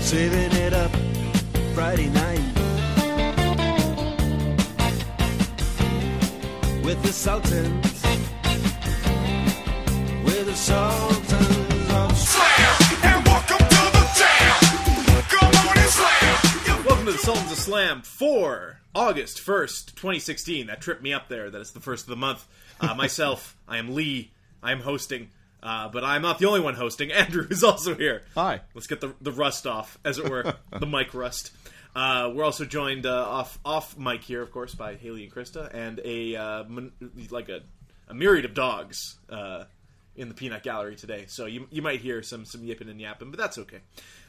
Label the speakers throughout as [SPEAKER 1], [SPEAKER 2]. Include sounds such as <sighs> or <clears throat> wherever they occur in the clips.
[SPEAKER 1] saving it up Friday night with the Sultans, with the Sultans of
[SPEAKER 2] Slam, and welcome to the jam. Come on and slam. You-
[SPEAKER 3] Welcome to the Sultans of Slam for August 1st, 2016. That tripped me up there that it's the first of the month. Uh, myself, I am Lee. I am hosting, uh, but I'm not the only one hosting. <laughs> Andrew is also here.
[SPEAKER 4] Hi.
[SPEAKER 3] Let's get the, the rust off, as it were, the mic rust. Uh, we're also joined uh, off off mic here, of course, by Haley and Krista, and a uh, mon- like a, a myriad of dogs uh, in the peanut gallery today. So you you might hear some some yipping and yapping, but that's okay.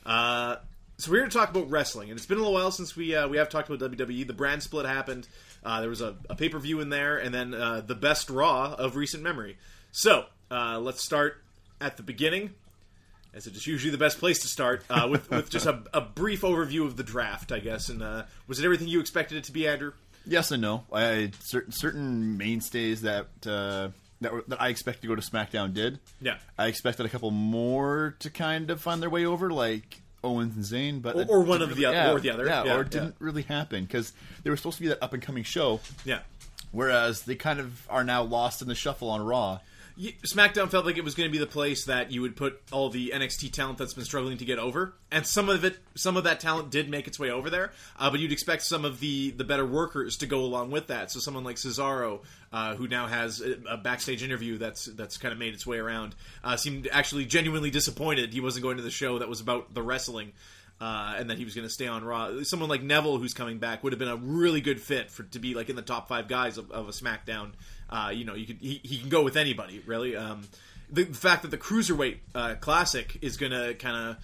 [SPEAKER 3] Uh, so we're here to talk about wrestling, and it's been a little while since we uh, we have talked about WWE. The brand split happened. Uh, there was a, a pay per view in there, and then uh, the best Raw of recent memory. So uh, let's start at the beginning as it is usually the best place to start uh, with with just a, a brief overview of the draft, I guess. And uh, was it everything you expected it to be, Andrew?
[SPEAKER 4] Yes and no. I certain certain mainstays that uh, that were, that I expect to go to SmackDown did.
[SPEAKER 3] Yeah.
[SPEAKER 4] I expected a couple more to kind of find their way over, like Owens and Zayn, but
[SPEAKER 3] Or-
[SPEAKER 4] it
[SPEAKER 3] or one
[SPEAKER 4] didn't
[SPEAKER 3] of the oth- or the other.
[SPEAKER 4] Yeah,
[SPEAKER 3] Yeah,
[SPEAKER 4] or
[SPEAKER 3] yeah.
[SPEAKER 4] it didn't really happen because they were supposed to be that up and coming show,
[SPEAKER 3] Yeah.
[SPEAKER 4] whereas they kind of are now lost in the shuffle on Raw.
[SPEAKER 3] Y- SmackDown felt like it was going to be the place that you would put all the NXT talent that's been struggling to get over, and some of it, some of that talent did make its way over there. Uh, but you'd expect some of the the better workers to go along with that. So someone like Cesaro, uh, who now has a, a backstage interview that's that's kind of made its way around, uh, seemed actually genuinely disappointed he wasn't going to the show that was about the wrestling. Uh, and that he was going to stay on Raw. Someone like Neville, who's coming back, would have been a really good fit for to be like in the top five guys of, of a SmackDown. Uh, you know, you could he, he can go with anybody really. Um, the, the fact that the cruiserweight uh, classic is going to kind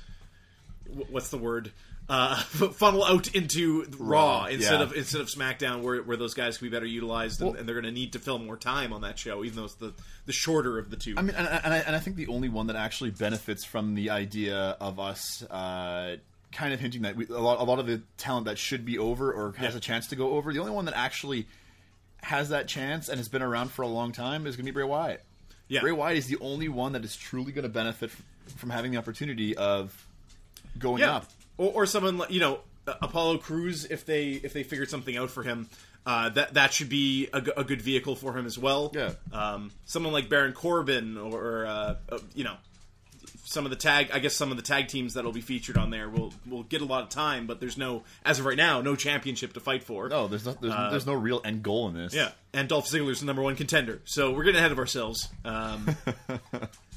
[SPEAKER 3] of what's the word uh, <laughs> funnel out into Raw,
[SPEAKER 4] Raw,
[SPEAKER 3] instead
[SPEAKER 4] yeah.
[SPEAKER 3] of instead of SmackDown, where, where those guys can be better utilized, and,
[SPEAKER 4] Well-
[SPEAKER 3] and they're going to need to fill more time on that show, even though it's the the shorter of the two.
[SPEAKER 4] I mean, and, and, I, and I think the only one that actually benefits from the idea of us uh, kind of hinting that we, a, lot, a lot of the talent that should be over or has
[SPEAKER 3] Yeah.
[SPEAKER 4] a chance to go over, the only one that actually has that chance and has been around for a long time is going to be Bray Wyatt.
[SPEAKER 3] Yeah.
[SPEAKER 4] Bray Wyatt is the only one that is truly going to benefit f- from having the opportunity of going up.
[SPEAKER 3] Or, or someone like you know uh, Apollo Cruz if they if they figured something out for him. Uh, that that should be a, g- a good vehicle for him as well.
[SPEAKER 4] Yeah.
[SPEAKER 3] Um, someone like Baron Corbin or uh, uh, you know some of the tag I guess some of the tag teams that'll be featured on there will will get a lot of time, but there's no as of right now no championship to fight for.
[SPEAKER 4] No, Oh, there's no, there's, there's no real end goal in this.
[SPEAKER 3] Uh, Yeah, and Dolph Ziggler's the number one contender. So we're getting ahead of ourselves.
[SPEAKER 4] <laughs>
[SPEAKER 3] Um,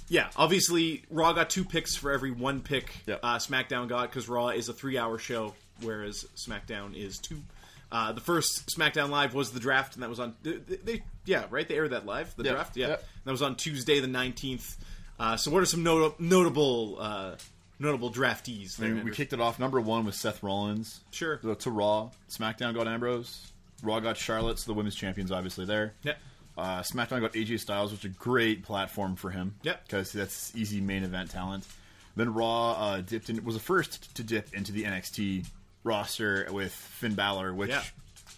[SPEAKER 3] yeah, obviously Raw got two picks for every one pick
[SPEAKER 4] Yep.
[SPEAKER 3] uh, SmackDown got because Raw is a three-hour show, whereas SmackDown is two. Uh, the first SmackDown Live was the draft, and that was on they, they yeah right they aired that live the
[SPEAKER 4] Yep.
[SPEAKER 3] draft yeah
[SPEAKER 4] Yep.
[SPEAKER 3] And that was on Tuesday the nineteenth. Uh, so what are some not- notable uh, notable draftees?
[SPEAKER 4] I
[SPEAKER 3] There,
[SPEAKER 4] mean, we
[SPEAKER 3] Andrew?
[SPEAKER 4] kicked it off number one with Seth Rollins.
[SPEAKER 3] Sure.
[SPEAKER 4] To, to Raw. SmackDown got Ambrose. Raw got Charlotte, so the women's champion's obviously there.
[SPEAKER 3] Yeah.
[SPEAKER 4] Uh, SmackDown got AJ Styles, which is a great platform for him.
[SPEAKER 3] Yeah.
[SPEAKER 4] Because that's easy main event talent. Then Raw uh, dipped in, was the first to dip into the NXT roster with Finn Balor, which
[SPEAKER 3] Yeah.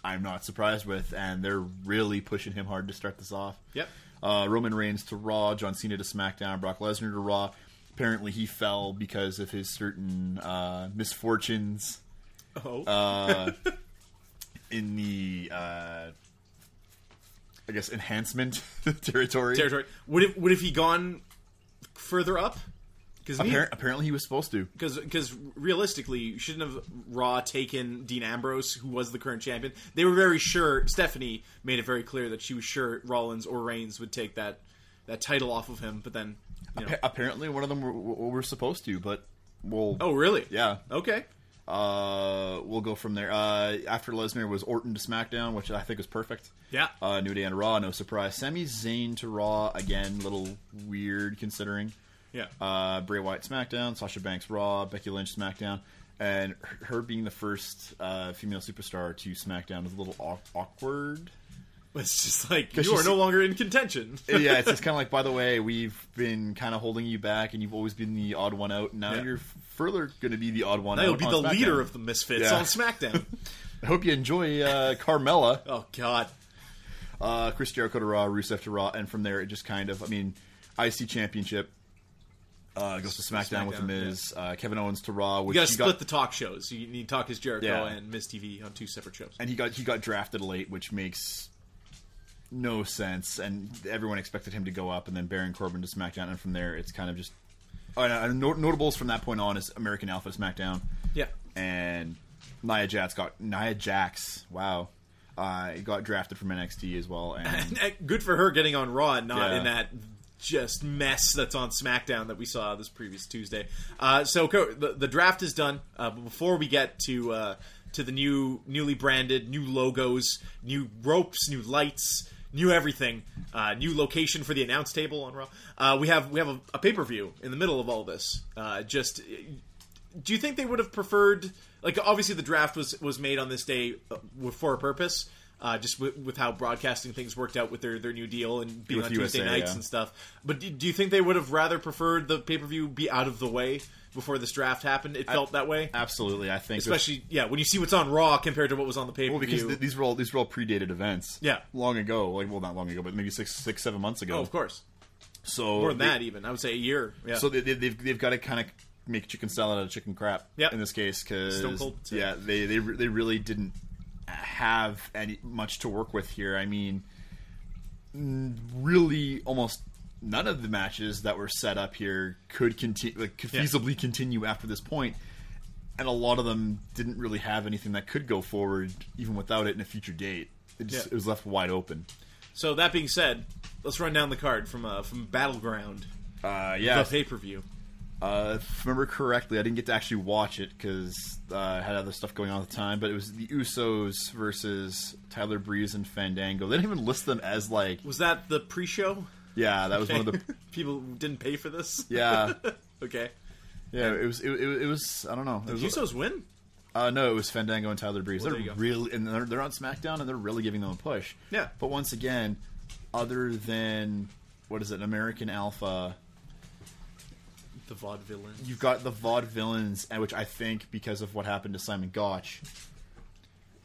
[SPEAKER 4] I'm not surprised with, and they're really pushing him hard to start this off.
[SPEAKER 3] Yep.
[SPEAKER 4] Uh, Roman Reigns to Raw, John Cena to SmackDown, Brock Lesnar to Raw. Apparently, he fell because of his certain uh, misfortunes
[SPEAKER 3] oh
[SPEAKER 4] Um, in the, uh, I guess, enhancement <laughs> territory.
[SPEAKER 3] territory would if would if he gone further up? Because
[SPEAKER 4] Appar- apparently, he was supposed to.
[SPEAKER 3] because because realistically, you shouldn't have Raw taken Dean Ambrose, who was the current champion. They were very sure. Stephanie made it very clear that she was sure Rollins or Reigns would take that that title off of him. But then, you know,
[SPEAKER 4] Appa- apparently, one of them were, were, were supposed to, but we'll.
[SPEAKER 3] oh really?
[SPEAKER 4] Yeah.
[SPEAKER 3] Okay.
[SPEAKER 4] Uh, we'll go from there. Uh, after Lesnar was Orton to SmackDown, which I think was perfect.
[SPEAKER 3] Yeah.
[SPEAKER 4] Uh, New Day and Raw, no surprise. Sami Zayn to Raw again, little weird considering.
[SPEAKER 3] Yeah.
[SPEAKER 4] Uh, Bray Wyatt SmackDown, Sasha Banks Raw, Becky Lynch SmackDown, and her- her being the first uh, female superstar to SmackDown was a little au- awkward.
[SPEAKER 3] <laughs> it's just like
[SPEAKER 4] <laughs> 'Cause
[SPEAKER 3] you are
[SPEAKER 4] she's-
[SPEAKER 3] no longer in contention.
[SPEAKER 4] <laughs> yeah, it's just kind of like, by the way, we've been kind of holding you back, and you've always been the odd one out. and Now
[SPEAKER 3] Yeah.
[SPEAKER 4] you're f- further going to be the odd one
[SPEAKER 3] Now
[SPEAKER 4] out.
[SPEAKER 3] you'll be
[SPEAKER 4] on
[SPEAKER 3] the
[SPEAKER 4] SmackDown.
[SPEAKER 3] leader of the Misfits
[SPEAKER 4] Yeah.
[SPEAKER 3] on
[SPEAKER 4] <laughs>
[SPEAKER 3] SmackDown.
[SPEAKER 4] I hope you enjoy uh, Carmella.
[SPEAKER 3] oh God.
[SPEAKER 4] Uh, Chris Jericho to Raw, Rusev to Raw, and from there it just kind of, I mean, IC Championship, Uh, goes to SmackDown, with The
[SPEAKER 3] SmackDown,
[SPEAKER 4] Miz. Uh, Kevin Owens to Raw, which
[SPEAKER 3] You gotta
[SPEAKER 4] he
[SPEAKER 3] split
[SPEAKER 4] got,
[SPEAKER 3] the talk shows. You need Talk is Jericho
[SPEAKER 4] Yeah.
[SPEAKER 3] and Miss TV on two separate shows.
[SPEAKER 4] and he got he got drafted late, which makes no sense. And everyone expected him to go up, and then Baron Corbin to SmackDown, and from there it's kind of just. Oh, and, uh, not- notables from that point on is American Alpha to SmackDown,
[SPEAKER 3] Yeah.
[SPEAKER 4] and Nia Jax got Nia Jax. Wow, uh, got drafted from NXT as well,
[SPEAKER 3] <laughs>
[SPEAKER 4] and
[SPEAKER 3] Good for her getting on Raw and not
[SPEAKER 4] Yeah.
[SPEAKER 3] in that just mess that's on SmackDown that we saw this previous Tuesday. Uh, so Co- the, the draft is done. Uh, but before we get to uh, to the new, newly branded, new logos, new ropes, new lights, new everything, uh, new location for the announce table on Raw, uh, we have we have a, a pay per view in the middle of all this. Uh, just do you think they would have preferred like obviously the draft was was made on this day uh, for a purpose uh, just with, with how broadcasting things worked out with their, their new deal and being
[SPEAKER 4] With
[SPEAKER 3] on Tuesday
[SPEAKER 4] USA,
[SPEAKER 3] nights
[SPEAKER 4] yeah.
[SPEAKER 3] and stuff. But do, do you think they would have rather preferred the pay per view be out of the way before this draft happened? It felt that way,
[SPEAKER 4] absolutely, I think there's-
[SPEAKER 3] especially yeah when you see what's on Raw compared to what was on the pay per
[SPEAKER 4] Well, because
[SPEAKER 3] view.
[SPEAKER 4] th- these were all these were all predated events.
[SPEAKER 3] Yeah.
[SPEAKER 4] long ago. Like, well, not long ago, but maybe six, six, seven months ago.
[SPEAKER 3] oh, of course,
[SPEAKER 4] So
[SPEAKER 3] more than
[SPEAKER 4] they-
[SPEAKER 3] that even. I would say a year. Yeah.
[SPEAKER 4] So they, they, they've they've got to kind of make chicken salad out of chicken crap.
[SPEAKER 3] Yep.
[SPEAKER 4] in this case, because
[SPEAKER 3] Stone Cold said.
[SPEAKER 4] yeah, they they re- they really didn't have any much to work with here. I mean, n- really, almost none of the matches that were set up here could continue, like, could
[SPEAKER 3] Yeah.
[SPEAKER 4] feasibly continue after this point. And a lot of them didn't really have anything that could go forward, even without it in a future date. It, just,
[SPEAKER 3] Yeah.
[SPEAKER 4] it was left wide open.
[SPEAKER 3] so that being said, let's run down the card from uh, from Battleground,
[SPEAKER 4] Uh, yeah,
[SPEAKER 3] the pay per view.
[SPEAKER 4] Uh, if I remember correctly, I didn't get to actually watch it because uh, I had other stuff going on at the time. But it was the Usos versus Tyler Breeze and Fandango. They didn't even list them as like,
[SPEAKER 3] Was that the pre-show?
[SPEAKER 4] yeah, that was one of the,
[SPEAKER 3] <laughs> people didn't pay for this.
[SPEAKER 4] yeah,
[SPEAKER 3] Okay.
[SPEAKER 4] yeah. It was, it, it, it was, I don't know. It
[SPEAKER 3] Did
[SPEAKER 4] was,
[SPEAKER 3] Usos win?
[SPEAKER 4] Uh, no, it was Fandango and Tyler Breeze.
[SPEAKER 3] Well, there
[SPEAKER 4] they're
[SPEAKER 3] you go.
[SPEAKER 4] really and they're, they're on SmackDown and they're really giving them a push.
[SPEAKER 3] Yeah.
[SPEAKER 4] But once again, other than what is it, American Alpha?
[SPEAKER 3] The vaudevillain.
[SPEAKER 4] You've got the vaudevillains, and which I think because of what happened to Simon Gotch,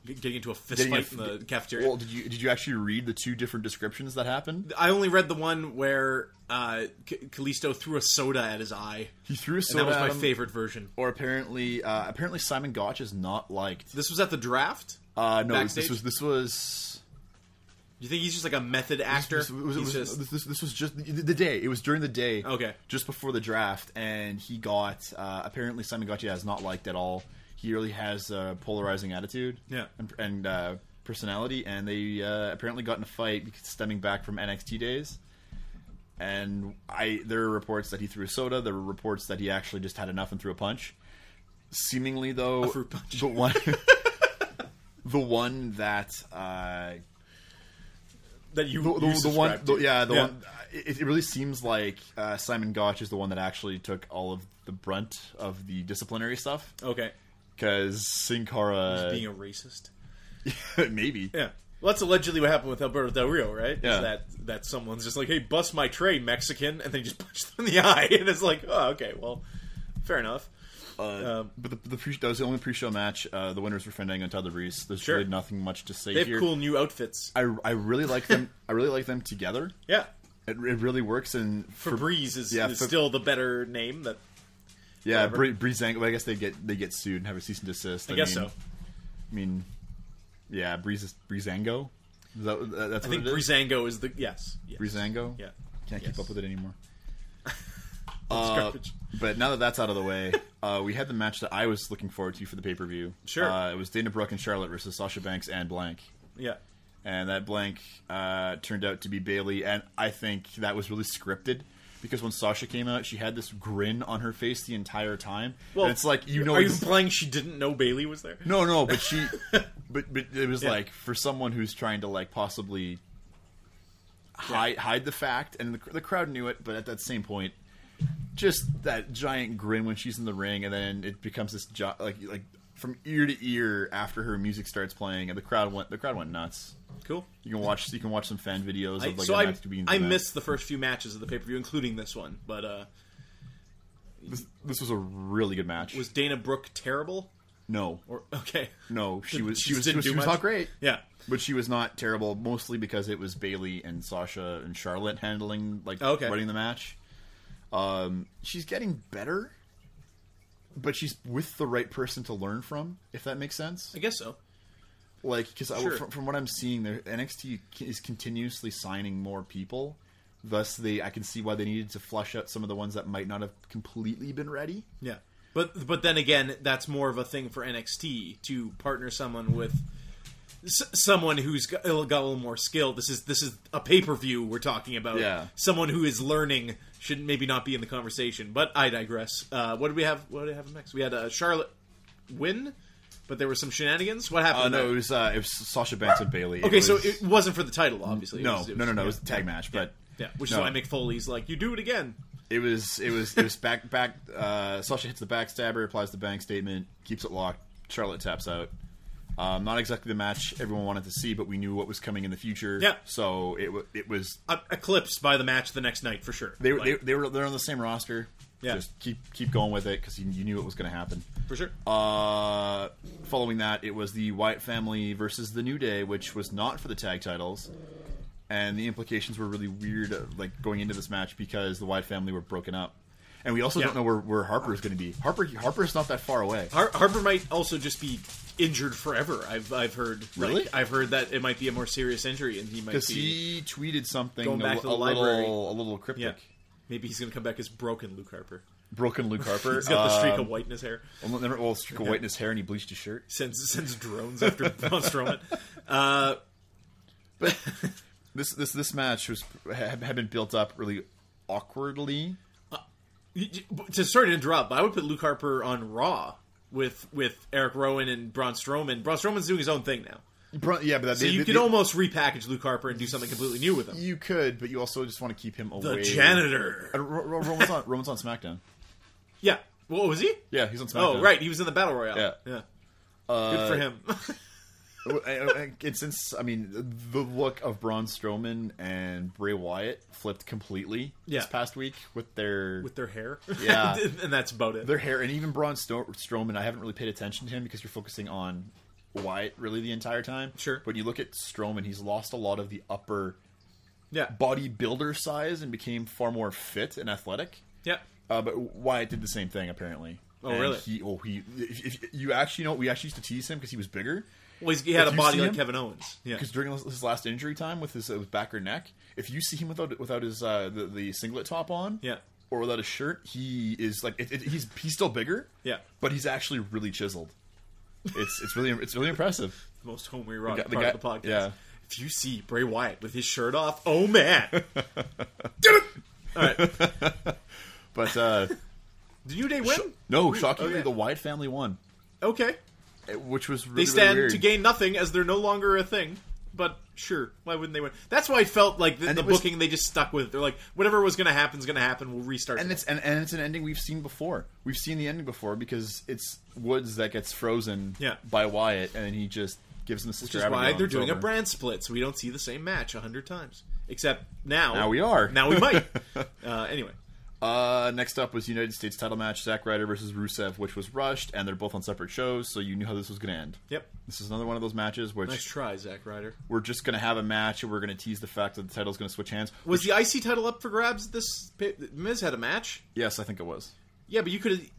[SPEAKER 3] Getting into a fist
[SPEAKER 4] Didn't you-
[SPEAKER 3] fight in the cafeteria.
[SPEAKER 4] Well, did you did you actually read the two different descriptions that happened?
[SPEAKER 3] I only read the one where uh, K- Kalisto threw a soda at his eye.
[SPEAKER 4] He threw a
[SPEAKER 3] And
[SPEAKER 4] soda
[SPEAKER 3] that was
[SPEAKER 4] at
[SPEAKER 3] my
[SPEAKER 4] him,
[SPEAKER 3] favorite version.
[SPEAKER 4] Or apparently, uh, apparently Simon Gotch is not liked.
[SPEAKER 3] This was at the draft?
[SPEAKER 4] Uh, no,
[SPEAKER 3] Backstage?
[SPEAKER 4] this was this was
[SPEAKER 3] you think he's just like a method actor?
[SPEAKER 4] This was,
[SPEAKER 3] He's
[SPEAKER 4] was-
[SPEAKER 3] just-
[SPEAKER 4] this, this- this was just the, the day. It was during the day.
[SPEAKER 3] Okay.
[SPEAKER 4] Just before the draft, and he got uh, apparently Simon Gotch yeah, is not liked at all. He really has a polarizing attitude.
[SPEAKER 3] Yeah.
[SPEAKER 4] And, and uh, personality, and they uh, apparently got in a fight because stemming back from NXT days. And I, there are reports that he threw soda. There were reports that he actually just had enough and threw a punch. Seemingly, though,
[SPEAKER 3] fruit punch.
[SPEAKER 4] the one, <laughs> the one that uh,
[SPEAKER 3] that you
[SPEAKER 4] the, the,
[SPEAKER 3] you
[SPEAKER 4] the one,
[SPEAKER 3] subscribed
[SPEAKER 4] the,
[SPEAKER 3] to.
[SPEAKER 4] yeah, the one. It, it really seems like uh, Simon Gotch is the one that actually took all of the brunt of the disciplinary stuff
[SPEAKER 3] Okay.
[SPEAKER 4] because Sin Cara,
[SPEAKER 3] Being a racist.
[SPEAKER 4] <laughs> maybe,
[SPEAKER 3] Yeah. Well, that's allegedly what happened with Alberto Del Rio, right? Is
[SPEAKER 4] Yeah.
[SPEAKER 3] that that someone's just like, "Hey, bust my tray, Mexican," and they just <laughs> punched them in the eye, and it's like, "Oh, okay, well, fair enough." Um,
[SPEAKER 4] Uh, but the, the pre- that was the only pre-show match. Uh, the winners were Fandango and Tyler Breeze. There's
[SPEAKER 3] Sure.
[SPEAKER 4] really nothing much to say
[SPEAKER 3] They have
[SPEAKER 4] here.
[SPEAKER 3] cool new outfits.
[SPEAKER 4] I, I really like them.
[SPEAKER 3] <laughs>
[SPEAKER 4] I really like them together.
[SPEAKER 3] Yeah,
[SPEAKER 4] It, it really works. And for
[SPEAKER 3] Febreze is,
[SPEAKER 4] yeah,
[SPEAKER 3] is
[SPEAKER 4] Fe-
[SPEAKER 3] still the better name. That
[SPEAKER 4] yeah,
[SPEAKER 3] whatever.
[SPEAKER 4] Bree- Breeze angle. I guess they get they get sued and have a cease and desist.
[SPEAKER 3] I, guess
[SPEAKER 4] mean,
[SPEAKER 3] so.
[SPEAKER 4] I mean, yeah, Breeze is Breezango. Is that, that- that's
[SPEAKER 3] I
[SPEAKER 4] what
[SPEAKER 3] think
[SPEAKER 4] it is?
[SPEAKER 3] Breezango is the yes. yes.
[SPEAKER 4] Breezango?
[SPEAKER 3] Yeah.
[SPEAKER 4] Can't
[SPEAKER 3] Yes.
[SPEAKER 4] keep up with it anymore.
[SPEAKER 3] It's
[SPEAKER 4] Uh,
[SPEAKER 3] garbage.
[SPEAKER 4] but now that that's out of
[SPEAKER 3] <laughs>
[SPEAKER 4] the way, uh, we had the match that I was looking forward to for the pay per view.
[SPEAKER 3] Sure.
[SPEAKER 4] Uh, it was Dana Brooke and Charlotte versus Sasha Banks and Blank.
[SPEAKER 3] Yeah.
[SPEAKER 4] And that Blank uh, turned out to be Bailey. And I think that was really scripted because when Sasha came out, she had this grin on her face the entire time.
[SPEAKER 3] Well,
[SPEAKER 4] and it's like, you know.
[SPEAKER 3] are you
[SPEAKER 4] ex-
[SPEAKER 3] implying she didn't know Bailey was there?
[SPEAKER 4] no, no,
[SPEAKER 3] <laughs>
[SPEAKER 4] but she. but, but it was
[SPEAKER 3] Yeah.
[SPEAKER 4] like for someone who's trying to like possibly hide hide the fact, and the, cr- the crowd knew it. But at that same point, just that giant grin when she's in the ring, and then it becomes this jo- like like from ear to ear after her music starts playing, and the crowd went the crowd went nuts.
[SPEAKER 3] Cool.
[SPEAKER 4] You can watch you can watch some fan videos
[SPEAKER 3] I,
[SPEAKER 4] of like
[SPEAKER 3] so
[SPEAKER 4] the
[SPEAKER 3] I,
[SPEAKER 4] match being
[SPEAKER 3] I
[SPEAKER 4] done.
[SPEAKER 3] missed the first few matches of the pay per view, including this one. But uh,
[SPEAKER 4] this, this was a really good match.
[SPEAKER 3] was Dana Brooke terrible?
[SPEAKER 4] no,
[SPEAKER 3] Or okay,
[SPEAKER 4] no, she
[SPEAKER 3] Did-
[SPEAKER 4] was
[SPEAKER 3] she
[SPEAKER 4] she was she
[SPEAKER 3] didn't
[SPEAKER 4] was,
[SPEAKER 3] do
[SPEAKER 4] she was
[SPEAKER 3] much?
[SPEAKER 4] not great.
[SPEAKER 3] yeah.
[SPEAKER 4] But she was not terrible, mostly because it was Bailey and Sasha and Charlotte handling like
[SPEAKER 3] Oh, Okay.
[SPEAKER 4] running the match. Um, she's getting better, but she's with the right person to learn from, if that makes sense.
[SPEAKER 3] I guess so.
[SPEAKER 4] Like, because
[SPEAKER 3] Sure.
[SPEAKER 4] from, from what I'm seeing, there NXT is continuously signing more people. Thus, they I can see why they needed to flush out some of the ones that might not have completely been ready.
[SPEAKER 3] Yeah. But but then again, that's more of a thing for NXT to partner someone with s- someone who's got, got a little more skill. This is this is a pay per view we're talking about.
[SPEAKER 4] Yeah.
[SPEAKER 3] Someone who is learning should maybe not be in the conversation. But I digress. Uh, what did we have? What did we have next? We had uh, Charlotte win, but there were some shenanigans. What happened?
[SPEAKER 4] Uh,
[SPEAKER 3] in
[SPEAKER 4] no,
[SPEAKER 3] that?
[SPEAKER 4] it was uh, it was Sasha Banks and Bailey.
[SPEAKER 3] Oh, okay, so it wasn't for the title, obviously. It
[SPEAKER 4] no,
[SPEAKER 3] was- it
[SPEAKER 4] no, no,
[SPEAKER 3] was-
[SPEAKER 4] no,
[SPEAKER 3] yeah.
[SPEAKER 4] it was a tag match, but
[SPEAKER 3] Yeah, which
[SPEAKER 4] no.
[SPEAKER 3] is why Mick Foley's like, "You do it again."
[SPEAKER 4] It was it was it was back back. Uh, Sasha hits the backstabber, applies the bank statement, keeps it locked. Charlotte taps out. Um, not exactly the match everyone wanted to see, but we knew what was coming in the future.
[SPEAKER 3] Yeah.
[SPEAKER 4] So it wa it was
[SPEAKER 3] Uh, eclipsed by the match the next night for sure.
[SPEAKER 4] they were
[SPEAKER 3] Like,
[SPEAKER 4] they, they were they're on the same roster.
[SPEAKER 3] Yeah.
[SPEAKER 4] Just keep keep going with it because you, you knew what was going to happen.
[SPEAKER 3] for sure.
[SPEAKER 4] Uh, following that, it was the Wyatt family versus the New Day, which was not for the tag titles, and the implications were really weird, uh, like going into this match because the Wyatt family were broken up, and we also
[SPEAKER 3] Yeah.
[SPEAKER 4] don't know where, where Harper is going to be. Harper Harper's not that far away.
[SPEAKER 3] Har- Harper might also just be injured forever. I've I've heard like,
[SPEAKER 4] Really?
[SPEAKER 3] I've heard that it might be a more serious injury, and he might be.
[SPEAKER 4] Because he tweeted something
[SPEAKER 3] Going back
[SPEAKER 4] a,
[SPEAKER 3] to
[SPEAKER 4] a
[SPEAKER 3] the library.
[SPEAKER 4] little a little cryptic.
[SPEAKER 3] yeah, maybe he's gonna come back as broken Luke Harper.
[SPEAKER 4] Broken Luke
[SPEAKER 3] <laughs>
[SPEAKER 4] Harper.
[SPEAKER 3] He's got the streak
[SPEAKER 4] um,
[SPEAKER 3] of white in his hair.
[SPEAKER 4] well, never- well, streak of white in his hair, and he bleached his shirt.
[SPEAKER 3] Sends sends drones after <laughs> Braun Strowman. Uh,
[SPEAKER 4] But this this this match was had had been built up really awkwardly.
[SPEAKER 3] y- y- to start to interrupt, but I would put Luke Harper on Raw with with Eric Rowan and Braun Strowman. Braun Strowman's doing his own thing now,
[SPEAKER 4] Bru- Yeah, but that,
[SPEAKER 3] so
[SPEAKER 4] they-
[SPEAKER 3] you
[SPEAKER 4] they-
[SPEAKER 3] could
[SPEAKER 4] they-
[SPEAKER 3] almost repackage Luke Harper and do something completely new with him.
[SPEAKER 4] You could, but you also just want to keep him away.
[SPEAKER 3] The janitor.
[SPEAKER 4] Uh, Ro- Ro- Roman's, on, Roman's on SmackDown.
[SPEAKER 3] Yeah. What was he?
[SPEAKER 4] Yeah, he's on SmackDown.
[SPEAKER 3] Oh, right. He was in the battle royale.
[SPEAKER 4] Yeah.
[SPEAKER 3] Good for him. <laughs>
[SPEAKER 4] Uh, uh, and since I mean, the look of Braun Strowman and Bray Wyatt flipped completely
[SPEAKER 3] Yeah.
[SPEAKER 4] this past week with their
[SPEAKER 3] with their hair.
[SPEAKER 4] Yeah.
[SPEAKER 3] <laughs> and that's about it.
[SPEAKER 4] their hair, and even Braun Sto- Strowman. I haven't really paid attention to him because you're focusing on Wyatt really the entire time.
[SPEAKER 3] Sure.
[SPEAKER 4] When you look at Strowman, he's lost a lot of the upper
[SPEAKER 3] yeah.
[SPEAKER 4] bodybuilder size and became far more fit and athletic.
[SPEAKER 3] yeah.
[SPEAKER 4] Uh, but Wyatt did the same thing apparently.
[SPEAKER 3] Oh,
[SPEAKER 4] And
[SPEAKER 3] really?
[SPEAKER 4] He, oh, he. If, if you actually know, we actually used to tease him because he was bigger.
[SPEAKER 3] Well, he's, he had
[SPEAKER 4] If
[SPEAKER 3] a
[SPEAKER 4] you
[SPEAKER 3] body
[SPEAKER 4] see
[SPEAKER 3] like
[SPEAKER 4] him-
[SPEAKER 3] Kevin Owens. Yeah.
[SPEAKER 4] Because during his- his last injury time with his uh, with back or neck, if you see him without without his uh, the, the singlet top on,
[SPEAKER 3] Yeah.
[SPEAKER 4] or without a shirt, he is like it, it, he's he's still bigger,
[SPEAKER 3] Yeah.
[SPEAKER 4] but he's actually really chiseled. It's it's really it's really impressive.
[SPEAKER 3] The most homely rock
[SPEAKER 4] The guy- the
[SPEAKER 3] part
[SPEAKER 4] guy-
[SPEAKER 3] of the podcast.
[SPEAKER 4] yeah.
[SPEAKER 3] If you see Bray Wyatt with his shirt off, oh man.
[SPEAKER 4] <laughs>
[SPEAKER 3] Get it! All right. Did
[SPEAKER 4] But uh,
[SPEAKER 3] New Day win? <laughs>
[SPEAKER 4] no, shockingly,
[SPEAKER 3] Oh, yeah.
[SPEAKER 4] the Wyatt family won,
[SPEAKER 3] Okay.
[SPEAKER 4] eh, which was really,
[SPEAKER 3] They stand
[SPEAKER 4] really weird.
[SPEAKER 3] to gain nothing as they're no longer a thing. But sure, why wouldn't they win? That's why it felt like the,
[SPEAKER 4] And
[SPEAKER 3] the
[SPEAKER 4] it was-
[SPEAKER 3] booking they just stuck with. it. They're like, whatever was going to happen is going to happen. We'll restart.
[SPEAKER 4] and it's and, and it's an ending we've seen before. We've seen the ending before because it's Woods that gets frozen
[SPEAKER 3] Yeah.
[SPEAKER 4] by Wyatt, and he just gives him a
[SPEAKER 3] Which
[SPEAKER 4] sister.
[SPEAKER 3] is why
[SPEAKER 4] Abigail
[SPEAKER 3] they're
[SPEAKER 4] and
[SPEAKER 3] doing a
[SPEAKER 4] it's over.
[SPEAKER 3] brand split, so we don't see the same match a hundred times. Except now,
[SPEAKER 4] Now we are.
[SPEAKER 3] Now we
[SPEAKER 4] <laughs>
[SPEAKER 3] might. uh, anyway,
[SPEAKER 4] Uh, next up was United States title match: Zack Ryder versus Rusev, which was rushed, and they're both on separate shows, so you knew how this was going to end.
[SPEAKER 3] yep.
[SPEAKER 4] This is another one of those matches which
[SPEAKER 3] Nice try, Zack Ryder.
[SPEAKER 4] we're just going to have a match, and we're going to tease the fact that the title's going to switch hands.
[SPEAKER 3] Was the IC title up for grabs? This pa- Miz had a match.
[SPEAKER 4] Yes, I think it was.
[SPEAKER 3] Yeah, but you could. have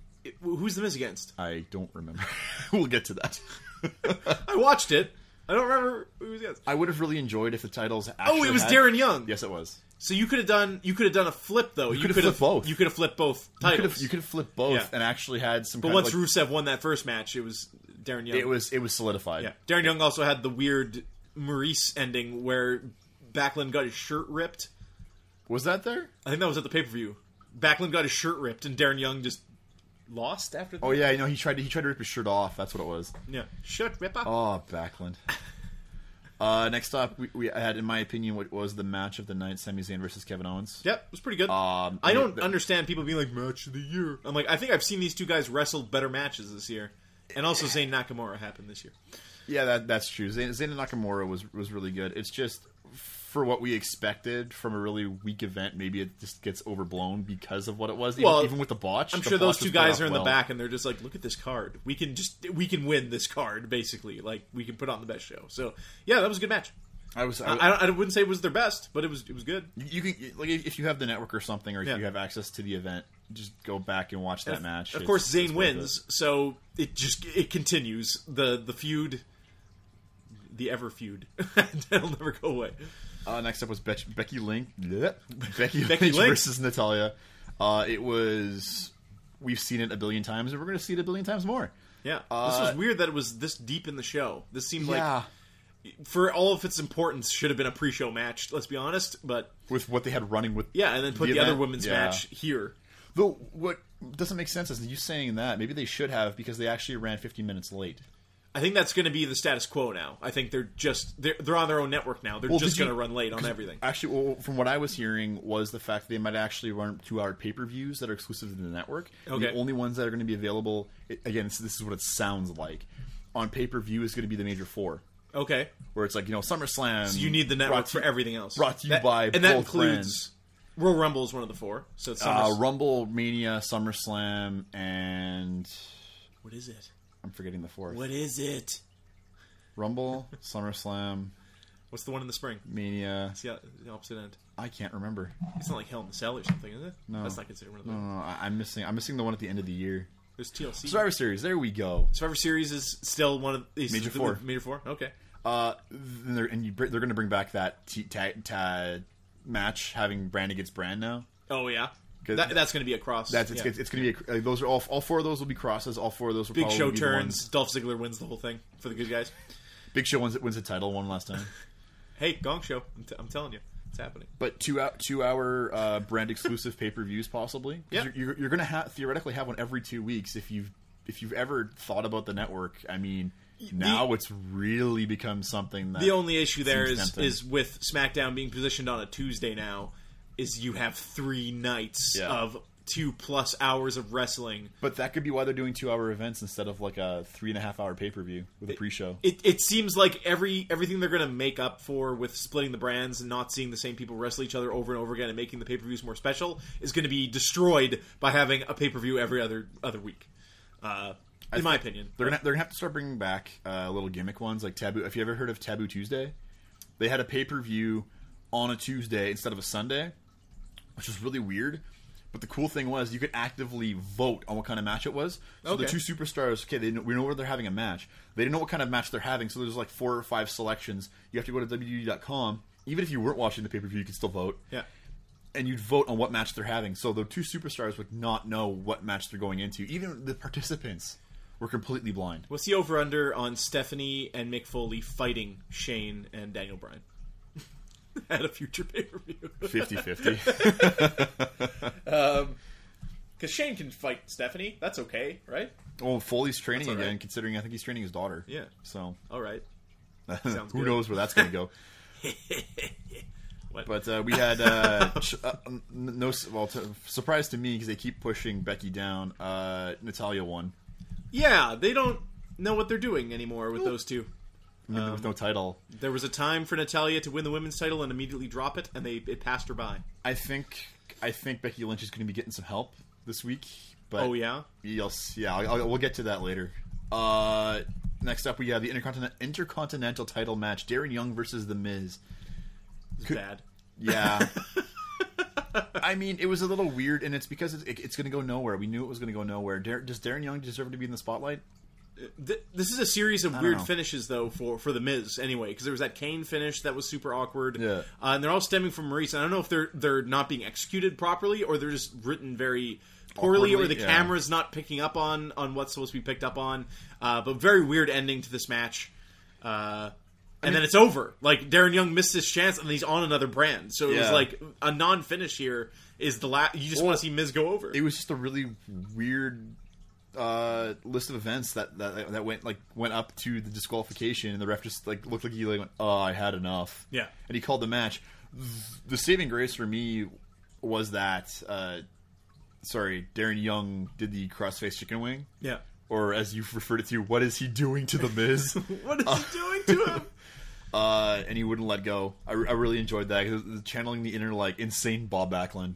[SPEAKER 3] Who's the Miz against?
[SPEAKER 4] I don't remember. <laughs> we'll get to that. <laughs>
[SPEAKER 3] I watched it. I don't remember who was against.
[SPEAKER 4] I would have really enjoyed if the titles. Actually
[SPEAKER 3] Oh, it was
[SPEAKER 4] had-
[SPEAKER 3] Darren Young.
[SPEAKER 4] Yes, it was.
[SPEAKER 3] So you could have done. You could have done a flip though. You,
[SPEAKER 4] could have
[SPEAKER 3] could have
[SPEAKER 4] flipped both.
[SPEAKER 3] You could have flipped both
[SPEAKER 4] You could
[SPEAKER 3] titles.
[SPEAKER 4] have you could have flipped both
[SPEAKER 3] Yeah.
[SPEAKER 4] and actually had some.
[SPEAKER 3] but
[SPEAKER 4] kind of,
[SPEAKER 3] once
[SPEAKER 4] like-
[SPEAKER 3] Rusev won that first match, it was Darren Young.
[SPEAKER 4] It was it was solidified.
[SPEAKER 3] Yeah. Darren Young also had the weird Maurice ending where Backlund got his shirt ripped.
[SPEAKER 4] Was that there?
[SPEAKER 3] I think that was at the pay per view. Backlund got his shirt ripped, and Darren Young just lost after that.
[SPEAKER 4] Oh yeah, I know he tried to he tried to rip his shirt off. That's what it was.
[SPEAKER 3] yeah. Shirt ripper.
[SPEAKER 4] Oh,
[SPEAKER 3] <laughs>
[SPEAKER 4] Backlund. uh, next up, we, we had, in my opinion, what was the match of the night: Sami Zayn versus Kevin Owens.
[SPEAKER 3] Yep, it was pretty good.
[SPEAKER 4] Um,
[SPEAKER 3] I don't
[SPEAKER 4] the-
[SPEAKER 3] understand people being like match of the year. I'm like, I think I've seen these two guys wrestle better matches this year, and also Zayn Nakamura happened this year.
[SPEAKER 4] Yeah, that, that's true. Zayn, Zayn and Nakamura was was really good. It's just for what we expected from a really weak event. Maybe it just gets overblown because of what it was. Even,
[SPEAKER 3] Well,
[SPEAKER 4] even with the botch,
[SPEAKER 3] I'm
[SPEAKER 4] the
[SPEAKER 3] sure those
[SPEAKER 4] botch
[SPEAKER 3] two
[SPEAKER 4] was brought
[SPEAKER 3] guys
[SPEAKER 4] up
[SPEAKER 3] are in
[SPEAKER 4] well.
[SPEAKER 3] the back, and they're just like, look at this card. We can just we can win this card basically. Like we can put on the best show. So yeah, that was a good match.
[SPEAKER 4] I was. I,
[SPEAKER 3] I, I wouldn't say it was their best, but it was it was good.
[SPEAKER 4] you can like if you have the network or something, or if
[SPEAKER 3] Yeah.
[SPEAKER 4] you have access to the event, just go back and watch that match.
[SPEAKER 3] Of
[SPEAKER 4] It's-
[SPEAKER 3] course,
[SPEAKER 4] it's
[SPEAKER 3] Zayn
[SPEAKER 4] worth it.
[SPEAKER 3] wins, so it just it continues the the feud, the ever feud. <laughs> That'll never go away.
[SPEAKER 4] Uh, next up was Be- Becky Lynch. Blech. Becky,
[SPEAKER 3] Becky
[SPEAKER 4] Lynch
[SPEAKER 3] Lynch.
[SPEAKER 4] versus Natalia. Uh, it was. We've seen it a billion times, and we're going to see it a billion times more.
[SPEAKER 3] Yeah, this
[SPEAKER 4] Uh,
[SPEAKER 3] was weird that it was this deep in the show. This seemed
[SPEAKER 4] yeah,
[SPEAKER 3] like for all of its importance, should have been a pre-show match. Let's be honest, but
[SPEAKER 4] with what they had running with.
[SPEAKER 3] yeah, and then put
[SPEAKER 4] The
[SPEAKER 3] the, other
[SPEAKER 4] event-
[SPEAKER 3] women's
[SPEAKER 4] yeah.
[SPEAKER 3] match here.
[SPEAKER 4] Though what doesn't make sense is you saying that. Maybe they should have because they actually ran 15 minutes late.
[SPEAKER 3] I think that's going to be the status quo now. I think they're just they're, they're on their own network now. They're
[SPEAKER 4] Well,
[SPEAKER 3] just
[SPEAKER 4] did you-
[SPEAKER 3] going to run late on everything.
[SPEAKER 4] Actually, well, from what I was hearing was the fact that they might actually run two-hour pay-per-views that are exclusive to the network. And The
[SPEAKER 3] Okay.
[SPEAKER 4] only ones that are going to be available, i- again, this, this is what it sounds like, on pay-per-view is going to be the major four,
[SPEAKER 3] okay,
[SPEAKER 4] where it's like you know SummerSlam.
[SPEAKER 3] so you need the network
[SPEAKER 4] brought to-
[SPEAKER 3] for everything else.
[SPEAKER 4] Brought to you
[SPEAKER 3] That-
[SPEAKER 4] by
[SPEAKER 3] and
[SPEAKER 4] both
[SPEAKER 3] that includes
[SPEAKER 4] brands.
[SPEAKER 3] Royal Rumble is one of the four. So it's
[SPEAKER 4] Uh,
[SPEAKER 3] Summer-
[SPEAKER 4] Rumble, Mania, SummerSlam, and
[SPEAKER 3] what is it?
[SPEAKER 4] I'm forgetting the fourth.
[SPEAKER 3] What is it?
[SPEAKER 4] Rumble, SummerSlam,
[SPEAKER 3] What's the one in the spring?
[SPEAKER 4] Mania.
[SPEAKER 3] It's the, the opposite end.
[SPEAKER 4] I can't remember.
[SPEAKER 3] It's not like Hell in the Cell or something, is it? No, that's not considered one of
[SPEAKER 4] No,
[SPEAKER 3] them.
[SPEAKER 4] no, no, I, I'm missing. I'm missing the one at the end of the year.
[SPEAKER 3] There's TLC.
[SPEAKER 4] Survivor Series. There we go.
[SPEAKER 3] Survivor Series is still one of these
[SPEAKER 4] Major four.
[SPEAKER 3] Major four. Okay.
[SPEAKER 4] Uh, and they're, and you, br- they're going to bring back that t- ta- ta- match having brand against brand now.
[SPEAKER 3] Oh yeah.
[SPEAKER 4] Good.
[SPEAKER 3] That, that's going to be a cross.
[SPEAKER 4] That's it's,
[SPEAKER 3] yeah.
[SPEAKER 4] it's, going to be a, like, those are all all four of those will be crosses. All four of those will
[SPEAKER 3] big
[SPEAKER 4] probably
[SPEAKER 3] show
[SPEAKER 4] be the
[SPEAKER 3] turns.
[SPEAKER 4] ones-
[SPEAKER 3] Dolph Ziggler wins the whole thing for the good guys.
[SPEAKER 4] Big Show wins wins the title one
[SPEAKER 3] <laughs>
[SPEAKER 4] last time.
[SPEAKER 3] Hey, Gong Show. I'm, t- I'm telling you, it's happening.
[SPEAKER 4] But two out two hour uh, brand exclusive pay per views possibly. 'Cause
[SPEAKER 3] Yeah.
[SPEAKER 4] you're, you're, you're going to ha- theoretically have one every two weeks if you've if you've ever thought about the network. I mean, now it's really become something that
[SPEAKER 3] The only issue there
[SPEAKER 4] Seems
[SPEAKER 3] is
[SPEAKER 4] tempting.
[SPEAKER 3] is with SmackDown being positioned on a Tuesday now, is you have three nights
[SPEAKER 4] Yeah.
[SPEAKER 3] of two plus hours of wrestling.
[SPEAKER 4] But that could be why they're doing two hour events instead of like a three and a half hour pay per view with a pre show.
[SPEAKER 3] It, it seems like every everything they're going to make up for with splitting the brands and not seeing the same people wrestle each other over and over again and making the pay per views more special is going to be destroyed by having a pay per view every other other week. Uh, in my opinion,
[SPEAKER 4] They're gonna they're gonna have to start bringing back uh, little gimmick ones like Taboo. If you ever heard of Taboo Tuesday, they had a pay per view on a Tuesday instead of a Sunday, which was really weird. But the cool thing was you could actively vote on what kind of match it was. So the
[SPEAKER 3] Okay.
[SPEAKER 4] two superstars, okay, they know, we know where they're having a match. They didn't know what kind of match they're having, so there's like four or five selections. You have to go to WWE.com. Even if you weren't watching the pay per view, you could still vote.
[SPEAKER 3] yeah.
[SPEAKER 4] and you'd vote on what match they're having. So the two superstars would not know what match they're going into. Even the participants were completely blind.
[SPEAKER 3] What's the over under on Stephanie and Mick Foley fighting Shane and Daniel Bryan <laughs> at a future pay per view? <laughs>
[SPEAKER 4] 50-50.
[SPEAKER 3] Because Shane can fight Stephanie, that's okay, right?
[SPEAKER 4] well, Foley's training
[SPEAKER 3] That's all right.
[SPEAKER 4] again, considering I think he's training his daughter.
[SPEAKER 3] Yeah.
[SPEAKER 4] So
[SPEAKER 3] All right.
[SPEAKER 4] <laughs> who
[SPEAKER 3] good.
[SPEAKER 4] knows where that's going to go.
[SPEAKER 3] <laughs> What?
[SPEAKER 4] But uh, we had uh, ch- uh, n- no s- well t- surprise to me because they keep pushing Becky down. Uh, Natalia won
[SPEAKER 3] Yeah, they don't know what they're doing anymore with those two.
[SPEAKER 4] I
[SPEAKER 3] Um.
[SPEAKER 4] mean, with no title.
[SPEAKER 3] There was a time for Natalia to win the women's title and immediately drop it, and they it passed her by.
[SPEAKER 4] I think I think Becky Lynch is going to be getting some help this week. But
[SPEAKER 3] Oh yeah,
[SPEAKER 4] Yes, yeah, I'll, I'll- we'll get to that later. Uh, next up, we have the intercontinental intercontinental title match: Darren Young versus The Miz.
[SPEAKER 3] it's
[SPEAKER 4] Could-
[SPEAKER 3] bad. <laughs>
[SPEAKER 4] Yeah, I mean, it was a little weird, and it's because it's, it, it's going to go nowhere. We knew it was going to go nowhere. Dar- Does Darren Young deserve to be in the spotlight?
[SPEAKER 3] Th- this is a series of weird
[SPEAKER 4] know.
[SPEAKER 3] finishes though for for the Miz anyway because there was that Kane finish that was super awkward.
[SPEAKER 4] Yeah.
[SPEAKER 3] uh, and they're all stemming from Maurice. And I don't know if they're they're not being executed properly or they're just written very poorly or
[SPEAKER 4] Awkwardly,
[SPEAKER 3] the
[SPEAKER 4] yeah.
[SPEAKER 3] camera's not picking up on on what's supposed to be picked up on. Uh, but very weird ending to this match. Uh, and then it's over. Like Darren Young missed his chance, and he's on another brand. So it was
[SPEAKER 4] Yeah.
[SPEAKER 3] like a non-finish here is the last. You just want to see Miz go over.
[SPEAKER 4] It was just a really weird uh, list of events that, that that went like went up to the disqualification, and the ref just like looked like he like went, "Oh, I had enough."
[SPEAKER 3] Yeah.
[SPEAKER 4] and he called the match. The saving grace for me was that, uh, sorry, Darren Young did the crossface chicken wing,
[SPEAKER 3] yeah.
[SPEAKER 4] or as you referred it to, what is he doing to
[SPEAKER 3] <laughs>
[SPEAKER 4] the Miz?
[SPEAKER 3] What is he doing to him?
[SPEAKER 4] uh, and he wouldn't let go. I, I really enjoyed that 'cause it was channeling the inner like insane Bob Backlund.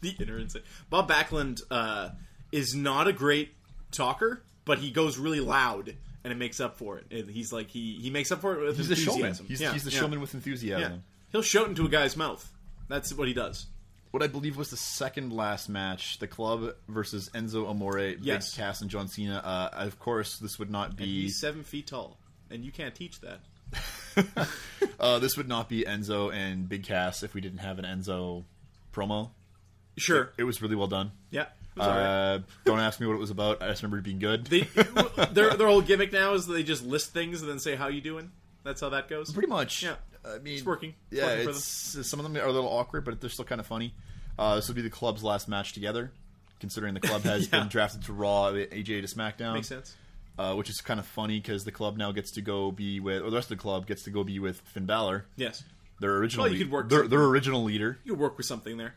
[SPEAKER 3] the inner insight. Bob Backlund uh, is not a great talker, but he goes really loud and it makes up for it. And he's like he he makes up for it with
[SPEAKER 4] He's the showman.
[SPEAKER 3] enthusiasm.
[SPEAKER 4] He's,
[SPEAKER 3] yeah,
[SPEAKER 4] he's the
[SPEAKER 3] yeah.
[SPEAKER 4] showman with enthusiasm.
[SPEAKER 3] Yeah. He'll show it into a guy's mouth. That's what he does.
[SPEAKER 4] What I believe was the second last match, the club versus Enzo Amore,
[SPEAKER 3] Yes.
[SPEAKER 4] Big Cass, and John Cena. Uh, of course, this would not be
[SPEAKER 3] He's seven feet tall, and you can't teach that.
[SPEAKER 4] uh, this would not be Enzo and Big Cass if we didn't have an Enzo promo.
[SPEAKER 3] Sure.
[SPEAKER 4] It was really well done.
[SPEAKER 3] Yeah. It was alright.
[SPEAKER 4] Uh, don't ask me what it was about. I just remember it being good.
[SPEAKER 3] They, <laughs> their their whole gimmick now is they just list things and then say how you doing. That's how that goes.
[SPEAKER 4] Pretty much.
[SPEAKER 3] Yeah.
[SPEAKER 4] I mean,
[SPEAKER 3] It's working. It's
[SPEAKER 4] yeah,
[SPEAKER 3] working for
[SPEAKER 4] it's, some of them are a little awkward, but they're still kind of funny. Uh, this would be the club's last match together, considering the club has
[SPEAKER 3] <laughs> Yeah.
[SPEAKER 4] been drafted to Raw, AJ to SmackDown.
[SPEAKER 3] Makes sense.
[SPEAKER 4] Uh, which is kind of funny because the club now gets to go be with, or the rest of the club gets to go be with Finn Balor,
[SPEAKER 3] Yes.
[SPEAKER 4] their original,
[SPEAKER 3] Well, you
[SPEAKER 4] lea-
[SPEAKER 3] could work
[SPEAKER 4] their,
[SPEAKER 3] something.
[SPEAKER 4] their original leader.
[SPEAKER 3] You work with something there.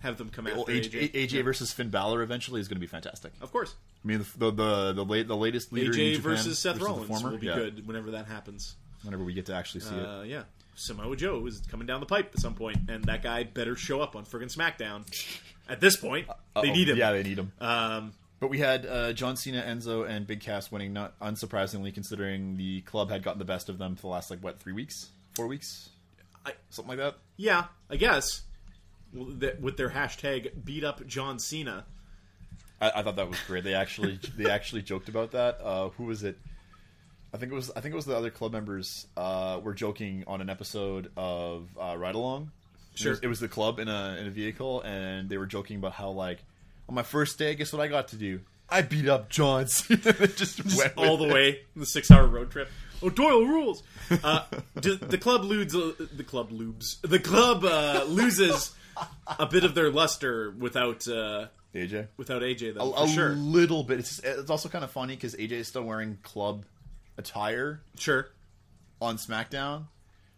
[SPEAKER 3] Have them come
[SPEAKER 4] Well,
[SPEAKER 3] after
[SPEAKER 4] AJ,
[SPEAKER 3] AJ.
[SPEAKER 4] AJ, versus Finn Balor eventually is going to be fantastic.
[SPEAKER 3] Of course.
[SPEAKER 4] I mean, the the the, late, the latest leader in
[SPEAKER 3] AJ
[SPEAKER 4] Japan
[SPEAKER 3] versus Seth
[SPEAKER 4] the
[SPEAKER 3] Rollins
[SPEAKER 4] former,
[SPEAKER 3] will be
[SPEAKER 4] yeah,
[SPEAKER 3] good whenever that happens.
[SPEAKER 4] whenever we get to actually see it.
[SPEAKER 3] Uh, yeah. Samoa Joe is coming down the pipe at some point, and that guy better show up on friggin'
[SPEAKER 4] <laughs>
[SPEAKER 3] SmackDown. At this point, they
[SPEAKER 4] Uh-oh.
[SPEAKER 3] need him.
[SPEAKER 4] Uh, oh, Yeah, they need him. Um, but we had uh, John Cena, Enzo, and Big Cass winning, not unsurprisingly, considering the club had gotten the best of them for the last like what three weeks, four weeks,
[SPEAKER 3] I-
[SPEAKER 4] something like that.
[SPEAKER 3] Yeah, I guess. Well, th- With their hashtag beat up John Cena.
[SPEAKER 4] I, I thought that was great.
[SPEAKER 3] <laughs>
[SPEAKER 4] They actually they actually joked about that. Uh, who was it? I think it was I think it was the other club members uh, were joking on an episode of uh, Ride Along.
[SPEAKER 3] Sure.
[SPEAKER 4] it was, it was the club in a in a vehicle, and they were joking about how like on my first day, guess what I got to do? I beat up John Cena. <laughs> just went
[SPEAKER 3] all
[SPEAKER 4] <laughs>
[SPEAKER 3] the
[SPEAKER 4] with it.
[SPEAKER 3] way the six hour road trip. Oh, Doyle rules. Uh,
[SPEAKER 4] <laughs>
[SPEAKER 3] d- the club ludes, uh, the club lubes, the club uh, loses a bit of their luster without uh,
[SPEAKER 4] AJ.
[SPEAKER 3] without AJ though.
[SPEAKER 4] a
[SPEAKER 3] for sure,
[SPEAKER 4] little bit. It's, it's also kind of funny because AJ is still wearing club attire
[SPEAKER 3] sure.
[SPEAKER 4] on SmackDown,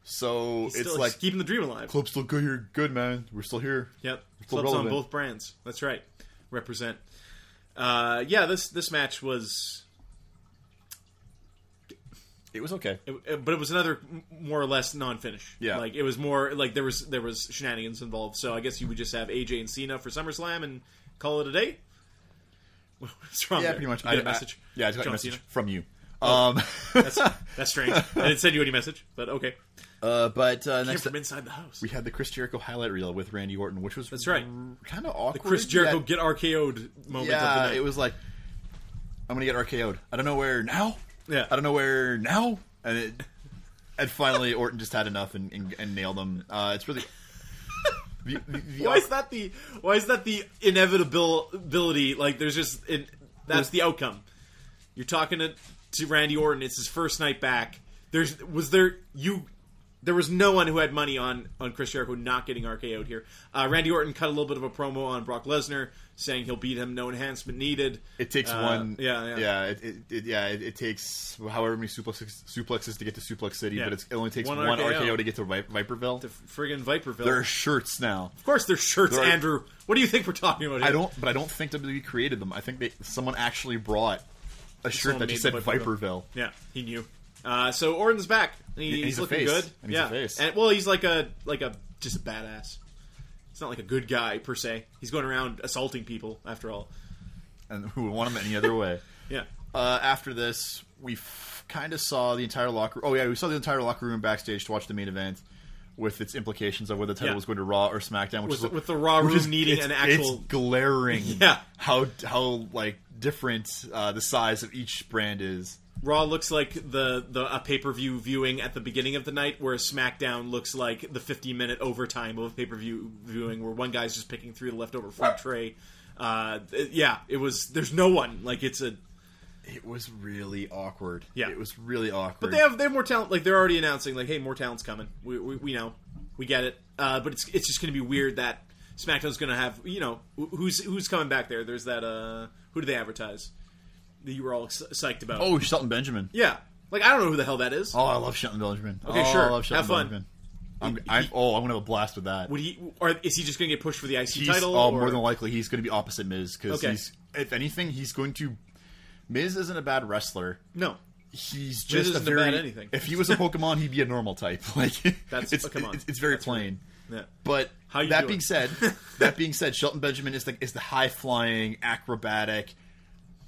[SPEAKER 4] so it's
[SPEAKER 3] Still,
[SPEAKER 4] like
[SPEAKER 3] just keeping the dream alive.
[SPEAKER 4] club's still good here. Good man, we're still here.
[SPEAKER 3] Yep,
[SPEAKER 4] Still
[SPEAKER 3] clubs
[SPEAKER 4] relevant.
[SPEAKER 3] on both brands. That's right. Represent. Uh, yeah, this this match was,
[SPEAKER 4] It was okay.
[SPEAKER 3] it, it- but it was another m- more or less non finish.
[SPEAKER 4] Yeah.
[SPEAKER 3] like it was more like there was there was shenanigans involved. So I guess you would just have AJ and Cena for SummerSlam and call it a day. <laughs> What's wrong?
[SPEAKER 4] yeah,
[SPEAKER 3] there?
[SPEAKER 4] pretty much.
[SPEAKER 3] You get a message.
[SPEAKER 4] yeah, I just got
[SPEAKER 3] John
[SPEAKER 4] a message
[SPEAKER 3] Cena? Oh.
[SPEAKER 4] from you. Um, <laughs>
[SPEAKER 3] That's, that's strange. I didn't send you any message, but okay.
[SPEAKER 4] uh, but uh,
[SPEAKER 3] Came
[SPEAKER 4] next up,
[SPEAKER 3] from inside the house.
[SPEAKER 4] we had the Chris Jericho highlight reel with Randy Orton, which was
[SPEAKER 3] That's right.
[SPEAKER 4] kind of awkward.
[SPEAKER 3] Chris Jericho
[SPEAKER 4] Yeah,
[SPEAKER 3] get RKO'd moment of the
[SPEAKER 4] yeah
[SPEAKER 3] night.
[SPEAKER 4] it was like I'm gonna get RKO'd. I don't know where now.
[SPEAKER 3] Yeah.
[SPEAKER 4] I don't know where now. And it, and finally, Orton just had enough and, and, and nailed him. Uh, it's really. The, the, the
[SPEAKER 3] why is that the why is that the inevitability? Like there's just it, that's the outcome. You're talking to, to Randy Orton. It's his first night back. There's was there you there was no one who had money on on Chris Jericho not getting RKO'd here. Uh, Randy Orton cut a little bit of a promo on Brock Lesnar saying he'll beat him, no enhancement needed.
[SPEAKER 4] It takes
[SPEAKER 3] Uh,
[SPEAKER 4] one.
[SPEAKER 3] Yeah, yeah.
[SPEAKER 4] It, it, it, yeah, it, it takes however many suplexes, suplexes to get to Suplex City,
[SPEAKER 3] Yeah.
[SPEAKER 4] but it's, it only takes
[SPEAKER 3] One
[SPEAKER 4] one,
[SPEAKER 3] RKO.
[SPEAKER 4] RKO. to get to Vi- Viperville.
[SPEAKER 3] The friggin' Viperville.
[SPEAKER 4] there are shirts now.
[SPEAKER 3] Of course, their shirts,
[SPEAKER 4] There are-
[SPEAKER 3] Andrew. What do you think we're talking about? Here?
[SPEAKER 4] I don't, but I don't think WWE created them. I think they someone actually brought a shirt
[SPEAKER 3] Someone
[SPEAKER 4] that just
[SPEAKER 3] made
[SPEAKER 4] said
[SPEAKER 3] the
[SPEAKER 4] Viperville.
[SPEAKER 3] Viperville. Yeah, he knew. Uh, so Orton's back. And he-
[SPEAKER 4] And
[SPEAKER 3] he's,
[SPEAKER 4] he's a
[SPEAKER 3] looking
[SPEAKER 4] face.
[SPEAKER 3] good.
[SPEAKER 4] And he's
[SPEAKER 3] yeah,
[SPEAKER 4] a face.
[SPEAKER 3] and well, he's like a like a just a badass. He's not like a good guy per se. He's going around assaulting people after all.
[SPEAKER 4] and who would want them any other
[SPEAKER 3] <laughs>
[SPEAKER 4] way?
[SPEAKER 3] Yeah,
[SPEAKER 4] Uh, after this, we f- kind of saw the entire locker. Oh yeah, we saw the entire locker room backstage to watch the main event. With its implications of whether the title
[SPEAKER 3] Yeah.
[SPEAKER 4] was going to Raw or SmackDown, which
[SPEAKER 3] With
[SPEAKER 4] is
[SPEAKER 3] the- with the Raw
[SPEAKER 4] which
[SPEAKER 3] room needing
[SPEAKER 4] it's-
[SPEAKER 3] an actual-
[SPEAKER 4] it's
[SPEAKER 3] <laughs>
[SPEAKER 4] glaring,
[SPEAKER 3] Yeah.
[SPEAKER 4] how how like different uh, the size of each brand is.
[SPEAKER 3] Raw looks like the the a pay per view viewing at the beginning of the night, where SmackDown looks like the fifty minute overtime of pay per view viewing, where one guy's just picking through the leftover food tray. Uh, it- yeah, it was. There's no one like it's a
[SPEAKER 4] It was really awkward.
[SPEAKER 3] Yeah.
[SPEAKER 4] it was really awkward.
[SPEAKER 3] But they have they have more talent. Like they're already announcing, like, hey, more talent's coming. We we, we know, we get it. Uh, but it's it's just going to be weird that SmackDown's going to have you know wh- who's who's coming back there. There's that uh who do they advertise that you were all ex- psyched about?
[SPEAKER 4] oh, Shelton Benjamin.
[SPEAKER 3] yeah, like I don't know who the hell that is.
[SPEAKER 4] Oh, I love Shelton Benjamin.
[SPEAKER 3] Okay,
[SPEAKER 4] oh,
[SPEAKER 3] sure.
[SPEAKER 4] I love Shelton
[SPEAKER 3] Have fun.
[SPEAKER 4] Benjamin. I'm, I'm, oh, I'm gonna have a blast with that.
[SPEAKER 3] Would he or is he just going to get pushed for the IC
[SPEAKER 4] He's-
[SPEAKER 3] title?
[SPEAKER 4] oh,
[SPEAKER 3] or-
[SPEAKER 4] more than likely he's going to be opposite Miz because
[SPEAKER 3] Okay.
[SPEAKER 4] he's, if anything, he's going to. Miz isn't a bad wrestler.
[SPEAKER 3] no.
[SPEAKER 4] He's just
[SPEAKER 3] isn't
[SPEAKER 4] a very.
[SPEAKER 3] bad anything.
[SPEAKER 4] If he was a Pokemon, he'd be a normal type. <laughs> Like
[SPEAKER 3] That's-
[SPEAKER 4] it's,
[SPEAKER 3] oh, come on.
[SPEAKER 4] it's, it's very plain.
[SPEAKER 3] Yeah.
[SPEAKER 4] But
[SPEAKER 3] How you
[SPEAKER 4] that
[SPEAKER 3] doing? <laughs>
[SPEAKER 4] being said, that being said, Shelton Benjamin is the is the high flying, acrobatic,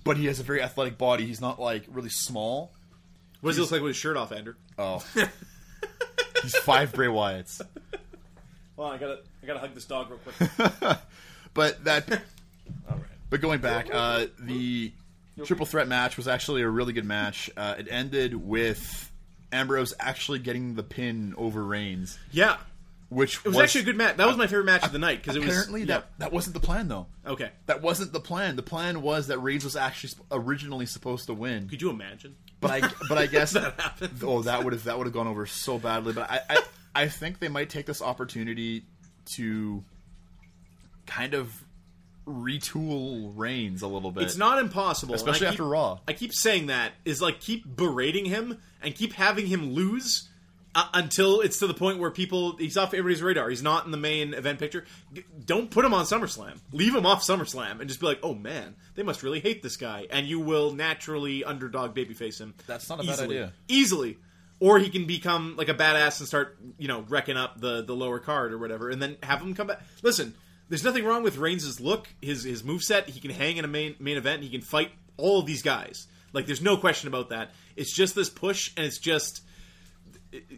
[SPEAKER 4] but he has a very athletic body. He's not like really small.
[SPEAKER 3] What does he look like with his shirt off, Andrew? <laughs>
[SPEAKER 4] Oh, he's five Bray Wyatts.
[SPEAKER 3] Hold on, I gotta, I gotta hug this dog real
[SPEAKER 4] <laughs>
[SPEAKER 3] quick.
[SPEAKER 4] But that,
[SPEAKER 3] All right.
[SPEAKER 4] but going back, uh, the triple threat match was actually a really good match. Uh, it ended with Ambrose actually getting the pin over Reigns,
[SPEAKER 3] Yeah,
[SPEAKER 4] which
[SPEAKER 3] it was, actually a good match. That was my favorite match of the night because it was
[SPEAKER 4] Apparently, that that wasn't the plan though.
[SPEAKER 3] yeah. okay.
[SPEAKER 4] That wasn't the plan. The plan was that Reigns was actually sp- originally supposed to win.
[SPEAKER 3] Could you imagine?
[SPEAKER 4] but I
[SPEAKER 3] <laughs>
[SPEAKER 4] but I guess oh that would have that would have gone over so badly. But I, I I think they might take this opportunity to kind of retool Reigns a little bit.
[SPEAKER 3] It's not impossible, and I
[SPEAKER 4] Especially
[SPEAKER 3] keep-
[SPEAKER 4] after Raw.
[SPEAKER 3] I keep saying that is like keep berating him and keep having him lose uh, until it's to the point where people he's off everybody's radar. He's not in the main event picture. D- don't put him on SummerSlam. Leave him off SummerSlam and just be like, oh man, they must really hate this guy, and you will naturally underdog babyface him.
[SPEAKER 4] That's not a bad
[SPEAKER 3] easily.
[SPEAKER 4] idea.
[SPEAKER 3] Easily. Or he can become like a badass and start, you know, wrecking up the the lower card or whatever, and then have him come back. Listen, there's nothing wrong with Reigns' look, his his moveset. He can hang in a main main event. He can fight all of these guys. Like, there's no question about that. It's just this push, and it's just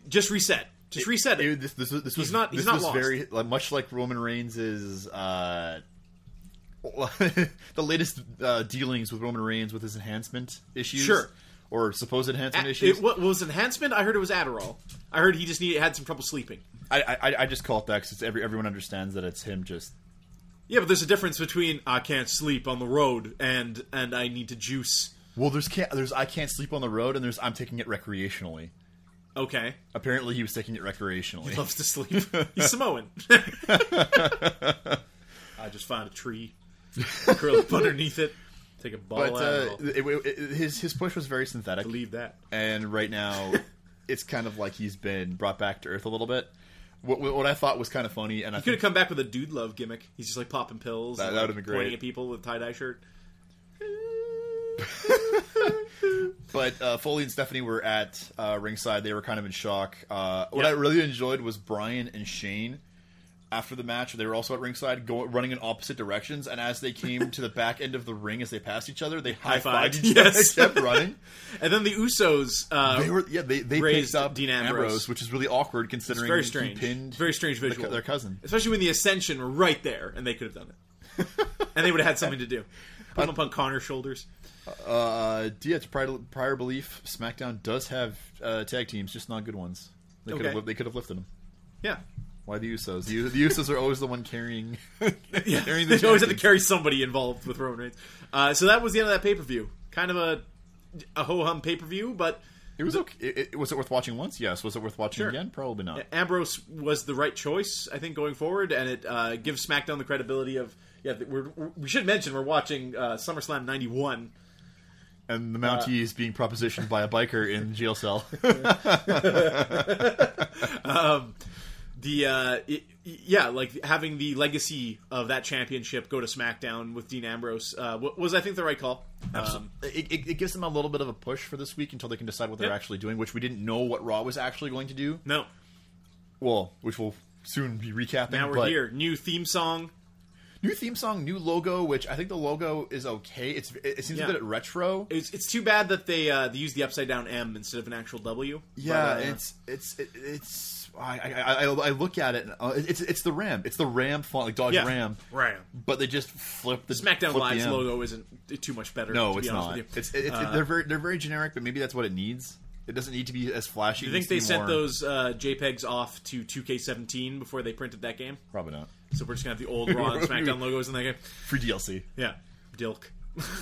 [SPEAKER 3] just reset, just reset it.
[SPEAKER 4] Dude, this, this, was- this was
[SPEAKER 3] not- he's
[SPEAKER 4] this
[SPEAKER 3] not
[SPEAKER 4] was
[SPEAKER 3] lost.
[SPEAKER 4] very like, much like Roman Reigns' uh, <laughs> the latest uh, dealings with Roman Reigns with his enhancement issues,
[SPEAKER 3] Sure.
[SPEAKER 4] or supposed enhancement
[SPEAKER 3] A-
[SPEAKER 4] issues.
[SPEAKER 3] it- what was enhancement? I heard it was Adderall. I heard he just needed had some trouble sleeping.
[SPEAKER 4] I, I I just call it that because every everyone understands that it's him just
[SPEAKER 3] Yeah, but there's a difference between I can't sleep on the road and and I need to juice.
[SPEAKER 4] Well, there's can't, there's I can't sleep on the road, and there's I'm taking it recreationally.
[SPEAKER 3] Okay,
[SPEAKER 4] Apparently, he was taking it recreationally.
[SPEAKER 3] loves to
[SPEAKER 4] <laughs>
[SPEAKER 3] sleep. He's Samoan. <laughs> I just find a tree, curl up underneath it, take a ball
[SPEAKER 4] But
[SPEAKER 3] out,
[SPEAKER 4] uh,
[SPEAKER 3] and I'll
[SPEAKER 4] it- it- it- his his push was very synthetic,
[SPEAKER 3] leave that.
[SPEAKER 4] and right <laughs> now, it's kind of like he's been brought back to earth a little bit. What, what what I thought was kind of funny, and I
[SPEAKER 3] Could have
[SPEAKER 4] think
[SPEAKER 3] come back with a dude love gimmick. He's just like popping pills.
[SPEAKER 4] That-
[SPEAKER 3] and,
[SPEAKER 4] that
[SPEAKER 3] like,
[SPEAKER 4] would've been great.
[SPEAKER 3] Pointing at people with tie dye shirt.
[SPEAKER 4] but uh, Foley and Stephanie were at uh, ringside. They were kind of in shock. Uh, What I really enjoyed was Brian and Shane after the match. They were also at ringside, go, running in opposite directions. And as they <laughs> came to the back end of the ring, as they passed each other, they high
[SPEAKER 3] High-fived,
[SPEAKER 4] fived <laughs> each other.
[SPEAKER 3] yes.
[SPEAKER 4] and kept running.
[SPEAKER 3] And then the Usos. Uh,
[SPEAKER 4] <laughs> They were yeah they they
[SPEAKER 3] Raised
[SPEAKER 4] picked up
[SPEAKER 3] Dean
[SPEAKER 4] Dean
[SPEAKER 3] Ambrose.
[SPEAKER 4] Ambrose, which is really awkward considering
[SPEAKER 3] very
[SPEAKER 4] he
[SPEAKER 3] strange.
[SPEAKER 4] pinned
[SPEAKER 3] Very strange
[SPEAKER 4] the-
[SPEAKER 3] visual.
[SPEAKER 4] their cousin.
[SPEAKER 3] Especially when the Ascension were right there, and they could have done it.
[SPEAKER 4] <laughs>
[SPEAKER 3] and they would have had something to do. Put them up on Connor's shoulders.
[SPEAKER 4] Uh, yeah, to prior, prior belief, SmackDown does have uh, tag teams, just not good ones. They could
[SPEAKER 3] Okay.
[SPEAKER 4] have they could have lifted them.
[SPEAKER 3] Yeah.
[SPEAKER 4] Why the Usos? The, the Usos are always the one carrying.
[SPEAKER 3] Yeah, <laughs>
[SPEAKER 4] Carrying
[SPEAKER 3] they
[SPEAKER 4] the
[SPEAKER 3] always had to
[SPEAKER 4] champions.
[SPEAKER 3] carry somebody involved with Roman Reigns. Uh, so that was the end of that pay per view. Kind of a a ho hum pay per view, but
[SPEAKER 4] It was okay. It, it- was it worth watching once? Yes. Was it worth watching
[SPEAKER 3] Sure.
[SPEAKER 4] again? Probably not.
[SPEAKER 3] Ambrose was the right choice, I think, going forward, and it uh, gives SmackDown the credibility of yeah. that We're, we should mention we're watching uh, SummerSlam '91.
[SPEAKER 4] And the Mounties being propositioned by a biker <laughs> in jail cell.
[SPEAKER 3] The uh, it, yeah, like having the legacy of that championship go to SmackDown with Dean Ambrose uh, wa- was, I think, the right call.
[SPEAKER 4] <laughs>
[SPEAKER 3] Um,
[SPEAKER 4] it, it, it gives them a little bit of a push for this week until they can decide what they're
[SPEAKER 3] Yeah.
[SPEAKER 4] actually doing, which we didn't know what Raw was actually going to do.
[SPEAKER 3] no,
[SPEAKER 4] Well, which we'll soon be recapping.
[SPEAKER 3] now we're
[SPEAKER 4] but
[SPEAKER 3] here. New theme song.
[SPEAKER 4] New theme song, new logo, which I think the logo is okay. It's it, it seems
[SPEAKER 3] Yeah.
[SPEAKER 4] a bit retro.
[SPEAKER 3] It's, it's too bad that they uh, they used the upside down M instead of an actual W.
[SPEAKER 4] yeah,
[SPEAKER 3] But, uh,
[SPEAKER 4] it's it's it, it's. I, I, I I look at it. And, uh, it's it's the Ram. It's the Ram font, like Dodge
[SPEAKER 3] yeah.
[SPEAKER 4] Ram.
[SPEAKER 3] Ram.
[SPEAKER 4] But they just flip the flip
[SPEAKER 3] SmackDown
[SPEAKER 4] the
[SPEAKER 3] Live's
[SPEAKER 4] M.
[SPEAKER 3] logo isn't too much better.
[SPEAKER 4] No,
[SPEAKER 3] to
[SPEAKER 4] it's
[SPEAKER 3] be honest With
[SPEAKER 4] not.
[SPEAKER 3] you. Uh,
[SPEAKER 4] It's, it's they're very they're very generic, but maybe that's what it needs. It doesn't need to be as flashy.
[SPEAKER 3] Do
[SPEAKER 4] I
[SPEAKER 3] you think they sent those uh, JPEGs off to 2K17 before they printed that game?
[SPEAKER 4] Probably not.
[SPEAKER 3] So we're just gonna have the old Raw
[SPEAKER 4] <laughs>
[SPEAKER 3] and SmackDown logos in that game.
[SPEAKER 4] Free DLC.
[SPEAKER 3] Yeah, Dilk.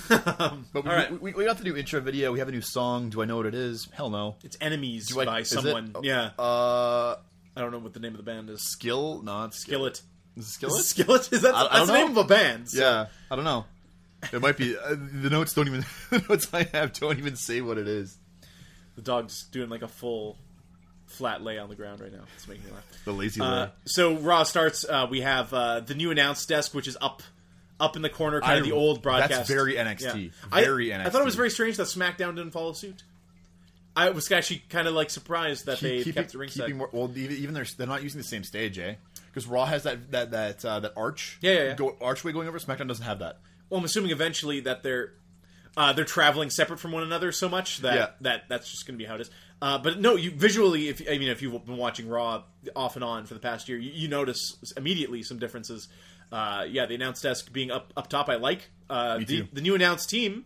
[SPEAKER 4] But
[SPEAKER 3] All
[SPEAKER 4] we,
[SPEAKER 3] right.
[SPEAKER 4] we, we, we have to do intro video. We have a new song. Do I know what it is? Hell no.
[SPEAKER 3] It's enemies
[SPEAKER 4] I-
[SPEAKER 3] by
[SPEAKER 4] is it?
[SPEAKER 3] someone.
[SPEAKER 4] Oh,
[SPEAKER 3] Yeah,
[SPEAKER 4] Uh,
[SPEAKER 3] I don't know what the name of the band is.
[SPEAKER 4] Skill? Not Skill.
[SPEAKER 3] Skillet.
[SPEAKER 4] Is it
[SPEAKER 3] Is it
[SPEAKER 4] Skillet?
[SPEAKER 3] Skillet? <laughs> Is that
[SPEAKER 4] I- I
[SPEAKER 3] that's
[SPEAKER 4] don't
[SPEAKER 3] the
[SPEAKER 4] know.
[SPEAKER 3] name of a band? so-
[SPEAKER 4] Yeah, I don't know. It might be. Uh, the notes don't even. <laughs> the notes I have don't even say what it is.
[SPEAKER 3] The dog's doing like a full flat lay on the ground right now. It's making me laugh.
[SPEAKER 4] The lazy
[SPEAKER 3] Uh,
[SPEAKER 4] uh,
[SPEAKER 3] so Raw starts. Uh, we have uh, the new announce desk, which is up, up in the corner, kind of
[SPEAKER 4] I-
[SPEAKER 3] the old
[SPEAKER 4] that's
[SPEAKER 3] broadcast.
[SPEAKER 4] very NXT. Very
[SPEAKER 3] I, I
[SPEAKER 4] NXT.
[SPEAKER 3] thought it was very strange that SmackDown didn't follow suit. I was actually kind of like surprised that they kept the ringside.
[SPEAKER 4] Keeping more, well, even, even they're they're not using the same stage, eh? Because Raw has that that that uh, that arch.
[SPEAKER 3] Yeah, yeah, yeah.
[SPEAKER 4] Go, archway going over. SmackDown doesn't have that.
[SPEAKER 3] well, I'm assuming eventually that they're. Uh, they're traveling separate from one another so much that
[SPEAKER 4] Yeah.
[SPEAKER 3] that that's just going to be how it is. Uh, but no, you visually, if I mean, if you've been watching Raw off and on for the past year, you, you notice immediately some differences. Uh, yeah, the announce desk being up up top, I like. Uh,
[SPEAKER 4] Me
[SPEAKER 3] the,
[SPEAKER 4] too.
[SPEAKER 3] the new announce team,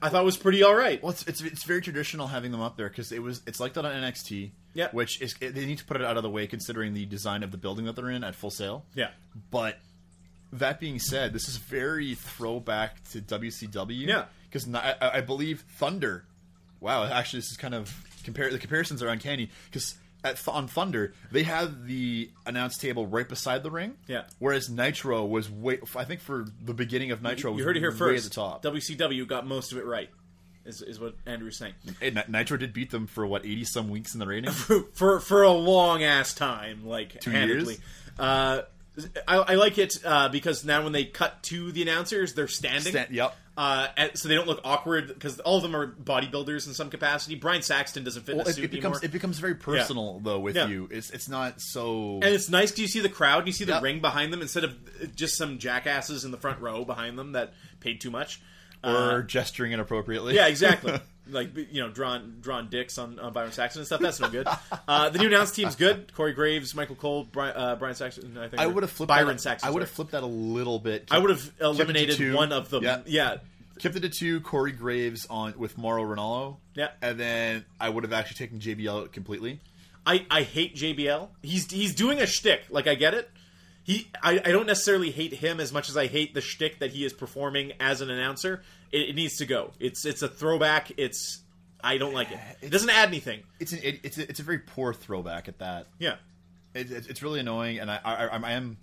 [SPEAKER 3] I thought was pretty all right.
[SPEAKER 4] Well, it's, it's it's very traditional having them up there because it was it's like that on NXT.
[SPEAKER 3] Yeah.
[SPEAKER 4] Which is it- they need to put it out of the way considering the design of the building that they're in at Full Sail.
[SPEAKER 3] Yeah.
[SPEAKER 4] But that being said, this is very throwback to WCW.
[SPEAKER 3] Yeah.
[SPEAKER 4] Because I, I believe Thunder. Wow, actually, this is kind of compare the comparisons are uncanny because. At Th- on Thunder, they had the announce table right beside the ring.
[SPEAKER 3] Yeah.
[SPEAKER 4] Whereas Nitro was way, I think for the beginning of Nitro,
[SPEAKER 3] You
[SPEAKER 4] was
[SPEAKER 3] heard it here
[SPEAKER 4] way
[SPEAKER 3] first.
[SPEAKER 4] At the top,
[SPEAKER 3] WCW got most of it right, is is what Andrew's saying.
[SPEAKER 4] Hey, Ni- Nitro did beat them for what eighty some weeks in the <laughs> ratings.
[SPEAKER 3] for for a long ass time, like
[SPEAKER 4] Two
[SPEAKER 3] handedly.
[SPEAKER 4] years?
[SPEAKER 3] Uh, I, I like it uh, because now when they cut to the announcers, they're standing.
[SPEAKER 4] Stand- yep.
[SPEAKER 3] Uh, and- so they don't look awkward because all of them are bodybuilders in some capacity. Brian Saxton doesn't fit
[SPEAKER 4] Well,
[SPEAKER 3] in a
[SPEAKER 4] it,
[SPEAKER 3] suit
[SPEAKER 4] it becomes
[SPEAKER 3] anymore.
[SPEAKER 4] it becomes very personal though with
[SPEAKER 3] Yeah.
[SPEAKER 4] you. It's it's not so.
[SPEAKER 3] and it's nice 'cause you see the crowd and you see the
[SPEAKER 4] Yep.
[SPEAKER 3] ring behind them instead of uh, just some jackasses in the front row behind them that paid too much.
[SPEAKER 4] or gesturing inappropriately.
[SPEAKER 3] uh, Yeah, exactly. like you know, drawn drawn dicks on, on Byron Saxton and stuff. That's no good. Uh, the new announce team's good. Corey Graves, Michael Cole, Brian, uh, Brian Saxton. I think
[SPEAKER 4] I would have flipped
[SPEAKER 3] Byron
[SPEAKER 4] that,
[SPEAKER 3] Saxton.
[SPEAKER 4] I would have
[SPEAKER 3] sorry.
[SPEAKER 4] flipped that a little bit.
[SPEAKER 3] I would have eliminated
[SPEAKER 4] two.
[SPEAKER 3] one of them.
[SPEAKER 4] Yeah.
[SPEAKER 3] Yeah. yeah,
[SPEAKER 4] kept it to two. Corey Graves on with Mauro Ronaldo.
[SPEAKER 3] Yeah.
[SPEAKER 4] and then I would have actually taken JBL out completely.
[SPEAKER 3] I I hate JBL. He's he's doing a shtick. Like I get it. He I, I don't necessarily hate him as much as I hate the shtick that he is performing as an announcer. It, it needs to go. It's it's a throwback. It's I don't
[SPEAKER 4] <sighs>
[SPEAKER 3] like it. It doesn't add anything.
[SPEAKER 4] It's an, it, it's a, it's a very poor throwback at that.
[SPEAKER 3] Yeah.
[SPEAKER 4] it, it, it's really annoying, and I, I, I, I am,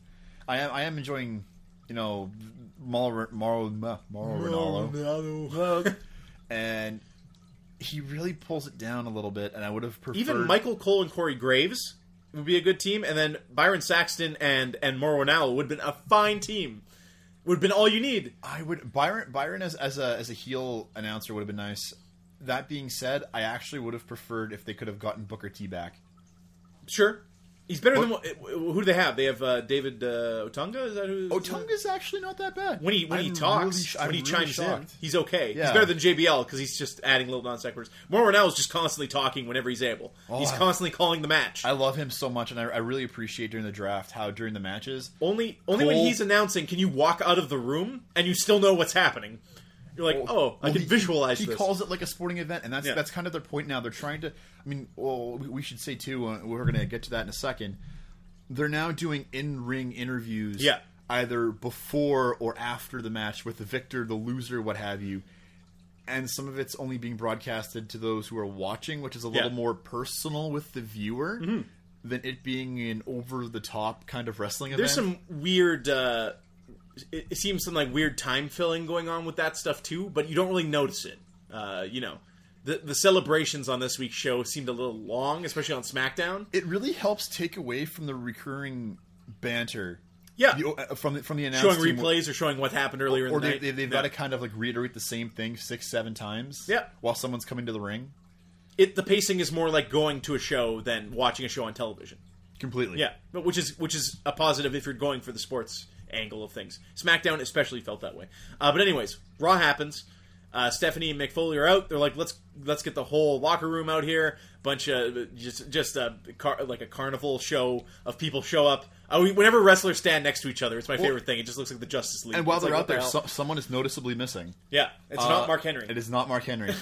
[SPEAKER 4] I am, I am enjoying, you know, Mauro Mauro uh, Mauro Ronaldo, and he really pulls it down a little bit, and I would have preferred
[SPEAKER 3] Even Michael Cole and Corey Graves would be a good team, and then Byron Saxton and and Moro Ronaldo would have been a fine team. Would have been all you need.
[SPEAKER 4] I would Byron Byron as as a as a heel announcer would have been nice. That being said, I actually would have preferred if they could have gotten Booker T back.
[SPEAKER 3] Sure, he's better than who do they have? They have uh, David uh, Otunga. Is that who?
[SPEAKER 4] Otunga's actually not that bad
[SPEAKER 3] when he when he
[SPEAKER 4] I'm really
[SPEAKER 3] talks
[SPEAKER 4] sh- I'm
[SPEAKER 3] when he
[SPEAKER 4] really
[SPEAKER 3] chimes in,
[SPEAKER 4] shocked.
[SPEAKER 3] he's okay. He's
[SPEAKER 4] Yeah.
[SPEAKER 3] better than JBL because he's just adding little non sequiturs. Moro Ronaldo's just constantly talking whenever he's able. he's
[SPEAKER 4] Oh, I-
[SPEAKER 3] constantly calling the match.
[SPEAKER 4] I love him so much, and I, I really appreciate during the draft how during the matches
[SPEAKER 3] only only when
[SPEAKER 4] Cole-
[SPEAKER 3] he's announcing can you walk out of the room and you still know what's happening. You're like, oh, I
[SPEAKER 4] Well,
[SPEAKER 3] can
[SPEAKER 4] he-
[SPEAKER 3] visualize
[SPEAKER 4] He
[SPEAKER 3] this.
[SPEAKER 4] calls it like a sporting event, and that's
[SPEAKER 3] Yeah.
[SPEAKER 4] that's kind of their point now. They're trying to. I mean, well, we, we should say too. Uh, we're going to get to that in a second. They're now doing in-ring interviews,
[SPEAKER 3] Yeah.
[SPEAKER 4] either before or after the match with the victor, the loser, what have you. And some of it's only being broadcasted to those who are watching, which is a little more personal with the viewer
[SPEAKER 3] Mm-hmm.
[SPEAKER 4] than it being an over-the-top kind of wrestling
[SPEAKER 3] There's
[SPEAKER 4] event.
[SPEAKER 3] some weird. Uh, it, it seems some like weird time filling going on with that stuff too, but you don't really notice it. Uh, you know, the the celebrations on this week's show seemed a little long, especially on SmackDown.
[SPEAKER 4] it really helps take away from the recurring banter.
[SPEAKER 3] Yeah.
[SPEAKER 4] You- uh, from the, from the
[SPEAKER 3] Showing
[SPEAKER 4] announcement,
[SPEAKER 3] replays or showing what happened earlier in
[SPEAKER 4] or
[SPEAKER 3] the
[SPEAKER 4] they,
[SPEAKER 3] night.
[SPEAKER 4] they, they've
[SPEAKER 3] No.
[SPEAKER 4] got to kind of like reiterate the same thing six, seven times.
[SPEAKER 3] Yeah.
[SPEAKER 4] while someone's coming to the ring.
[SPEAKER 3] it the pacing is more like going to a show than watching a show on television.
[SPEAKER 4] Completely.
[SPEAKER 3] Yeah, but which is which is a positive if you're going for the sports angle of things. SmackDown especially felt that way. Uh, but anyways, Raw happens. Uh, Stephanie and Mick Foley are out. They're like, let's let's get the whole locker room out here. Bunch of just just a car, like a carnival show of people show up. Uh, we, whenever wrestlers stand next to each other, it's my favorite thing. It just looks like the Justice League.
[SPEAKER 4] And while
[SPEAKER 3] It's
[SPEAKER 4] they're
[SPEAKER 3] like,
[SPEAKER 4] out
[SPEAKER 3] what the
[SPEAKER 4] there,
[SPEAKER 3] hell?
[SPEAKER 4] so, someone is noticeably missing.
[SPEAKER 3] yeah, it's
[SPEAKER 4] Uh,
[SPEAKER 3] not Mark Henry.
[SPEAKER 4] It is not
[SPEAKER 3] <laughs>
[SPEAKER 4] Mark Henry.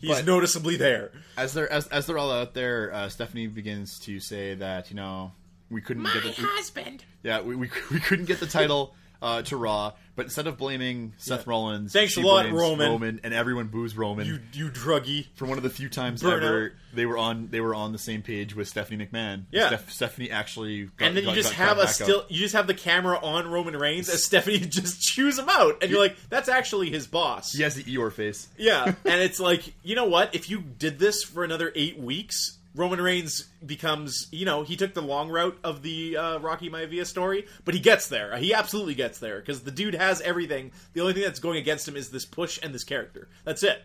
[SPEAKER 3] He's
[SPEAKER 4] but-
[SPEAKER 3] noticeably there.
[SPEAKER 4] as they're as, as they're all out there, uh, Stephanie begins to say that you know we couldn't get the, we-
[SPEAKER 5] husband.
[SPEAKER 4] yeah we, <laughs> we, we couldn't get the title uh, to Raw, but instead of blaming Seth Rollins,
[SPEAKER 3] Thanks
[SPEAKER 4] she
[SPEAKER 3] a lot,
[SPEAKER 4] blames
[SPEAKER 3] Roman.
[SPEAKER 4] and everyone boos Roman.
[SPEAKER 3] You you druggy.
[SPEAKER 4] for one of the few times
[SPEAKER 3] Burnout.
[SPEAKER 4] ever they were on they were on the same page with Stephanie McMahon.
[SPEAKER 3] Yeah.
[SPEAKER 4] Steph, Stephanie actually, got,
[SPEAKER 3] and then you
[SPEAKER 4] got-
[SPEAKER 3] just
[SPEAKER 4] got-
[SPEAKER 3] have
[SPEAKER 4] got
[SPEAKER 3] a
[SPEAKER 4] back up.
[SPEAKER 3] still you just have the camera on Roman Reigns as Stephanie <laughs> just chews him out and you're like that's actually his boss
[SPEAKER 4] He has the Eeyore face. <laughs>
[SPEAKER 3] yeah and it's like you know what if you did this for another 8 weeks Roman Reigns becomes you know he took the long route of the uh, Rocky Maivia story but he gets there he absolutely gets there cuz the dude has everything the only thing that's going against him is this push and this character that's it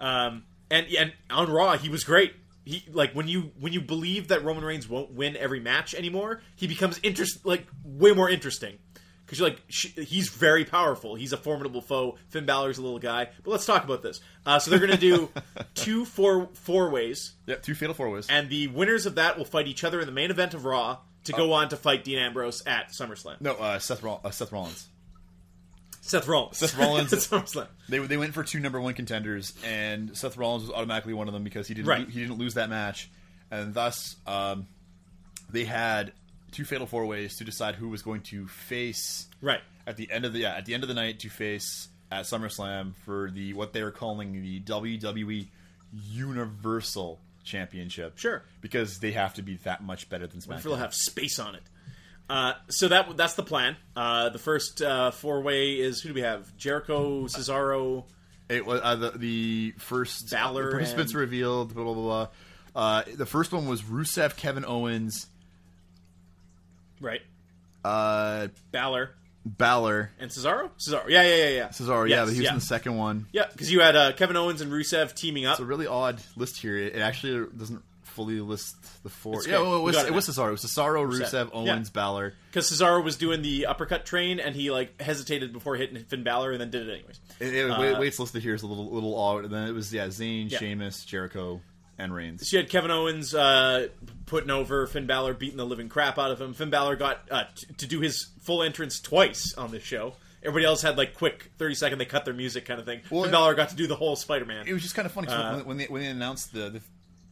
[SPEAKER 3] um, and and on Raw he was great. He like when you when you believe that Roman Reigns won't win every match anymore, he becomes interest like way more interesting because you're like sh he's very powerful. He's a formidable foe. Finn Balor's a little guy, but let's talk about this. Uh, so they're gonna
[SPEAKER 4] <laughs>
[SPEAKER 3] do two four four ways,
[SPEAKER 4] Yep, two fatal four ways.
[SPEAKER 3] and the winners of that will fight each other in the main event of Raw to go on to fight Dean Ambrose at SummerSlam.
[SPEAKER 4] Oh. no, uh, Seth, Roll- uh, Seth Rollins.
[SPEAKER 3] Seth Rollins.
[SPEAKER 4] Seth
[SPEAKER 3] <laughs>
[SPEAKER 4] Rollins.
[SPEAKER 3] at SummerSlam.
[SPEAKER 4] They, they went for two number one contenders, and Seth Rollins was automatically one of them because he didn't
[SPEAKER 3] Right.
[SPEAKER 4] he didn't lose that match, and thus um, they had two fatal four ways to decide who was going to face
[SPEAKER 3] Right.
[SPEAKER 4] at the end of the yeah, at the end of the night to face at SummerSlam for the what they were calling the WWE Universal Championship.
[SPEAKER 3] Sure.
[SPEAKER 4] because they have to be that much better than SmackDown.
[SPEAKER 3] They'll have space on it. Uh, so that that's the plan. Uh, the first uh, four way is who do we have? Jericho, Cesaro.
[SPEAKER 4] It was uh, the, the first
[SPEAKER 3] Balor
[SPEAKER 4] the participants
[SPEAKER 3] and-
[SPEAKER 4] were revealed. Blah blah blah. blah. Uh, the first one was Rusev, Kevin Owens,
[SPEAKER 3] Right.
[SPEAKER 4] uh,
[SPEAKER 3] Balor
[SPEAKER 4] Balor,
[SPEAKER 3] and Cesaro. Cesaro. Yeah, yeah, yeah, yeah.
[SPEAKER 4] Cesaro. yeah,
[SPEAKER 3] Yes,
[SPEAKER 4] but he was in the second one.
[SPEAKER 3] Yeah, because you had uh, Kevin Owens and Rusev teaming up.
[SPEAKER 4] It's a really odd list here. It it actually doesn't fully list the four.
[SPEAKER 3] It's
[SPEAKER 4] yeah,
[SPEAKER 3] okay.
[SPEAKER 4] well, it
[SPEAKER 3] We
[SPEAKER 4] was,
[SPEAKER 3] got it
[SPEAKER 4] it was Cesaro. It was Cesaro, Rusev,
[SPEAKER 3] Rusev. Yeah.
[SPEAKER 4] Owens, Balor.
[SPEAKER 3] Because Cesaro was doing the uppercut train, and he like hesitated before hitting Finn Balor, and then did it anyways.
[SPEAKER 4] It, it, wait- wait, it's listed here is a little little odd. And then it was yeah, Zayn,
[SPEAKER 3] Uh, Yeah.
[SPEAKER 4] Sheamus, Jericho, and Reigns.
[SPEAKER 3] So you had Kevin Owens uh, putting over Finn Balor, beating the living crap out of him. Finn Balor got uh, t- to do his full entrance twice on this show. Everybody else had like quick thirty second, they cut their music kind of thing.
[SPEAKER 4] Well,
[SPEAKER 3] Finn
[SPEAKER 4] it-
[SPEAKER 3] Balor got to do the whole Spider Man.
[SPEAKER 4] It was just kind of funny 'cause
[SPEAKER 3] Uh.
[SPEAKER 4] when, when they when they announced the. the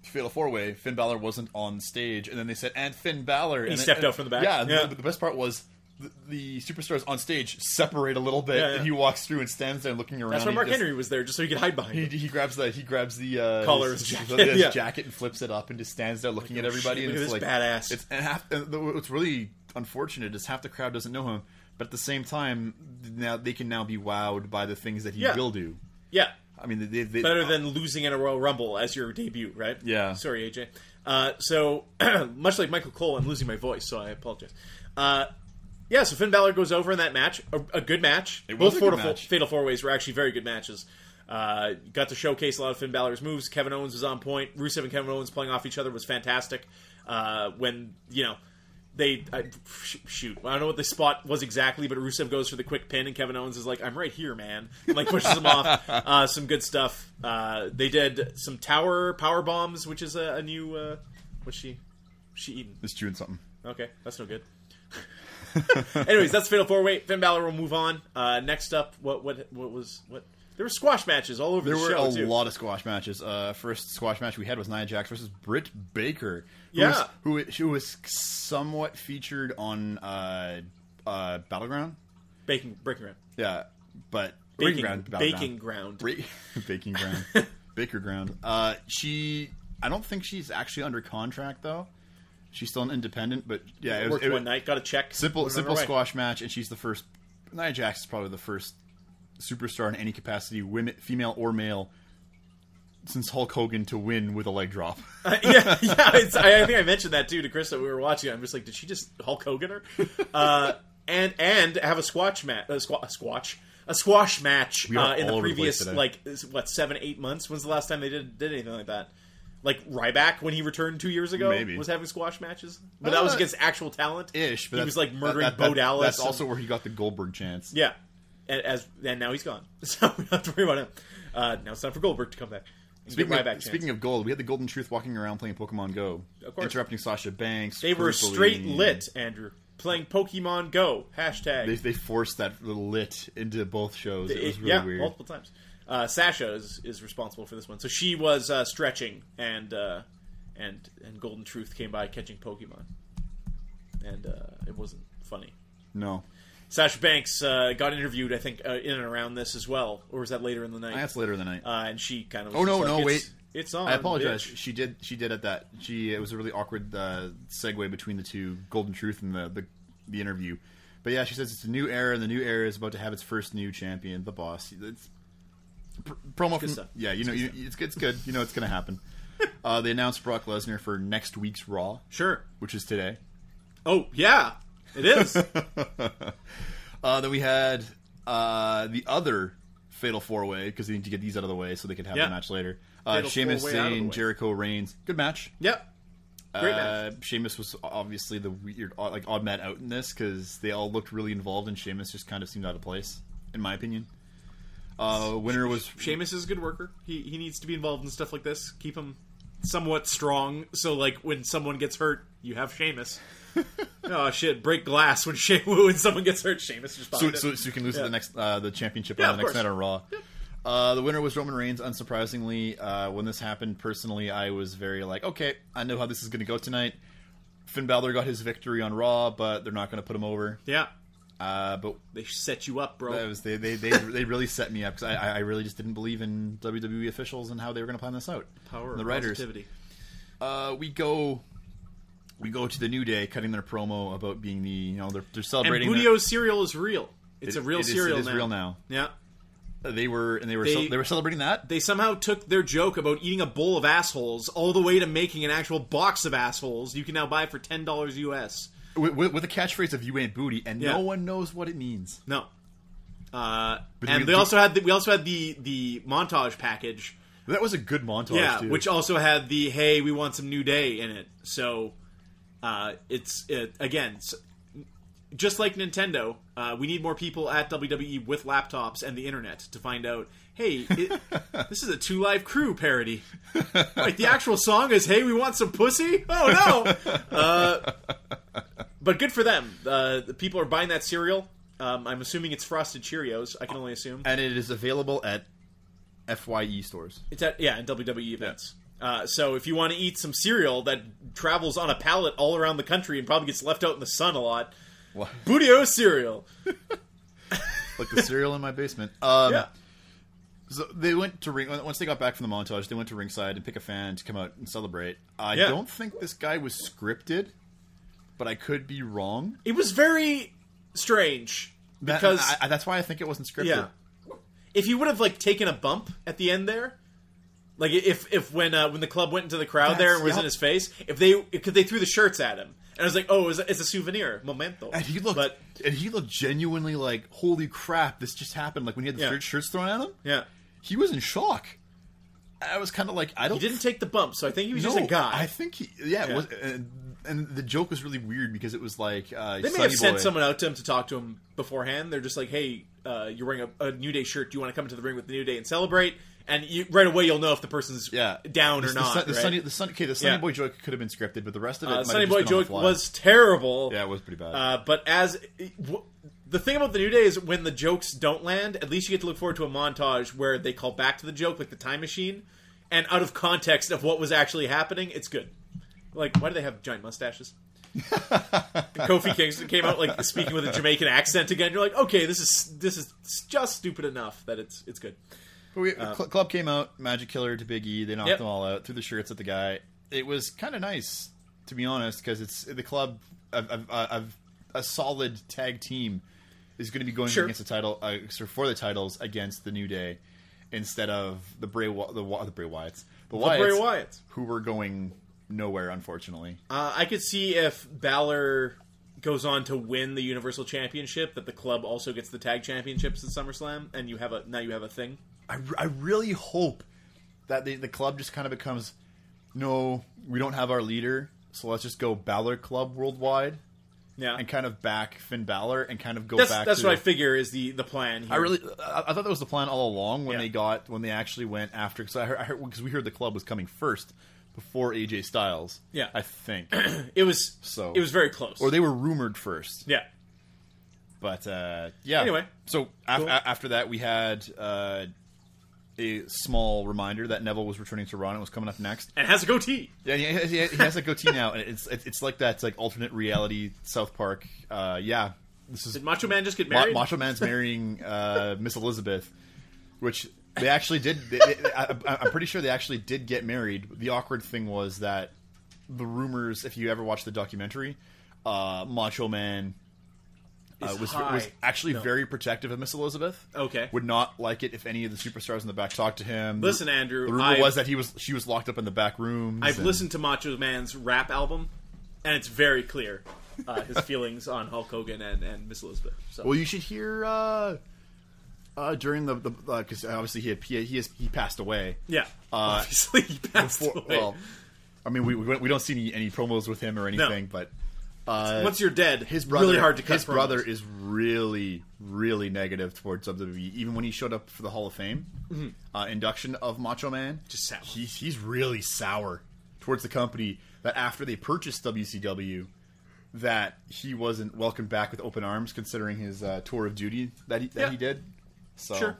[SPEAKER 4] Fatal Four Way. Finn Balor wasn't on stage, and then they said, "And Finn Balor." He and then-
[SPEAKER 3] stepped
[SPEAKER 4] and-
[SPEAKER 3] out from the back.
[SPEAKER 4] Yeah, and
[SPEAKER 3] Yeah.
[SPEAKER 4] The, the best part was the, the superstars on stage separate a little bit,
[SPEAKER 3] Yeah, yeah.
[SPEAKER 4] and he walks through and stands there looking around.
[SPEAKER 3] That's why
[SPEAKER 4] He
[SPEAKER 3] Mark
[SPEAKER 4] just-
[SPEAKER 3] Henry was there, just so he could hide behind.
[SPEAKER 4] He,
[SPEAKER 3] him.
[SPEAKER 4] he grabs the he grabs the uh,
[SPEAKER 3] Collar of
[SPEAKER 4] his,
[SPEAKER 3] his
[SPEAKER 4] his-
[SPEAKER 3] jacket,
[SPEAKER 4] his
[SPEAKER 3] yeah.
[SPEAKER 4] jacket and flips it up and just stands there looking at
[SPEAKER 3] oh,
[SPEAKER 4] everybody
[SPEAKER 3] shit,
[SPEAKER 4] and
[SPEAKER 3] look at
[SPEAKER 4] it's like
[SPEAKER 3] this badass.
[SPEAKER 4] It's and half and the- what's really unfortunate is half the crowd doesn't know him, but at the same time now they can now be wowed by the things that he
[SPEAKER 3] Yeah.
[SPEAKER 4] will do.
[SPEAKER 3] Yeah,
[SPEAKER 4] I mean, they, they,
[SPEAKER 3] better than losing in a Royal Rumble as your debut, right?
[SPEAKER 4] Yeah.
[SPEAKER 3] Sorry, AJ. Uh, so, <clears throat> much like Michael Cole, I'm losing my voice, so I apologize. Uh, yeah, so Finn Balor goes over in that match. A, a good match.
[SPEAKER 4] It was
[SPEAKER 3] Both
[SPEAKER 4] a good
[SPEAKER 3] fatal,
[SPEAKER 4] match.
[SPEAKER 3] fatal four ways were actually very good matches. Uh, got to showcase a lot of Finn Balor's moves. Kevin Owens was on point. Rusev and Kevin Owens playing off each other was fantastic. Uh, when, you know, they. I, sh- shoot. I don't know what the spot was exactly, but Rusev goes for the quick pin, and Kevin Owens is like, I'm right here, man. And, like, pushes him
[SPEAKER 4] <laughs>
[SPEAKER 3] off. Uh, some good stuff. Uh, they did some tower power bombs, which is a, a new. Uh, what's she? She eating.
[SPEAKER 4] It's chewing something.
[SPEAKER 3] Okay, that's no good. <laughs> Anyways, that's Fatal Four Way. Finn Balor will move on. Uh, next up, what what what was what? There were squash matches all over
[SPEAKER 4] There
[SPEAKER 3] the
[SPEAKER 4] were
[SPEAKER 3] show
[SPEAKER 4] a
[SPEAKER 3] too.
[SPEAKER 4] lot of squash matches. Uh, first squash match we had was Nia Jax versus Britt Baker. Who
[SPEAKER 3] Yeah.
[SPEAKER 4] was, who who was somewhat featured on uh, uh, Battleground.
[SPEAKER 3] baking breaking ground,
[SPEAKER 4] Yeah, but
[SPEAKER 3] baking
[SPEAKER 4] ground,
[SPEAKER 3] baking ground.
[SPEAKER 4] Bra- <laughs>
[SPEAKER 3] <laughs>
[SPEAKER 4] baking ground, baker ground. Uh, she, I don't think she's actually under contract though. She's still an independent, but yeah, it was,
[SPEAKER 3] Worked
[SPEAKER 4] it was
[SPEAKER 3] one night, got a check.
[SPEAKER 4] simple,
[SPEAKER 3] went on her
[SPEAKER 4] simple
[SPEAKER 3] way.
[SPEAKER 4] squash match, and she's the first. Nia Jax is probably the first superstar in any capacity, women, female or male, since Hulk Hogan to win with a leg drop.
[SPEAKER 3] <laughs> yeah, yeah. It's, I, I think I mentioned that too to Chris that we were watching. I'm just like, did she just Hulk Hogan
[SPEAKER 4] <laughs>
[SPEAKER 3] her? Uh, and and have a squash match, a, squa- a squash, a squash match
[SPEAKER 4] We are
[SPEAKER 3] uh, in
[SPEAKER 4] all
[SPEAKER 3] the
[SPEAKER 4] over the
[SPEAKER 3] previous
[SPEAKER 4] place today.
[SPEAKER 3] like is- what seven eight months? When's the last time they did did anything like that? Like Ryback when he returned two years ago
[SPEAKER 4] Maybe.
[SPEAKER 3] was having squash matches, but that was
[SPEAKER 4] Uh,
[SPEAKER 3] against actual talent.
[SPEAKER 4] <laughs> Ish, but <laughs>
[SPEAKER 3] he
[SPEAKER 4] that's-
[SPEAKER 3] was like murdering
[SPEAKER 4] that, that,
[SPEAKER 3] Bo
[SPEAKER 4] that-
[SPEAKER 3] Dallas.
[SPEAKER 4] That's
[SPEAKER 3] and-
[SPEAKER 4] also where he got the Goldberg chance.
[SPEAKER 3] yeah, and, as and now he's gone, <laughs> so we don't have to worry about him. Uh, now it's time for Goldberg to come back. and get
[SPEAKER 4] Speaking
[SPEAKER 3] Ryback
[SPEAKER 4] of,
[SPEAKER 3] chance.
[SPEAKER 4] speaking of gold, we had the Golden Truth walking around playing Pokemon Go,
[SPEAKER 3] Of course.
[SPEAKER 4] interrupting Sasha Banks.
[SPEAKER 3] They were
[SPEAKER 4] creepily.
[SPEAKER 3] straight lit, Andrew. Playing Pokemon Go. Hashtag.
[SPEAKER 4] They, they forced that little lit into both shows. It,
[SPEAKER 3] It-
[SPEAKER 4] was really
[SPEAKER 3] yeah,
[SPEAKER 4] weird.
[SPEAKER 3] multiple times. Uh, Sasha is, is responsible for this one. So she was uh, stretching, and uh, and and Golden Truth came by catching Pokemon, and uh, it wasn't funny.
[SPEAKER 4] No,
[SPEAKER 3] Sasha Banks uh, got interviewed, I think, uh, in and around this as well, or was that later in the night?
[SPEAKER 4] that's later in the night.
[SPEAKER 3] Uh, and she kind of.
[SPEAKER 4] Oh, no, no, wait.
[SPEAKER 3] It's on.
[SPEAKER 4] I apologize.
[SPEAKER 3] bitch."
[SPEAKER 4] She did. She did at that. She it was a really awkward uh, segue between the two Golden Truth and the, the the interview. But yeah, she says it's a new era, and the new era is about to have its first new champion, the boss. It's pr- promo from
[SPEAKER 3] stuff.
[SPEAKER 4] yeah, you know, you, it's it's good. You know, it's gonna
[SPEAKER 3] <laughs>
[SPEAKER 4] happen. uh, they announced Brock Lesnar for next week's Raw,
[SPEAKER 3] Sure.
[SPEAKER 4] which is today.
[SPEAKER 3] Oh yeah, it
[SPEAKER 4] <laughs>
[SPEAKER 3] is.
[SPEAKER 4] Uh, then we had uh, the other Fatal Four Way because they need to get these out of the way so they could have
[SPEAKER 3] Yeah.
[SPEAKER 4] the match later. Uh,
[SPEAKER 3] Fatal
[SPEAKER 4] Sheamus,
[SPEAKER 3] four-way out of the
[SPEAKER 4] Zayn,
[SPEAKER 3] way.
[SPEAKER 4] Jericho, Reigns. Good match.
[SPEAKER 3] yep. Great
[SPEAKER 4] uh,
[SPEAKER 3] match.
[SPEAKER 4] Sheamus was obviously the weird, odd- like odd man out in this because they all looked really involved, and Sheamus just kind of seemed out of place, in my opinion. Uh, winner was
[SPEAKER 3] Seamus is a good worker. He he needs to be involved in stuff like this. Keep him somewhat strong. So like when someone gets hurt, you have Seamus. oh shit! Break glass when Shea <laughs> when someone gets hurt. Seamus just
[SPEAKER 4] so,
[SPEAKER 3] popped
[SPEAKER 4] so,
[SPEAKER 3] it.
[SPEAKER 4] so you can lose
[SPEAKER 3] Yeah.
[SPEAKER 4] the next uh, the championship
[SPEAKER 3] Yeah,
[SPEAKER 4] on
[SPEAKER 3] of
[SPEAKER 4] the next
[SPEAKER 3] course.
[SPEAKER 4] night on Raw. Uh, the winner was Roman Reigns. Unsurprisingly, uh, when this happened, personally, I was very like, okay, I know how this is going to go tonight. Finn Balor got his victory on Raw, but they're not going to put him over.
[SPEAKER 3] yeah,
[SPEAKER 4] Uh, but
[SPEAKER 3] they set you up, bro.
[SPEAKER 4] that was they they they, they really set me up because I, I really just didn't believe in WWE officials and how they were going to plan this out.
[SPEAKER 3] Power
[SPEAKER 4] the
[SPEAKER 3] of
[SPEAKER 4] writers.
[SPEAKER 3] positivity.
[SPEAKER 4] Uh, we go. We go to the New Day, cutting their promo about being the you know they're, they're celebrating.
[SPEAKER 3] and
[SPEAKER 4] their-
[SPEAKER 3] Budio's cereal is real. It's
[SPEAKER 4] It-
[SPEAKER 3] a real
[SPEAKER 4] it is- it
[SPEAKER 3] cereal
[SPEAKER 4] is
[SPEAKER 3] now.
[SPEAKER 4] real now.
[SPEAKER 3] Yeah.
[SPEAKER 4] they were and they were
[SPEAKER 3] They-
[SPEAKER 4] cel- they were celebrating that.
[SPEAKER 3] They somehow took their joke about eating a bowl of assholes all the way to making an actual box of assholes you can now buy for ten dollars US.
[SPEAKER 4] with, with, with a catchphrase of "You ain't booty," and
[SPEAKER 3] Yeah.
[SPEAKER 4] no one knows what it means.
[SPEAKER 3] No. Uh,
[SPEAKER 4] But
[SPEAKER 3] and
[SPEAKER 4] we-
[SPEAKER 3] they also had the, we also had the the montage package,
[SPEAKER 4] That was a good montage.
[SPEAKER 3] yeah,
[SPEAKER 4] too.
[SPEAKER 3] which also had the hey, we want some new day in it. So uh, it's it, again, s just like Nintendo, uh, we need more people at WWE with laptops and the internet to find out. Hey, it, this is a Two Live Crew parody. Wait, the actual song is "Hey, we want some pussy." Oh no! Uh, but good for them. Uh, the people are buying that cereal. Um, I'm assuming it's Frosted Cheerios. I can only assume.
[SPEAKER 4] and it is available at Fye stores.
[SPEAKER 3] It's at yeah, in WWE events. Uh, so if you want to eat some cereal that travels on a pallet all around the country and probably gets left out in the sun a lot,
[SPEAKER 4] What?
[SPEAKER 3] Budio cereal.
[SPEAKER 4] like the cereal in my basement. Um,
[SPEAKER 3] Yeah.
[SPEAKER 4] So they went to ring once they got back from the montage. They went to ringside and pick a fan to come out and celebrate. I
[SPEAKER 3] Yeah.
[SPEAKER 4] don't think this guy was scripted, but I could be wrong.
[SPEAKER 3] It was very strange
[SPEAKER 4] That-
[SPEAKER 3] because
[SPEAKER 4] I- I- that's why I think it wasn't scripted.
[SPEAKER 3] yeah, if he would have like taken a bump at the end there. Like if if when uh, when the club went into the crowd there
[SPEAKER 4] That's-
[SPEAKER 3] and was
[SPEAKER 4] yep.
[SPEAKER 3] in his face, if they because they threw the shirts at him, and I was like, oh, it's a, it's a souvenir, memento.
[SPEAKER 4] And he looked,
[SPEAKER 3] but
[SPEAKER 4] and he looked genuinely like, "Holy crap, this just happened!" Like when he had the
[SPEAKER 3] Yeah.
[SPEAKER 4] shirt- shirts thrown at him.
[SPEAKER 3] yeah,
[SPEAKER 4] he was in shock. I was kind of like, I don't.
[SPEAKER 3] he didn't take the bump, so I think he was
[SPEAKER 4] know.
[SPEAKER 3] just a guy.
[SPEAKER 4] I think he, yeah, It
[SPEAKER 3] Yeah.
[SPEAKER 4] was, and, and the joke was really weird because it was like uh,
[SPEAKER 3] They may
[SPEAKER 4] Sonny
[SPEAKER 3] have sent
[SPEAKER 4] Boy.
[SPEAKER 3] someone out to him to talk to him beforehand. They're just like, "Hey, uh, you're wearing a, a New Day shirt. Do you want to come into the ring with the New Day and celebrate?" And you, right away, you'll know if the person's
[SPEAKER 4] yeah,
[SPEAKER 3] down
[SPEAKER 4] the,
[SPEAKER 3] or not.
[SPEAKER 4] The, the
[SPEAKER 3] right?
[SPEAKER 4] Sonny, the Sonny, okay, the Sonny
[SPEAKER 3] Yeah.
[SPEAKER 4] Boy joke could have been scripted, but the rest of it,
[SPEAKER 3] Uh,
[SPEAKER 4] might
[SPEAKER 3] Sonny
[SPEAKER 4] have just
[SPEAKER 3] Boy
[SPEAKER 4] been on the
[SPEAKER 3] joke
[SPEAKER 4] fly.
[SPEAKER 3] was terrible.
[SPEAKER 4] yeah, it was pretty bad.
[SPEAKER 3] Uh, but as w- the thing about the new day is when the jokes don't land, at least you get to look forward to a montage where they call back to the joke, like the time machine, and out of context of what was actually happening, it's good. Like, why do they have giant
[SPEAKER 4] <laughs>
[SPEAKER 3] mustaches? Kofi Kingston came out like speaking with a Jamaican accent again. You're like, okay, this is this is just stupid enough that it's it's good.
[SPEAKER 4] But we, Cl- Club came out, Magic Killer to Big E. They knocked
[SPEAKER 3] Uh, Yep.
[SPEAKER 4] them all out, threw the shirts at the guy. It was kind of nice, to be honest, because it's the club of, of, of a solid tag team is going to be going
[SPEAKER 3] Sure.
[SPEAKER 4] against the title uh, sort of for the titles against the New Day instead of the Bray Wy- the, Wy- the Bray Wyatts the Wyatts,
[SPEAKER 3] Bray Wyatt.
[SPEAKER 4] who were going nowhere unfortunately.
[SPEAKER 3] Uh, I could see if Balor goes on to win the Universal Championship, that the club also gets the tag championships at SummerSlam, and you have a now you have a thing.
[SPEAKER 4] I, re- I really hope that the, the club just kind of becomes no, we don't have our leader, so let's just go Balor Club worldwide.
[SPEAKER 3] Yeah,
[SPEAKER 4] and kind of back Finn Balor and kind of go
[SPEAKER 3] that's
[SPEAKER 4] back.
[SPEAKER 3] that's
[SPEAKER 4] to,
[SPEAKER 3] what I figure is the the plan. Here.
[SPEAKER 4] I really, I, I thought that was the plan all along when
[SPEAKER 3] Yeah.
[SPEAKER 4] they got when they actually went after because I heard because heard, 'cause we heard the club was coming first before AJ Styles.
[SPEAKER 3] Yeah. <clears throat>
[SPEAKER 4] I think,
[SPEAKER 3] it was
[SPEAKER 4] So-
[SPEAKER 3] it was very close.
[SPEAKER 4] or they were rumored first.
[SPEAKER 3] yeah,
[SPEAKER 4] But uh, yeah.
[SPEAKER 3] Anyway.
[SPEAKER 4] so af-
[SPEAKER 3] Cool.
[SPEAKER 4] a- after that we had uh, a small reminder that Neville was returning to Raw and it was coming up next.
[SPEAKER 3] and has a goatee.
[SPEAKER 4] Yeah, he has, he has- he has a goatee now, and it's it's it's like that. It's like alternate reality South Park. Uh, yeah, this is
[SPEAKER 3] Did Macho Man just get
[SPEAKER 4] Ma-
[SPEAKER 3] married?
[SPEAKER 4] Macho Man's marrying uh, Miss Elizabeth, which they actually did. They, they- I, I- I'm pretty sure they actually did get married. The awkward thing was that the rumors, if you ever watch the documentary, uh, Macho Man uh,
[SPEAKER 3] Is
[SPEAKER 4] was
[SPEAKER 3] high.
[SPEAKER 4] was actually
[SPEAKER 3] No.
[SPEAKER 4] very protective of Miss Elizabeth.
[SPEAKER 3] Okay.
[SPEAKER 4] would not like it if any of the superstars in the back talked to him.
[SPEAKER 3] Listen, Andrew,
[SPEAKER 4] the rumor
[SPEAKER 3] I've-
[SPEAKER 4] was that he was she was locked up in the back rooms.
[SPEAKER 3] I've
[SPEAKER 4] and-
[SPEAKER 3] listened to Macho Man's rap album, and it's very clear uh,
[SPEAKER 4] <laughs>
[SPEAKER 3] his feelings on Hulk Hogan and, and Miss Elizabeth. So
[SPEAKER 4] Well, you should hear uh, uh, during the the because obviously he had he he, has, he passed away.
[SPEAKER 3] yeah, <laughs> obviously he passed
[SPEAKER 4] uh, before,
[SPEAKER 3] away.
[SPEAKER 4] well, I mean, we we, we don't see any, any promos with him or anything, but uh,
[SPEAKER 3] Once you're dead,
[SPEAKER 4] his brother,
[SPEAKER 3] really hard to cut
[SPEAKER 4] his
[SPEAKER 3] promos.
[SPEAKER 4] brother is really, really negative towards WWE. Even when he showed up for the Hall of Fame uh, induction of Macho Man,
[SPEAKER 3] Mm-hmm. Just sour.
[SPEAKER 4] he- he's really sour towards the company. That after they purchased WCW, that he wasn't welcomed back with open arms, considering his uh, tour of duty that he, that
[SPEAKER 3] Yeah.
[SPEAKER 4] he did. So
[SPEAKER 3] Sure.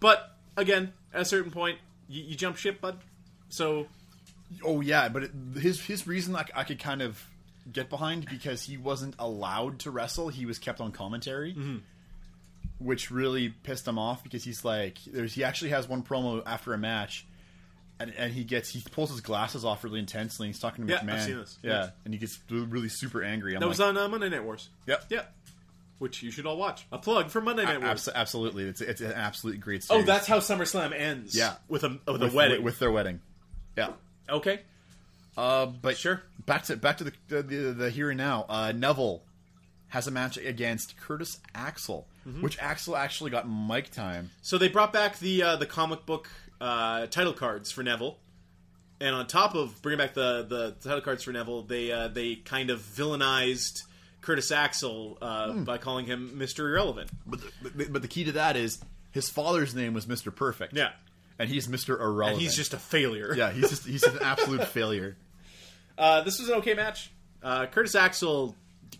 [SPEAKER 3] But again, at a certain point, you, you jump ship, bud. So
[SPEAKER 4] Oh yeah, but it, his his reason like I could kind of get behind because he wasn't allowed to wrestle. He was kept on commentary,
[SPEAKER 3] Mm-hmm.
[SPEAKER 4] which really pissed him off because he's like, there's he actually has one promo after a match, and, and he gets he pulls his glasses off really intensely. and He's talking to
[SPEAKER 3] Yeah,
[SPEAKER 4] McMahon,
[SPEAKER 3] I've seen this.
[SPEAKER 4] yeah, and he gets really, really super angry. I'm
[SPEAKER 3] that was
[SPEAKER 4] like,
[SPEAKER 3] on uh, Monday Night Wars.
[SPEAKER 4] Yep.
[SPEAKER 3] Yep. Which you should all watch. A plug for Monday Night
[SPEAKER 4] a-
[SPEAKER 3] Wars.
[SPEAKER 4] abso- absolutely, it's it's an absolutely great.
[SPEAKER 3] oh,
[SPEAKER 4] Series.
[SPEAKER 3] that's how SummerSlam ends.
[SPEAKER 4] Yeah.
[SPEAKER 3] With a with,
[SPEAKER 4] with,
[SPEAKER 3] a wedding.
[SPEAKER 4] with their wedding, yeah.
[SPEAKER 3] okay.
[SPEAKER 4] Uh, but
[SPEAKER 3] Sure.
[SPEAKER 4] Back to back to the the, the, the here and now. Uh, Neville has a match against Curtis Axel, which Axel actually got mic time.
[SPEAKER 3] So they brought back the uh, the comic book uh, title cards for Neville, and on top of bringing back the the title cards for Neville, they uh, they kind of villainized Curtis Axel uh,
[SPEAKER 4] Hmm.
[SPEAKER 3] by calling him Mister Irrelevant.
[SPEAKER 4] But the, but, but the key to that is his father's name was Mister Perfect.
[SPEAKER 3] Yeah.
[SPEAKER 4] and he's Mister Irrelevant.
[SPEAKER 3] He's just a failure.
[SPEAKER 4] yeah, he's just he's an <laughs> absolute failure.
[SPEAKER 3] Uh, this was an okay match. Uh, Curtis Axel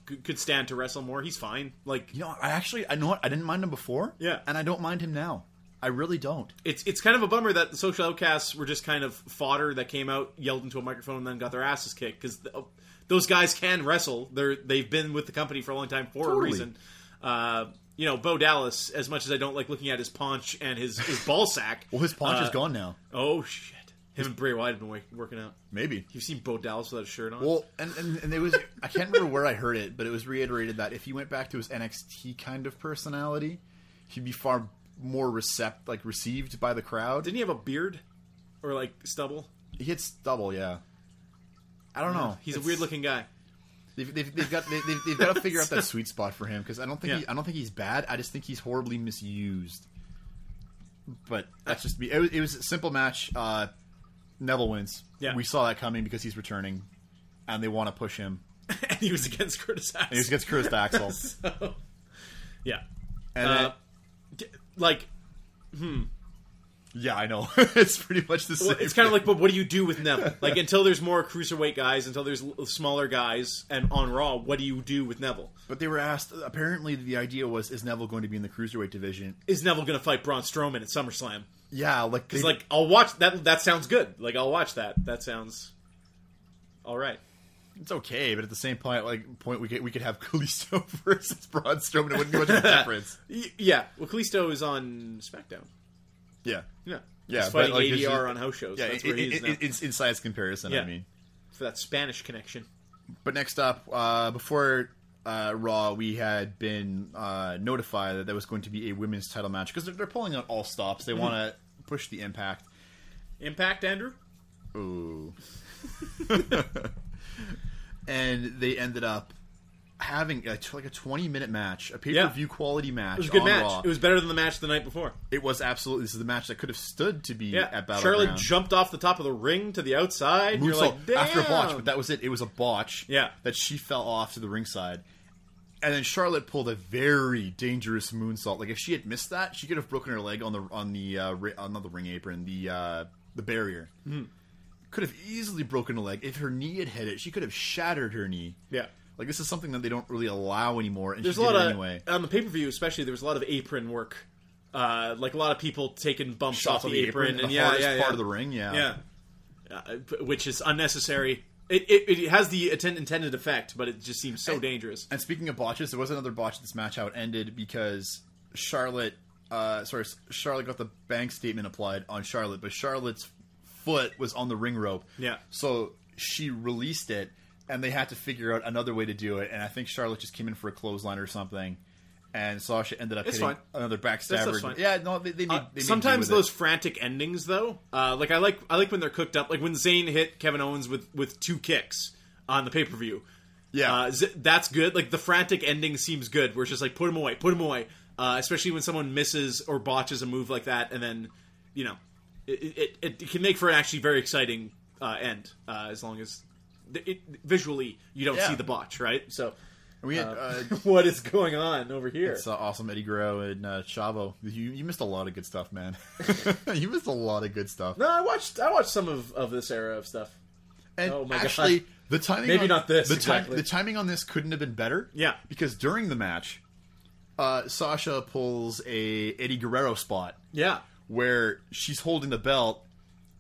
[SPEAKER 3] c- could stand to wrestle more. He's fine. Like
[SPEAKER 4] You know, I actually I know what I didn't mind him before.
[SPEAKER 3] Yeah.
[SPEAKER 4] and I don't mind him now. I really don't.
[SPEAKER 3] it's it's kind of a bummer that the social outcasts were just kind of fodder that came out, yelled into a microphone, and then got their asses kicked because those guys can wrestle. They're they've been with the company for a long time for a
[SPEAKER 4] Totally.
[SPEAKER 3] reason. Uh, you know, Bo Dallas. As much as I don't like looking at his paunch and his his ball sack,
[SPEAKER 4] <laughs> Well, his paunch is
[SPEAKER 3] uh,
[SPEAKER 4] gone now.
[SPEAKER 3] Oh shit! Him and Bray Wyatt have been wa- working out.
[SPEAKER 4] Maybe
[SPEAKER 3] You've seen Bo Dallas without a shirt on.
[SPEAKER 4] Well, and, and, and it was I can't remember where I heard it, but it was reiterated that if he went back to his NXT kind of personality, he'd be far more recept like received by the crowd.
[SPEAKER 3] Didn't he have a beard or like stubble?
[SPEAKER 4] he hits double, yeah. I don't know.
[SPEAKER 3] He's
[SPEAKER 4] It's-
[SPEAKER 3] a weird looking guy.
[SPEAKER 4] They've, they've, they've got they, they've, they've got to figure out that sweet spot for him because I don't think
[SPEAKER 3] Yeah.
[SPEAKER 4] he, I don't think he's bad. I just think he's horribly misused. But that's just me. It was, it was a simple match. Uh, Neville wins.
[SPEAKER 3] Yeah.
[SPEAKER 4] we saw that coming because he's returning, and they want to push him.
[SPEAKER 3] <laughs> and he was against Curtis Axel.
[SPEAKER 4] He gets
[SPEAKER 3] <laughs>
[SPEAKER 4] cursed Axel.
[SPEAKER 3] So, yeah.
[SPEAKER 4] And
[SPEAKER 3] Uh,
[SPEAKER 4] it-
[SPEAKER 3] d-
[SPEAKER 4] <laughs>
[SPEAKER 3] like
[SPEAKER 4] Yeah, I know. <laughs> it's pretty much the same.
[SPEAKER 3] well, it's kind of like, but what do you do with Neville? Like until there's more cruiserweight guys, until there's l- smaller guys, and on Raw, what do you do with Neville?
[SPEAKER 4] But they were asked. Apparently, the idea was: Is Neville going to be in the cruiserweight division?
[SPEAKER 3] Is Neville going to fight Braun Strowman at SummerSlam?
[SPEAKER 4] Yeah, like
[SPEAKER 3] It's
[SPEAKER 4] they-
[SPEAKER 3] like I'll watch that. That sounds good. Like I'll watch that. That sounds all
[SPEAKER 4] <laughs>
[SPEAKER 3] right.
[SPEAKER 4] it's okay, but at the same point, like point we could we could have <laughs> Kalisto versus Braun Strowman. It wouldn't be much <laughs> of a difference.
[SPEAKER 3] <laughs> Y- yeah. Well, Kalisto is on SmackDown.
[SPEAKER 4] Yeah,
[SPEAKER 3] Yeah.
[SPEAKER 4] Yeah,
[SPEAKER 3] He's
[SPEAKER 4] but,
[SPEAKER 3] fighting
[SPEAKER 4] like, it's
[SPEAKER 3] ADR
[SPEAKER 4] just-
[SPEAKER 3] on house shows.
[SPEAKER 4] yeah.
[SPEAKER 3] That's
[SPEAKER 4] It,
[SPEAKER 3] where he
[SPEAKER 4] it,
[SPEAKER 3] is now
[SPEAKER 4] it, it's in size comparison. I
[SPEAKER 3] Yeah.
[SPEAKER 4] mean,
[SPEAKER 3] for that Spanish connection.
[SPEAKER 4] but next up, uh, before uh, Raw, we had been uh, notified that there was going to be a women's title match because they're, they're pulling out all stops. They want to push the impact.
[SPEAKER 3] Impact, Andrew.
[SPEAKER 4] Ooh. <laughs> and they ended up having a, like a 20 minute match, a pay per view quality
[SPEAKER 3] It
[SPEAKER 4] match.
[SPEAKER 3] was a good
[SPEAKER 4] on
[SPEAKER 3] match.
[SPEAKER 4] Raw.
[SPEAKER 3] It was better than the match the night before.
[SPEAKER 4] It was absolutely. This is the match that could have stood to be
[SPEAKER 3] Yeah,
[SPEAKER 4] at Battle.
[SPEAKER 3] Charlotte jumped off the top of the ring to the outside. and You're like, Damn.
[SPEAKER 4] after a botch, but that was it. It was a botch.
[SPEAKER 3] Yeah.
[SPEAKER 4] that she fell off to the ringside. And then Charlotte pulled a very dangerous moonsault. Like if she had missed that, she could have broken her leg on the on the uh, ri- on not the ring apron, the uh, the barrier.
[SPEAKER 3] Hmm.
[SPEAKER 4] Could have easily broken a leg if her knee had hit it. She could have shattered her knee.
[SPEAKER 3] yeah,
[SPEAKER 4] Like this is something that they don't really allow anymore, and
[SPEAKER 3] there's
[SPEAKER 4] she
[SPEAKER 3] a lot
[SPEAKER 4] did
[SPEAKER 3] of
[SPEAKER 4] it anyway.
[SPEAKER 3] on the pay per view, especially there was a lot of apron work. Uh, like a lot of people taking bumps
[SPEAKER 4] Shots
[SPEAKER 3] off the, apron,
[SPEAKER 4] in
[SPEAKER 3] and
[SPEAKER 4] the
[SPEAKER 3] yeah,
[SPEAKER 4] hardest
[SPEAKER 3] yeah, yeah.
[SPEAKER 4] part of the ring. Yeah,
[SPEAKER 3] yeah, Uh, p- which is unnecessary. It, it, it has the atten- intended effect, but it just seems so dangerous.
[SPEAKER 4] And speaking of botches, there was another botch in this match how it ended because Charlotte, uh, sorry, Charlotte got the bank statement applied on Charlotte, but Charlotte's foot was on the ring rope.
[SPEAKER 3] Yeah.
[SPEAKER 4] So she released it, and they had to figure out another way to do it. And I think Charlotte just came in for a clothesline or something, and Sasha ended up
[SPEAKER 3] It's
[SPEAKER 4] hitting
[SPEAKER 3] fine.
[SPEAKER 4] another
[SPEAKER 3] stuff's
[SPEAKER 4] backstabber.
[SPEAKER 3] fine.
[SPEAKER 4] Yeah, no, they, they made, they made
[SPEAKER 3] Uh,
[SPEAKER 4] do
[SPEAKER 3] Sometimes
[SPEAKER 4] with
[SPEAKER 3] those
[SPEAKER 4] It.
[SPEAKER 3] frantic endings, though, uh, like I like I like when they're cooked up. Like when Zayn hit Kevin Owens with with two kicks on the pay per view.
[SPEAKER 4] Yeah.
[SPEAKER 3] uh, Z- that's good. Like the frantic ending seems good, where it's just like put him away, put him away. Uh, especially when someone misses or botches a move like that, and then you know it, it, it can make for an actually very exciting uh, end, uh, as long as th- it, visually you don't
[SPEAKER 4] Yeah.
[SPEAKER 3] see the botch, right? So,
[SPEAKER 4] We had
[SPEAKER 3] uh,
[SPEAKER 4] uh,
[SPEAKER 3] <laughs> what is going on over <laughs> here?
[SPEAKER 4] saw awesome Eddie Guerrero and uh, Chavo. You you missed a lot of good stuff, man. <laughs> you missed a lot of good stuff.
[SPEAKER 3] no, I watched I watched some of, of this era of stuff.
[SPEAKER 4] And
[SPEAKER 3] Oh my
[SPEAKER 4] actually,
[SPEAKER 3] God.
[SPEAKER 4] the timing
[SPEAKER 3] Maybe
[SPEAKER 4] on,
[SPEAKER 3] not this,
[SPEAKER 4] The,
[SPEAKER 3] exactly.
[SPEAKER 4] the timing on this couldn't have been better.
[SPEAKER 3] Yeah.
[SPEAKER 4] because during the match, uh, Sasha pulls a Eddie Guerrero spot
[SPEAKER 3] Yeah,
[SPEAKER 4] where she's holding the belt,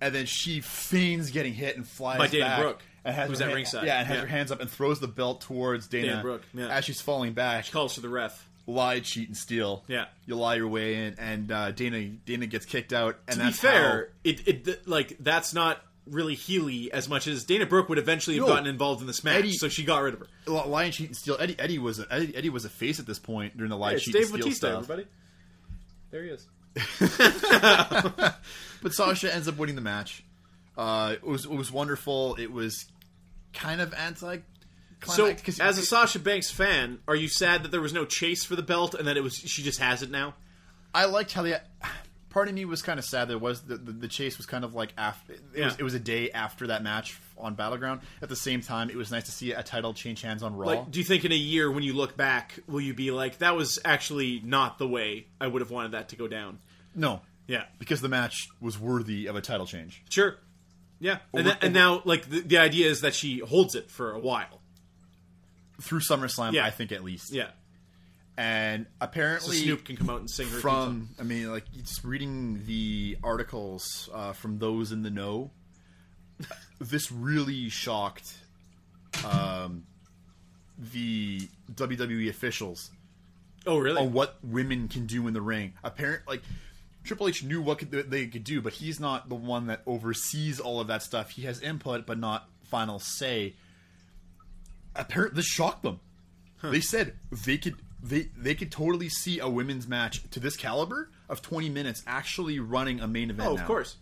[SPEAKER 4] and then she feigns getting hit and flies
[SPEAKER 3] By Dana
[SPEAKER 4] back
[SPEAKER 3] Brooke,
[SPEAKER 4] and has
[SPEAKER 3] who's
[SPEAKER 4] her
[SPEAKER 3] at
[SPEAKER 4] hand-
[SPEAKER 3] ringside.
[SPEAKER 4] Yeah, and has
[SPEAKER 3] Yeah.
[SPEAKER 4] her hands up and throws the belt towards Dana,
[SPEAKER 3] Dana Brooke, yeah.
[SPEAKER 4] as she's falling back.
[SPEAKER 3] calls for the ref.
[SPEAKER 4] lie, cheat, and steal.
[SPEAKER 3] Yeah.
[SPEAKER 4] you lie your way in, and uh, Dana Dana gets kicked out. And
[SPEAKER 3] To be
[SPEAKER 4] that's
[SPEAKER 3] fair,
[SPEAKER 4] how-
[SPEAKER 3] it, it th- like that's not really Healy as much as Dana Brooke would eventually have
[SPEAKER 4] No.
[SPEAKER 3] gotten involved in this match,
[SPEAKER 4] Eddie-
[SPEAKER 3] so she got rid of her.
[SPEAKER 4] Li- Lion Cheat and Steal. Eddie Eddie was a, Eddie, Eddie was a face at this point during the Lie
[SPEAKER 3] It's
[SPEAKER 4] Cheat
[SPEAKER 3] Dave
[SPEAKER 4] and Steal
[SPEAKER 3] Batista,
[SPEAKER 4] stuff.
[SPEAKER 3] everybody. There he is.
[SPEAKER 4] But Sasha ends up winning the match. Uh, it was it was wonderful. It was kind of anti.
[SPEAKER 3] So, as a Sasha Banks fan, are you sad that there was no chase for the belt and that it was she just has it now?
[SPEAKER 4] I liked how the part of me was kind of sad. There was the, the, the chase was kind of like after it,
[SPEAKER 3] Yeah.
[SPEAKER 4] was, it was a day after that match on Battleground. At the same time, it was nice to see a title change hands on Raw.
[SPEAKER 3] Like, do you think in a year when you look back, will you be like, that was actually not the way I would have wanted that to go down?
[SPEAKER 4] no,
[SPEAKER 3] Yeah.
[SPEAKER 4] because the match was worthy of a title change.
[SPEAKER 3] Sure. Yeah. And,
[SPEAKER 4] Over-
[SPEAKER 3] tha- and now, like, the, the idea is that she holds it for a while.
[SPEAKER 4] through SummerSlam,
[SPEAKER 3] Yeah.
[SPEAKER 4] I think at least.
[SPEAKER 3] Yeah.
[SPEAKER 4] And
[SPEAKER 3] So
[SPEAKER 4] apparently,
[SPEAKER 3] Snoop can come out and sing her theme song.
[SPEAKER 4] from I mean, like just reading the articles uh, from those in the know, this really shocked um, the WWE officials
[SPEAKER 3] Oh, really?
[SPEAKER 4] on what women can do in the ring. Apparent like. Triple H knew what could, they could do, but he's not the one that oversees all of that stuff. He has input, but not final say. Apparently, this shocked them. They said they could they they could totally see a women's match to this caliber of 20 minutes actually running a main event.
[SPEAKER 3] oh, of
[SPEAKER 4] now.
[SPEAKER 3] course.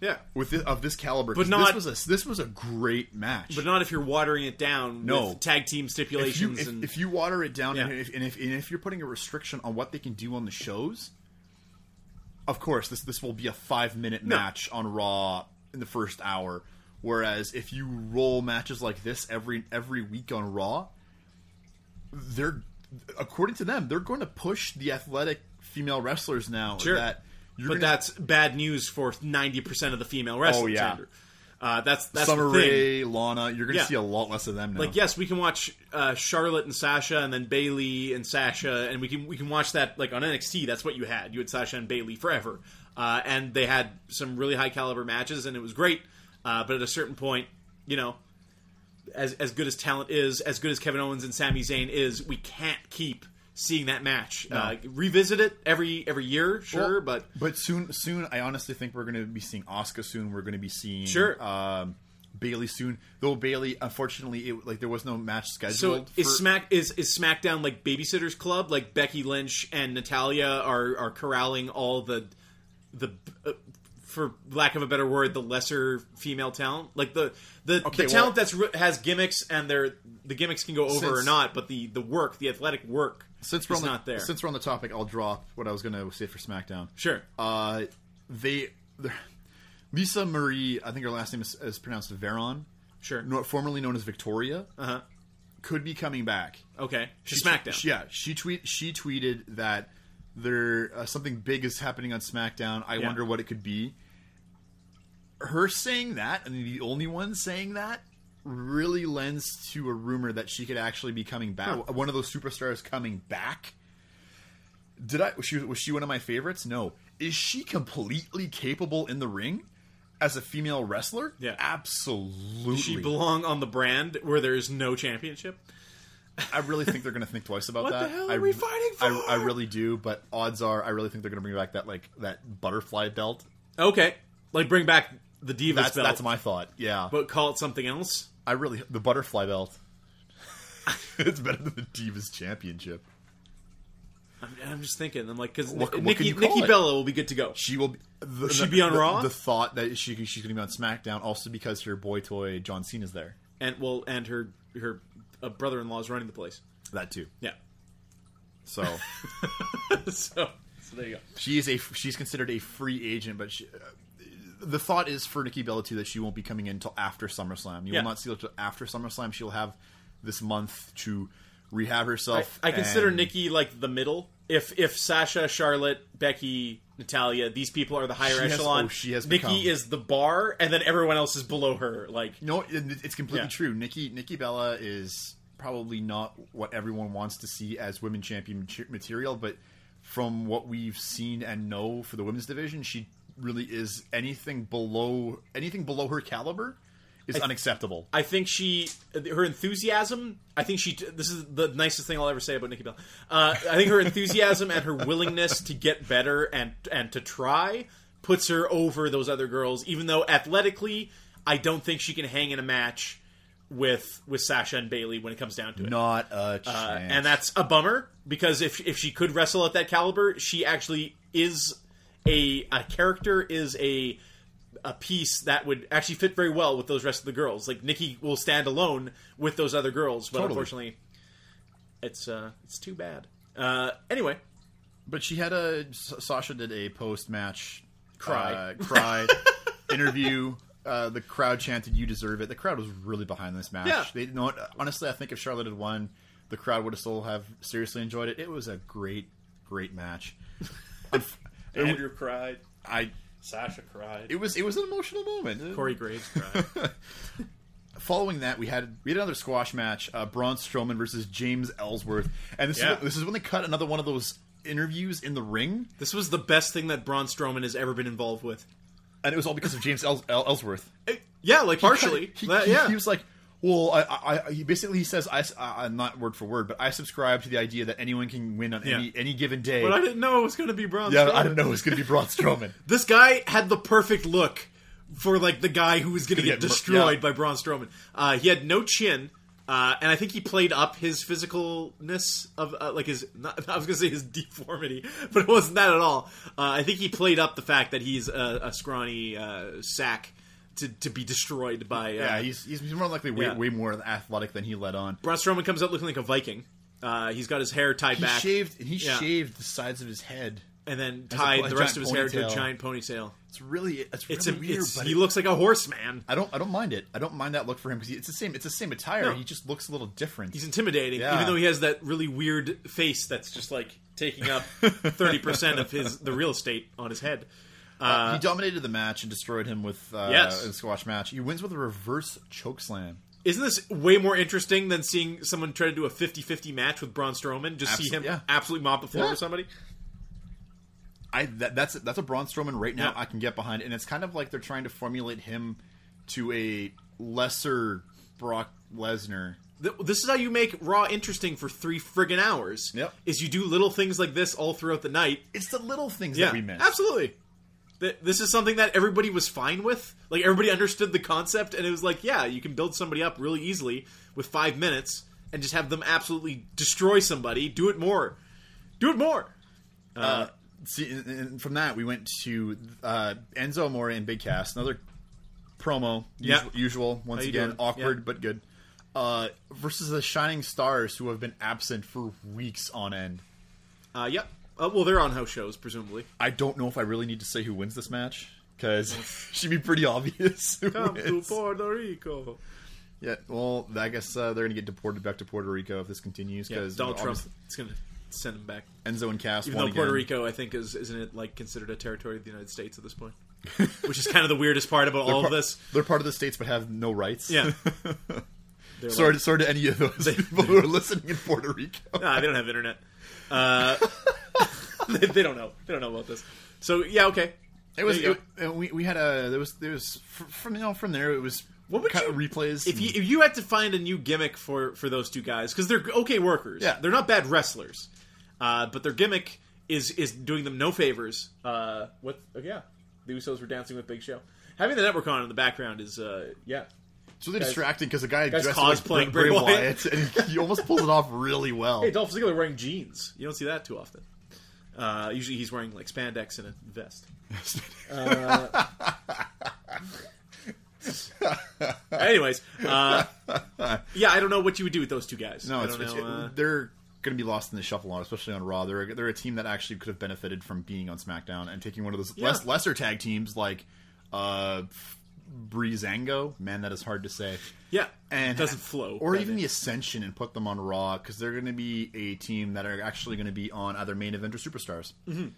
[SPEAKER 3] Yeah.
[SPEAKER 4] with thi- of this caliber.
[SPEAKER 3] But
[SPEAKER 4] 'cause
[SPEAKER 3] not-
[SPEAKER 4] this was a this was a great match.
[SPEAKER 3] But not if you're watering it down
[SPEAKER 4] No.
[SPEAKER 3] with tag team
[SPEAKER 4] if you
[SPEAKER 3] stipulations
[SPEAKER 4] if,
[SPEAKER 3] and.
[SPEAKER 4] if you water it down and,
[SPEAKER 3] Yeah.
[SPEAKER 4] if, and if and if you're putting a restriction on what they can do on the shows, of course this this will be a five minute
[SPEAKER 3] No.
[SPEAKER 4] match on Raw in the first hour. Whereas if you roll matches like this every every week on Raw, they're according to them they're going to push the athletic female wrestlers now
[SPEAKER 3] Sure.
[SPEAKER 4] that you're
[SPEAKER 3] but
[SPEAKER 4] gonna-
[SPEAKER 3] that's bad news for 90% of the female wrestlers,
[SPEAKER 4] Oh, yeah.
[SPEAKER 3] Andrew. Uh, that's that's
[SPEAKER 4] Summer
[SPEAKER 3] the thing.
[SPEAKER 4] Rae, Lana, you're going to
[SPEAKER 3] Yeah.
[SPEAKER 4] see a lot less of them now.
[SPEAKER 3] Like yes, we can watch uh, Charlotte and Sasha, and then Bailey and Sasha, and we can we can watch that like on NXT. That's what you had. You had Sasha and Bailey forever, uh, and they had some really high caliber matches, and it was great. Uh, but at a certain point, you know, as as good as talent is, as good as Kevin Owens and Sami Zayn is, we can't keep seeing that match. Uh, revisit it every every year, sure,
[SPEAKER 4] Well,
[SPEAKER 3] but
[SPEAKER 4] but soon, soon, I honestly think we're going to be seeing Oscar soon. We're going to be seeing
[SPEAKER 3] Sure.
[SPEAKER 4] um, Bailey soon. Though Bailey, unfortunately, it, like there was no match
[SPEAKER 3] So
[SPEAKER 4] scheduled.
[SPEAKER 3] is
[SPEAKER 4] for-
[SPEAKER 3] Smack is is SmackDown like Babysitters Club? Like Becky Lynch and Natalia are are corralling all the the uh, for lack of a better word the lesser female talent, like the the,
[SPEAKER 4] Okay,
[SPEAKER 3] the
[SPEAKER 4] well-
[SPEAKER 3] talent that's re- has gimmicks and they're the gimmicks can go over or
[SPEAKER 4] Since-
[SPEAKER 3] not, but the the work, the athletic work,
[SPEAKER 4] since we're
[SPEAKER 3] is
[SPEAKER 4] on the,
[SPEAKER 3] not there.
[SPEAKER 4] Since we're on the topic, I'll drop what I was going to say for SmackDown.
[SPEAKER 3] sure,
[SPEAKER 4] Uh, they, they're- Lisa Marie, I think her last name is, is pronounced Veron,
[SPEAKER 3] sure,
[SPEAKER 4] no- formerly known as Victoria,
[SPEAKER 3] uh-huh.
[SPEAKER 4] could be coming back.
[SPEAKER 3] okay, she's SmackDown.
[SPEAKER 4] She, yeah, she tweet she tweeted that there uh, something big is happening on SmackDown. I
[SPEAKER 3] Yeah.
[SPEAKER 4] wonder what it could be. Her saying that, and the only one saying that, really lends to a rumor that she could actually be coming back. One of those superstars coming back. Did I? Was she, was she one of my favorites? No. Is she completely capable in the ring as a female wrestler?
[SPEAKER 3] Yeah.
[SPEAKER 4] absolutely.
[SPEAKER 3] Does she belong on the brand where there is no championship.
[SPEAKER 4] I really think they're going to think twice about
[SPEAKER 3] What the
[SPEAKER 4] that.
[SPEAKER 3] hell
[SPEAKER 4] I,
[SPEAKER 3] are we fighting
[SPEAKER 4] I,
[SPEAKER 3] for?
[SPEAKER 4] I really do, but odds are, I really think they're going to bring back that like that butterfly belt.
[SPEAKER 3] Okay, like bring back the Divas
[SPEAKER 4] That's
[SPEAKER 3] belt,
[SPEAKER 4] that's my thought. Yeah,
[SPEAKER 3] but call it something else.
[SPEAKER 4] I really the butterfly belt. <laughs> it's better than the Divas Championship.
[SPEAKER 3] I'm, I'm just thinking. I'm like, because
[SPEAKER 4] What- what
[SPEAKER 3] Nikki,
[SPEAKER 4] can you call
[SPEAKER 3] Nikki
[SPEAKER 4] it?
[SPEAKER 3] Bella will be good to go.
[SPEAKER 4] She will. Be, the,
[SPEAKER 3] she
[SPEAKER 4] the-
[SPEAKER 3] be on
[SPEAKER 4] the-
[SPEAKER 3] Raw?
[SPEAKER 4] The thought that she she's going to be on SmackDown also because her boy toy John Cena's there.
[SPEAKER 3] and well, and her her uh, brother-in-law is running the place.
[SPEAKER 4] That too.
[SPEAKER 3] Yeah. <laughs>
[SPEAKER 4] So
[SPEAKER 3] so, so there you go.
[SPEAKER 4] she is a she's considered a free agent, but she, uh, the thought is for Nikki Bella too that she won't be coming in until after SummerSlam. You
[SPEAKER 3] Yeah.
[SPEAKER 4] will not see her till after SummerSlam. She'll have this month to rehab herself.
[SPEAKER 3] I consider
[SPEAKER 4] and-
[SPEAKER 3] Nikki like the middle. If if Sasha, Charlotte, Becky, Natalia, these people are the higher
[SPEAKER 4] She has-
[SPEAKER 3] echelon.
[SPEAKER 4] oh, she has
[SPEAKER 3] Nikki
[SPEAKER 4] become-
[SPEAKER 3] is the bar, and then everyone else is below her. Like
[SPEAKER 4] No, it- it's completely
[SPEAKER 3] Yeah.
[SPEAKER 4] true. Nikki Nikki Bella is probably not what everyone wants to see as women champion mat- material, but from what we've seen and know for the women's division, she really is anything below anything below her caliber is unacceptable.
[SPEAKER 3] I think she, her enthusiasm. I think she. This is the nicest thing I'll ever say about Nikki Bella. Uh, I think her enthusiasm and her willingness to get better and and to try puts her over those other girls. Even though athletically, I don't think she can hang in a match with with Sasha and Bailey when it comes down to it.
[SPEAKER 4] not a chance.
[SPEAKER 3] Uh, and that's a bummer because if if she could wrestle at that caliber, she actually is a a character is a a piece that would actually fit very well with those rest of the girls. Like Nikki will stand alone with those other girls, but
[SPEAKER 4] Totally.
[SPEAKER 3] unfortunately, it's uh it's too bad. Uh, anyway,
[SPEAKER 4] But she had a S- Sasha did a post match
[SPEAKER 3] Cry. <laughs>
[SPEAKER 4] cry interview. Uh, the crowd chanted, "You deserve it." The crowd was really behind this match.
[SPEAKER 3] Yeah.
[SPEAKER 4] They, you know what, honestly, I think if Charlotte had won, the crowd would have still have seriously enjoyed it. It was a great, great
[SPEAKER 3] <laughs>
[SPEAKER 4] match. Unf- and
[SPEAKER 3] cried.
[SPEAKER 4] I,
[SPEAKER 3] Sasha cried.
[SPEAKER 4] it was it was an emotional moment. Uh,
[SPEAKER 3] Corey Graves
[SPEAKER 4] <laughs>
[SPEAKER 3] cried.
[SPEAKER 4] Following that, we had we had another squash match: uh, Braun Strowman versus James Ellsworth, and this
[SPEAKER 3] Yeah.
[SPEAKER 4] is this is when they cut another one of those interviews in the ring.
[SPEAKER 3] this was the best thing that Braun Strowman has ever been involved with.
[SPEAKER 4] and it was all because of James El- El- Ellsworth.
[SPEAKER 3] Yeah, like partially.
[SPEAKER 4] <laughs> he,
[SPEAKER 3] That-
[SPEAKER 4] he-
[SPEAKER 3] yeah,
[SPEAKER 4] he was like, "Well, I, I, I he basically he says, I, am not word for word, but I subscribe to the idea that anyone can win on any
[SPEAKER 3] Yeah.
[SPEAKER 4] any given day."
[SPEAKER 3] but I didn't know it was going to be Braun.
[SPEAKER 4] yeah,
[SPEAKER 3] Strowman.
[SPEAKER 4] I don't know. It's going to be Braun
[SPEAKER 3] <laughs>
[SPEAKER 4] Strowman.
[SPEAKER 3] This guy had the perfect look for like the guy who was going to
[SPEAKER 4] Gonna
[SPEAKER 3] get
[SPEAKER 4] get mur-
[SPEAKER 3] destroyed
[SPEAKER 4] yeah.
[SPEAKER 3] by Braun Strowman. Uh, he had no chin, uh, and I think he played up his physicalness of uh, like his. Not, <laughs> I was going to say his deformity, <laughs> but it wasn't that at all. Uh, I think he played up the fact that he's a, a scrawny uh, sack to, to be destroyed by. Uh,
[SPEAKER 4] yeah, he's he's more than likely way,
[SPEAKER 3] Yeah.
[SPEAKER 4] way more athletic than he let on.
[SPEAKER 3] Braun Strowman comes out looking like a Viking. Uh, he's got his hair tied
[SPEAKER 4] He
[SPEAKER 3] back
[SPEAKER 4] shaved he
[SPEAKER 3] Yeah.
[SPEAKER 4] shaved the sides of his head.
[SPEAKER 3] and then
[SPEAKER 4] a-
[SPEAKER 3] tied
[SPEAKER 4] a
[SPEAKER 3] the rest of
[SPEAKER 4] giant
[SPEAKER 3] his hair to a
[SPEAKER 4] ponytail.
[SPEAKER 3] giant ponytail.
[SPEAKER 4] It's really it's really
[SPEAKER 3] It's, a,
[SPEAKER 4] weird,
[SPEAKER 3] it's
[SPEAKER 4] but
[SPEAKER 3] he
[SPEAKER 4] it-
[SPEAKER 3] looks like a horse man.
[SPEAKER 4] I don't I don't mind it. I don't mind that look for him because it's the same it's the same attire.
[SPEAKER 3] No.
[SPEAKER 4] He just looks a little different.
[SPEAKER 3] He's intimidating,
[SPEAKER 4] Yeah.
[SPEAKER 3] even though he has that really weird face that's just like taking
[SPEAKER 4] <laughs>
[SPEAKER 3] up thirty percent of his the real estate on his head.
[SPEAKER 4] he dominated the match and destroyed him with uh,
[SPEAKER 3] uh, Yes.
[SPEAKER 4] a squash match. He wins with a reverse choke slam.
[SPEAKER 3] Isn't this way more interesting than seeing someone try to do a 50-50 match with Braun Strowman? Just see
[SPEAKER 4] Absol-
[SPEAKER 3] him
[SPEAKER 4] yeah.
[SPEAKER 3] absolutely mop the floor
[SPEAKER 4] Yeah.
[SPEAKER 3] with somebody.
[SPEAKER 4] I that, that's that's a Braun Strowman right now
[SPEAKER 3] Yeah.
[SPEAKER 4] I can get behind, and it's kind of like they're trying to formulate him to a lesser Brock Lesnar.
[SPEAKER 3] Th- This is how you make Raw interesting for three friggin' hours.
[SPEAKER 4] Yep.
[SPEAKER 3] Is you do little things like this all throughout the night.
[SPEAKER 4] It's the little things
[SPEAKER 3] Yeah,
[SPEAKER 4] that we miss.
[SPEAKER 3] absolutely. Th- This is something that everybody was fine with. Like everybody understood the concept, and it was like, yeah, you can build somebody up really easily with five minutes, and just have them absolutely destroy somebody. Do it more. Do it more.
[SPEAKER 4] See, and, and from that we went to uh, Enzo Amore and Big Cass, another promo.
[SPEAKER 3] Yeah.
[SPEAKER 4] usual, usual once
[SPEAKER 3] you
[SPEAKER 4] again,
[SPEAKER 3] doing?
[SPEAKER 4] awkward
[SPEAKER 3] Yeah.
[SPEAKER 4] but good. Uh, versus the Shining Stars, who have been absent for weeks on end.
[SPEAKER 3] Uh, yep. Uh, well, they're on house shows, presumably.
[SPEAKER 4] I don't know if I really need to say who wins this match because <laughs> should be pretty obvious. who
[SPEAKER 3] Come to
[SPEAKER 4] wins.
[SPEAKER 3] Puerto Rico.
[SPEAKER 4] Yeah, well, I guess uh, they're going to get deported back to Puerto Rico if this continues
[SPEAKER 3] Yeah,
[SPEAKER 4] because
[SPEAKER 3] Donald Trump is going to send them back.
[SPEAKER 4] Enzo and Cass
[SPEAKER 3] Even
[SPEAKER 4] won
[SPEAKER 3] though Puerto
[SPEAKER 4] again.
[SPEAKER 3] Rico, I think, is isn't it like considered a territory of the United States at this point? Which is kind of the weirdest part about
[SPEAKER 4] They're
[SPEAKER 3] all of
[SPEAKER 4] par-
[SPEAKER 3] this.
[SPEAKER 4] They're part of the states but have no rights.
[SPEAKER 3] Yeah. They're
[SPEAKER 4] <laughs> sorry,
[SPEAKER 3] like-
[SPEAKER 4] to, sorry to any of those people who are listening in
[SPEAKER 3] <laughs>
[SPEAKER 4] Puerto Rico.
[SPEAKER 3] Nah, they don't have internet. Uh, <laughs> they, they don't know. They don't know about this. So yeah, okay.
[SPEAKER 4] It was
[SPEAKER 3] There you
[SPEAKER 4] it,
[SPEAKER 3] go.
[SPEAKER 4] uh, we, we had a there was there was fr- from you know from there it was
[SPEAKER 3] What would
[SPEAKER 4] cut
[SPEAKER 3] you-
[SPEAKER 4] replays.
[SPEAKER 3] if you if you had to find a new gimmick for for those two guys because they're okay workers.
[SPEAKER 4] Yeah.
[SPEAKER 3] they're not bad wrestlers, uh, but their gimmick is is doing them no favors. Uh, what? Oh, yeah, the Usos were dancing with Big Show. Having the network on in the background is uh, yeah.
[SPEAKER 4] it's really distracting because the guy dressed
[SPEAKER 3] cosplaying
[SPEAKER 4] like Bray,
[SPEAKER 3] Bray Wyatt.
[SPEAKER 4] Wyatt and he almost pulled it off
[SPEAKER 3] <laughs>
[SPEAKER 4] really well.
[SPEAKER 3] Hey, Dolph Ziggler wearing jeans. You don't see that too often. Uh, usually he's wearing like spandex and a vest. Uh, <laughs> anyways, uh, yeah, I don't know what you would do with those two guys.
[SPEAKER 4] No,
[SPEAKER 3] I
[SPEAKER 4] it's,
[SPEAKER 3] don't
[SPEAKER 4] it's
[SPEAKER 3] know, uh,
[SPEAKER 4] they're going to be lost in the shuffle a lot, especially on Raw. They're they're a team that actually could have benefited from being on SmackDown and taking one of those less, lesser tag teams like uh, Breezango. Man, that is hard to say.
[SPEAKER 3] Yeah,
[SPEAKER 4] And
[SPEAKER 3] it doesn't flow.
[SPEAKER 4] or
[SPEAKER 3] that
[SPEAKER 4] even
[SPEAKER 3] name.
[SPEAKER 4] the Ascension, and put them on Raw because they're going to be a team that are actually going to be on either main event or superstars. Mm-hmm.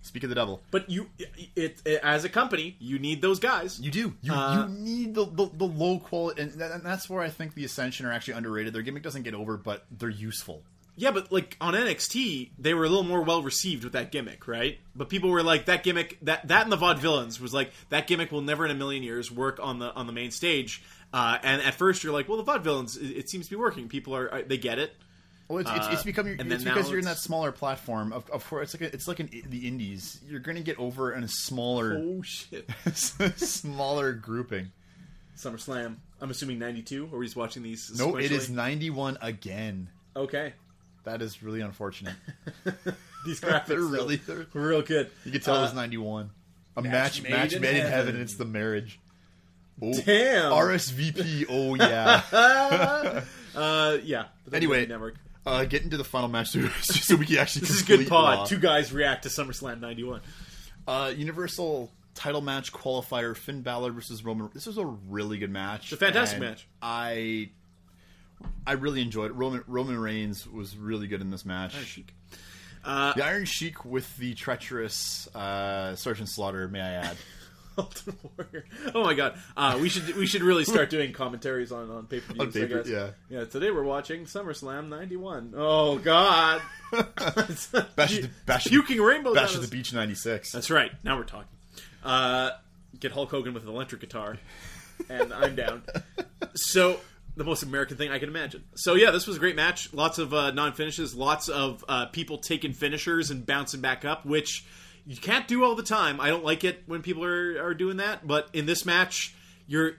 [SPEAKER 4] Speak of the devil.
[SPEAKER 3] But you, it, it as a company, you need those guys.
[SPEAKER 4] You do. You,
[SPEAKER 3] Uh,
[SPEAKER 4] you need the, the, the low quality, and, tha- and that's where I think the Ascension are actually underrated. Their gimmick doesn't get over, but they're useful.
[SPEAKER 3] Yeah, but like on NXT, they were a little more well received with that gimmick, right? But people were like, that gimmick, that that and the Vaudevillains was like, that gimmick will never in a million years work on the on the main stage. Uh, and at first, you're like, well, the Vaudevillains, it, it seems to be working. People are, are they get it.
[SPEAKER 4] Well, it's, it's, it's
[SPEAKER 3] Uh,
[SPEAKER 4] become your,
[SPEAKER 3] and then
[SPEAKER 4] it's
[SPEAKER 3] now
[SPEAKER 4] because you're in that
[SPEAKER 3] it's-
[SPEAKER 4] smaller platform. Of, of course, it's like a, it's like an, i- the Indies. You're going to get over in a smaller
[SPEAKER 3] Oh shit! <laughs>
[SPEAKER 4] <laughs> smaller grouping.
[SPEAKER 3] SummerSlam. I'm assuming '92, or he's watching these.
[SPEAKER 4] No, it is
[SPEAKER 3] sequentially?
[SPEAKER 4] 91 again. <laughs>
[SPEAKER 3] okay.
[SPEAKER 4] That is
[SPEAKER 3] <laughs>
[SPEAKER 4] really unfortunate.
[SPEAKER 3] These graphics
[SPEAKER 4] They're
[SPEAKER 3] though,
[SPEAKER 4] really- they're-
[SPEAKER 3] were real good.
[SPEAKER 4] You can tell
[SPEAKER 3] Uh,
[SPEAKER 4] it was 91. A match, match made, in, heaven. It's the marriage. Oh.
[SPEAKER 3] Damn.
[SPEAKER 4] RSVP.
[SPEAKER 3] <laughs>
[SPEAKER 4] Oh yeah.
[SPEAKER 3] uh, yeah. But that
[SPEAKER 4] Anyway.
[SPEAKER 3] didn't network.
[SPEAKER 4] uh, get into the final match so, so we can actually.
[SPEAKER 3] This is good
[SPEAKER 4] complete
[SPEAKER 3] pod.
[SPEAKER 4] Raw.
[SPEAKER 3] Two guys react to SummerSlam '91.
[SPEAKER 4] Uh, Universal title match qualifier: Finn Balor versus Roman. This was a really good match.
[SPEAKER 3] It's a fantastic
[SPEAKER 4] and
[SPEAKER 3] match.
[SPEAKER 4] I I really enjoyed it. Roman Roman Reigns was really good in this match. The Iron Sheik with the treacherous uh, Sergeant Slaughter, may I
[SPEAKER 3] <laughs>
[SPEAKER 4] add.
[SPEAKER 3] Ultimate Warrior. <laughs> Oh my god. Uh, we should we should really start doing commentaries on on pay per
[SPEAKER 4] On
[SPEAKER 3] views. I
[SPEAKER 4] pay-per-
[SPEAKER 3] guess.
[SPEAKER 4] yeah.
[SPEAKER 3] Yeah. Today we're watching SummerSlam '91. Oh
[SPEAKER 4] <laughs>
[SPEAKER 3] god. <laughs>
[SPEAKER 4] Bash at the, bash at the-
[SPEAKER 3] Puking rainbows.
[SPEAKER 4] Bash
[SPEAKER 3] out
[SPEAKER 4] at the
[SPEAKER 3] of us.
[SPEAKER 4] Beach '96.
[SPEAKER 3] That's right. Now we're talking. Uh, get Hulk Hogan with an electric guitar, and I'm down. So the most American thing I can imagine. So yeah, this was a great match. Lots of uh, non finishes. Lots of uh, people taking finishers and bouncing back up, which you can't do all the time. I don't like it when people are are doing that. But in this match, you're.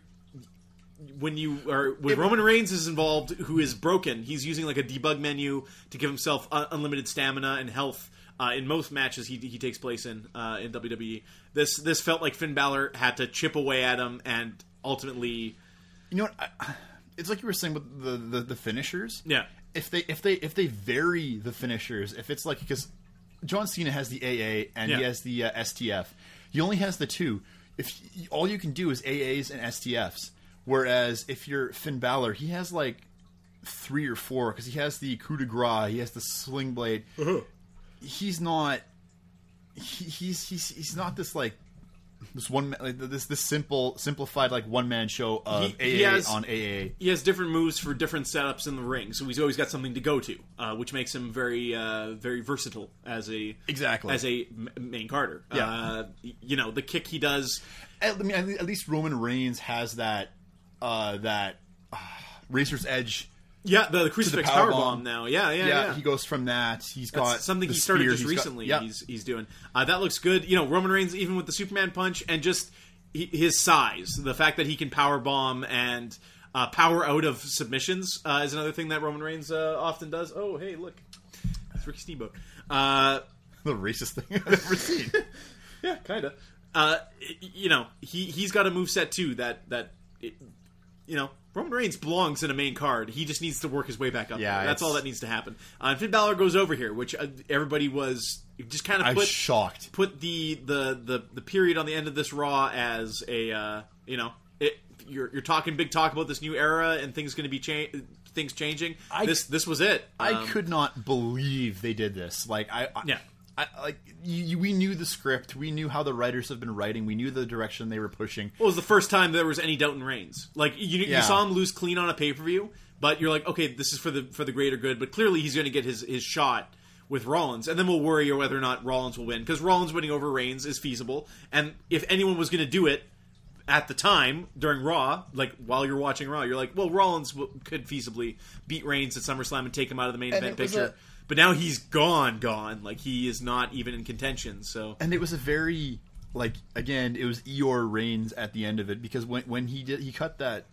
[SPEAKER 3] When you are when Roman Reigns is involved, who is broken, he's using like a debug menu to give himself uh, unlimited stamina and health. Uh, in most matches, he he takes place in uh, in WWE. This this felt like Finn Balor had to chip away at him and ultimately,
[SPEAKER 4] You know what? I, it's like you were saying with the, the, the finishers.
[SPEAKER 3] yeah,
[SPEAKER 4] if they if they if they vary the finishers, if it's like because John Cena has the AA and
[SPEAKER 3] Yeah.
[SPEAKER 4] he has the uh, STF, he only has the two. If y- all you can do is AAs and STFs, whereas if you're Finn Balor, he has like three or four because he has the coup de grace, he has the sling blade. He's not. He, he's he's he's not this like this one ma- like this this simple simplified like one man show of
[SPEAKER 3] He- he
[SPEAKER 4] AA
[SPEAKER 3] has-
[SPEAKER 4] on AA.
[SPEAKER 3] he has different moves for different setups in the ring, so he's always got something to go to, uh, which makes him very, uh, very versatile as a
[SPEAKER 4] Exactly.
[SPEAKER 3] as a m- main Carter.
[SPEAKER 4] Yeah.
[SPEAKER 3] Uh, you know the kick he does.
[SPEAKER 4] at, I mean, at le- at least Roman Reigns has that uh, that uh, Racer's Edge.
[SPEAKER 3] Yeah, the, the crucifix
[SPEAKER 4] power
[SPEAKER 3] power
[SPEAKER 4] bomb.
[SPEAKER 3] bomb now. Yeah, yeah,
[SPEAKER 4] Yeah,
[SPEAKER 3] yeah.
[SPEAKER 4] he goes from that. He's
[SPEAKER 3] That's
[SPEAKER 4] got
[SPEAKER 3] something
[SPEAKER 4] the
[SPEAKER 3] he started
[SPEAKER 4] spear,
[SPEAKER 3] just
[SPEAKER 4] he's got-
[SPEAKER 3] recently.
[SPEAKER 4] yeah.
[SPEAKER 3] He's he's doing uh, that looks good. You know, Roman Reigns even with the Superman punch and just hi- his size, the fact that he can power bomb and uh, power out of submissions uh, is another thing that Roman Reigns uh, often does. Oh, hey, look, it's Ricky Steamboat. Uh,
[SPEAKER 4] the racist thing I've <laughs> ever seen.
[SPEAKER 3] yeah, kind of. Uh, y- you know, he he's got a move set too that that it, you know Roman Reigns belongs in a main card. He just needs to work his way back up.
[SPEAKER 4] Yeah,
[SPEAKER 3] there. that's
[SPEAKER 4] it's-
[SPEAKER 3] all that needs to happen. Uh, and Finn Balor goes over here, which uh, everybody was just kind
[SPEAKER 4] I
[SPEAKER 3] of
[SPEAKER 4] was
[SPEAKER 3] put
[SPEAKER 4] shocked.
[SPEAKER 3] put the, the the the period on the end of this Raw as a uh, you know it. You're, you're talking big talk about this new era and things going to be cha- things changing.
[SPEAKER 4] I-
[SPEAKER 3] this this was it.
[SPEAKER 4] I
[SPEAKER 3] Um,
[SPEAKER 4] could not believe they did this. Like I, I
[SPEAKER 3] Yeah.
[SPEAKER 4] I, like you, you- we knew the script. We knew how the writers have been writing. We knew the direction they were pushing.
[SPEAKER 3] Well, it was the first time there was any Doughton Reigns. Like you, you
[SPEAKER 4] Yeah.
[SPEAKER 3] saw him lose clean on a pay per view, but you're like, okay, this is for the for the greater good. But clearly, he's going to get his his shot with Rollins, and then we'll worry whether or not Rollins will win because Rollins winning over Reigns is feasible. And if anyone was going to do it at the time during Raw, like while you're watching Raw, you're like, well, Rollins w- could feasibly beat Reigns at SummerSlam and take him out of the main
[SPEAKER 4] And
[SPEAKER 3] event
[SPEAKER 4] it was
[SPEAKER 3] picture.
[SPEAKER 4] a-
[SPEAKER 3] but now he's gone, gone. Like he is not even in contention. So
[SPEAKER 4] and it was a very like again it was Eeyore Reigns at the end of it because when when he did he cut that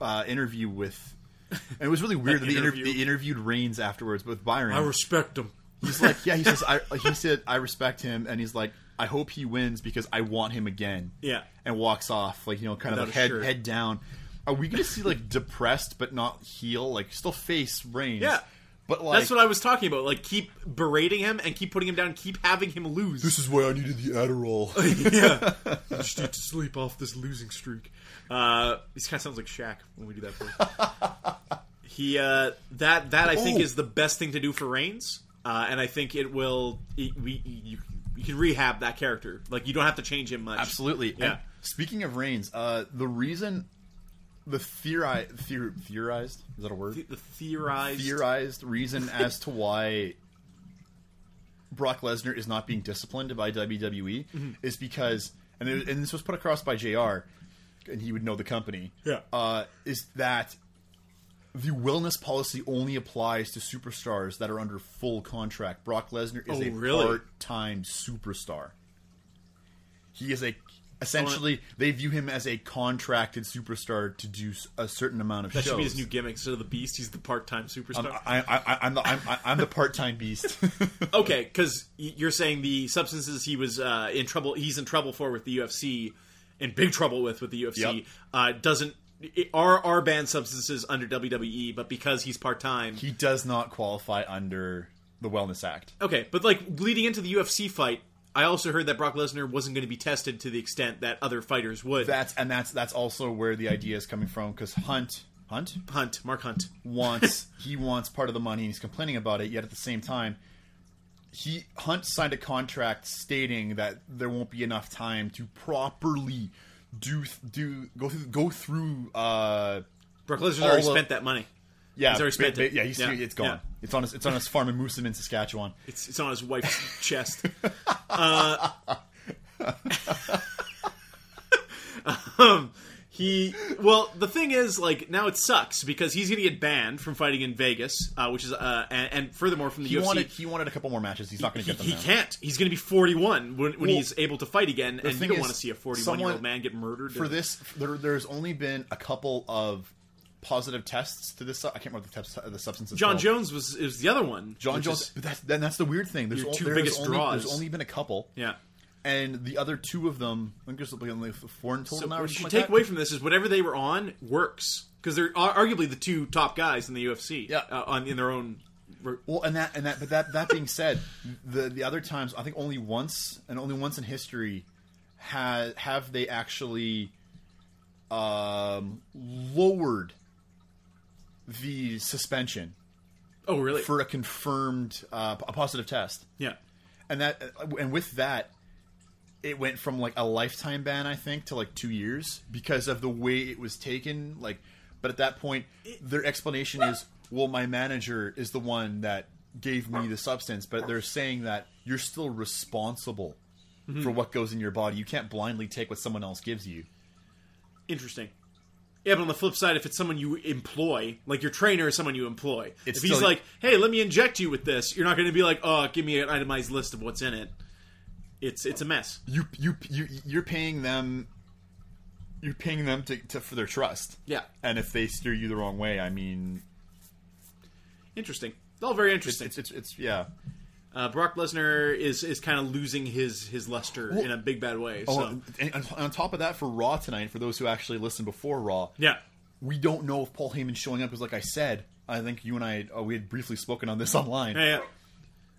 [SPEAKER 4] uh, interview with and it was really weird that, they, inter-
[SPEAKER 3] interview.
[SPEAKER 4] they interviewed Reigns afterwards with Byron.
[SPEAKER 3] respect him.
[SPEAKER 4] he's like yeah he says I he said I respect him and he's like I hope he wins because I want him again.
[SPEAKER 3] Yeah.
[SPEAKER 4] and walks off like you know kind
[SPEAKER 3] Without
[SPEAKER 4] of like
[SPEAKER 3] a
[SPEAKER 4] head
[SPEAKER 3] shirt.
[SPEAKER 4] head down. Are we gonna see like depressed but not heel like still face Reigns?
[SPEAKER 3] Yeah.
[SPEAKER 4] But like,
[SPEAKER 3] That's what I was talking about. Like, keep berating him and keep putting him down. Keep having him lose.
[SPEAKER 4] is why I needed the Adderall.
[SPEAKER 3] <laughs> yeah, You just need to sleep off this losing streak. Uh, this kind of sounds like Shaq when we do that. Voice. <laughs> he uh, that that I think
[SPEAKER 4] Ooh.
[SPEAKER 3] is the best thing to do for Reigns, uh, and I think it will. It, we you, you can rehab that character. Like you don't have to change him much.
[SPEAKER 4] Absolutely.
[SPEAKER 3] Yeah.
[SPEAKER 4] And speaking of Reigns, uh, the reason the theori- theor- theorized is that a word?
[SPEAKER 3] The, the theorized.
[SPEAKER 4] theorized reason as to why Brock Lesnar is not being disciplined by WWE
[SPEAKER 3] Mm-hmm.
[SPEAKER 4] is because, and, it, and this was put across by JR, and he would know the company,
[SPEAKER 3] Yeah.
[SPEAKER 4] uh, is that the wellness policy only applies to superstars that are under full contract. Brock Lesnar is
[SPEAKER 3] Oh,
[SPEAKER 4] a
[SPEAKER 3] really?
[SPEAKER 4] part-time superstar. He is a essentially they view him as a contracted superstar to do s- a certain amount of
[SPEAKER 3] that
[SPEAKER 4] shows.
[SPEAKER 3] should be his new gimmick. Instead of the Beast, he's the part-time superstar.
[SPEAKER 4] I'm, I, I, I'm the I'm, I'm the part time beast.
[SPEAKER 3] Okay, because you're saying the substances he was uh, in trouble, he's in trouble for with the UFC, in big trouble with with the UFC,
[SPEAKER 4] Yep.
[SPEAKER 3] uh, doesn't it, are are banned substances under WWE, but because he's part time.
[SPEAKER 4] he does not qualify under the Wellness Act.
[SPEAKER 3] Okay, but like leading into the UFC fight, I also heard that Brock Lesnar wasn't going to be tested to the extent that other fighters would.
[SPEAKER 4] That's and that's that's also where the idea is coming from because Hunt Hunt
[SPEAKER 3] Hunt, Mark Hunt.
[SPEAKER 4] wants he wants part of the money and he's complaining about it. Yet at the same time, he Hunt signed a contract stating that there won't be enough time to properly do do go through go through. Uh,
[SPEAKER 3] Brock Lesnar's
[SPEAKER 4] All
[SPEAKER 3] already
[SPEAKER 4] of-
[SPEAKER 3] spent that money.
[SPEAKER 4] yeah,
[SPEAKER 3] He's already spent it.
[SPEAKER 4] Yeah, he's,
[SPEAKER 3] Yeah,
[SPEAKER 4] it's gone.
[SPEAKER 3] yeah.
[SPEAKER 4] It's on his it's on his farm in Moosomin, Saskatchewan.
[SPEAKER 3] It's it's on his
[SPEAKER 4] <laughs>
[SPEAKER 3] wife's chest. Uh, um, he well, the thing is, like now it sucks because he's going to get banned from fighting in Vegas, uh, which is uh, and, and furthermore from the
[SPEAKER 4] He
[SPEAKER 3] UFC.
[SPEAKER 4] wanted he wanted a couple more matches. He's not going to
[SPEAKER 3] he,
[SPEAKER 4] get them.
[SPEAKER 3] he
[SPEAKER 4] now.
[SPEAKER 3] can't. He's going to be 41 when, when
[SPEAKER 4] Well,
[SPEAKER 3] he's able to fight again, and you
[SPEAKER 4] thing
[SPEAKER 3] don't
[SPEAKER 4] is,
[SPEAKER 3] want to see a 41 year old
[SPEAKER 4] someone-
[SPEAKER 3] man get murdered
[SPEAKER 4] for
[SPEAKER 3] in-
[SPEAKER 4] this there, there's only been a couple of positive tests to this su- i can't remember the, test, the substance is
[SPEAKER 3] John
[SPEAKER 4] called.
[SPEAKER 3] Jones was is the other one.
[SPEAKER 4] john
[SPEAKER 3] which
[SPEAKER 4] jones
[SPEAKER 3] is-
[SPEAKER 4] but that's, then that's the weird thing there's,
[SPEAKER 3] Your
[SPEAKER 4] on-
[SPEAKER 3] two
[SPEAKER 4] there's
[SPEAKER 3] biggest
[SPEAKER 4] only,
[SPEAKER 3] draws.
[SPEAKER 4] there's only been a couple
[SPEAKER 3] yeah.
[SPEAKER 4] and the other two of them i think there's like only four in total
[SPEAKER 3] So
[SPEAKER 4] now
[SPEAKER 3] what
[SPEAKER 4] or
[SPEAKER 3] you
[SPEAKER 4] something
[SPEAKER 3] should
[SPEAKER 4] like
[SPEAKER 3] take
[SPEAKER 4] that.
[SPEAKER 3] away from this is whatever they were on works because they're ar- arguably the two top guys in the UFC.
[SPEAKER 4] Yeah.
[SPEAKER 3] uh, on in their own.
[SPEAKER 4] Well, and that and that, but that that being said, the the other times, I think only once and only once in history, ha have they actually um, lowered the suspension
[SPEAKER 3] Oh, really?
[SPEAKER 4] for a confirmed uh, p- a positive test,
[SPEAKER 3] yeah.
[SPEAKER 4] and that uh, and with that, it went from like a lifetime ban, I think, to like two years because of the way it was taken. Like, but at that point, their explanation is, well, my manager is the one that gave me the substance, but they're saying that you're still responsible for what goes in your body. You can't blindly take what someone else gives you.
[SPEAKER 3] Interesting. Yeah, but on the flip side, if it's someone you employ, like your trainer is someone you employ,
[SPEAKER 4] It's
[SPEAKER 3] if he's
[SPEAKER 4] still-
[SPEAKER 3] like, "Hey, let me inject you with this," you're not going to be like, "Oh, give me an itemized list of what's in it." It's it's a mess.
[SPEAKER 4] You you you you're paying them. You're paying them to, to for their trust.
[SPEAKER 3] Yeah.
[SPEAKER 4] and if they steer you the wrong way, I mean,
[SPEAKER 3] Interesting. All very
[SPEAKER 4] it's
[SPEAKER 3] interesting.
[SPEAKER 4] it's, it's, it's yeah.
[SPEAKER 3] uh, Brock Lesnar is is kind of losing his his luster
[SPEAKER 4] Well-
[SPEAKER 3] in a big bad way. So
[SPEAKER 4] Oh, and and on top of that, for Raw tonight, for those who actually listened before Raw,
[SPEAKER 3] yeah,
[SPEAKER 4] we don't know if Paul Heyman's showing up. Because, like I said, I think you and I uh, we had briefly spoken on this <laughs> online.
[SPEAKER 3] yeah. yeah.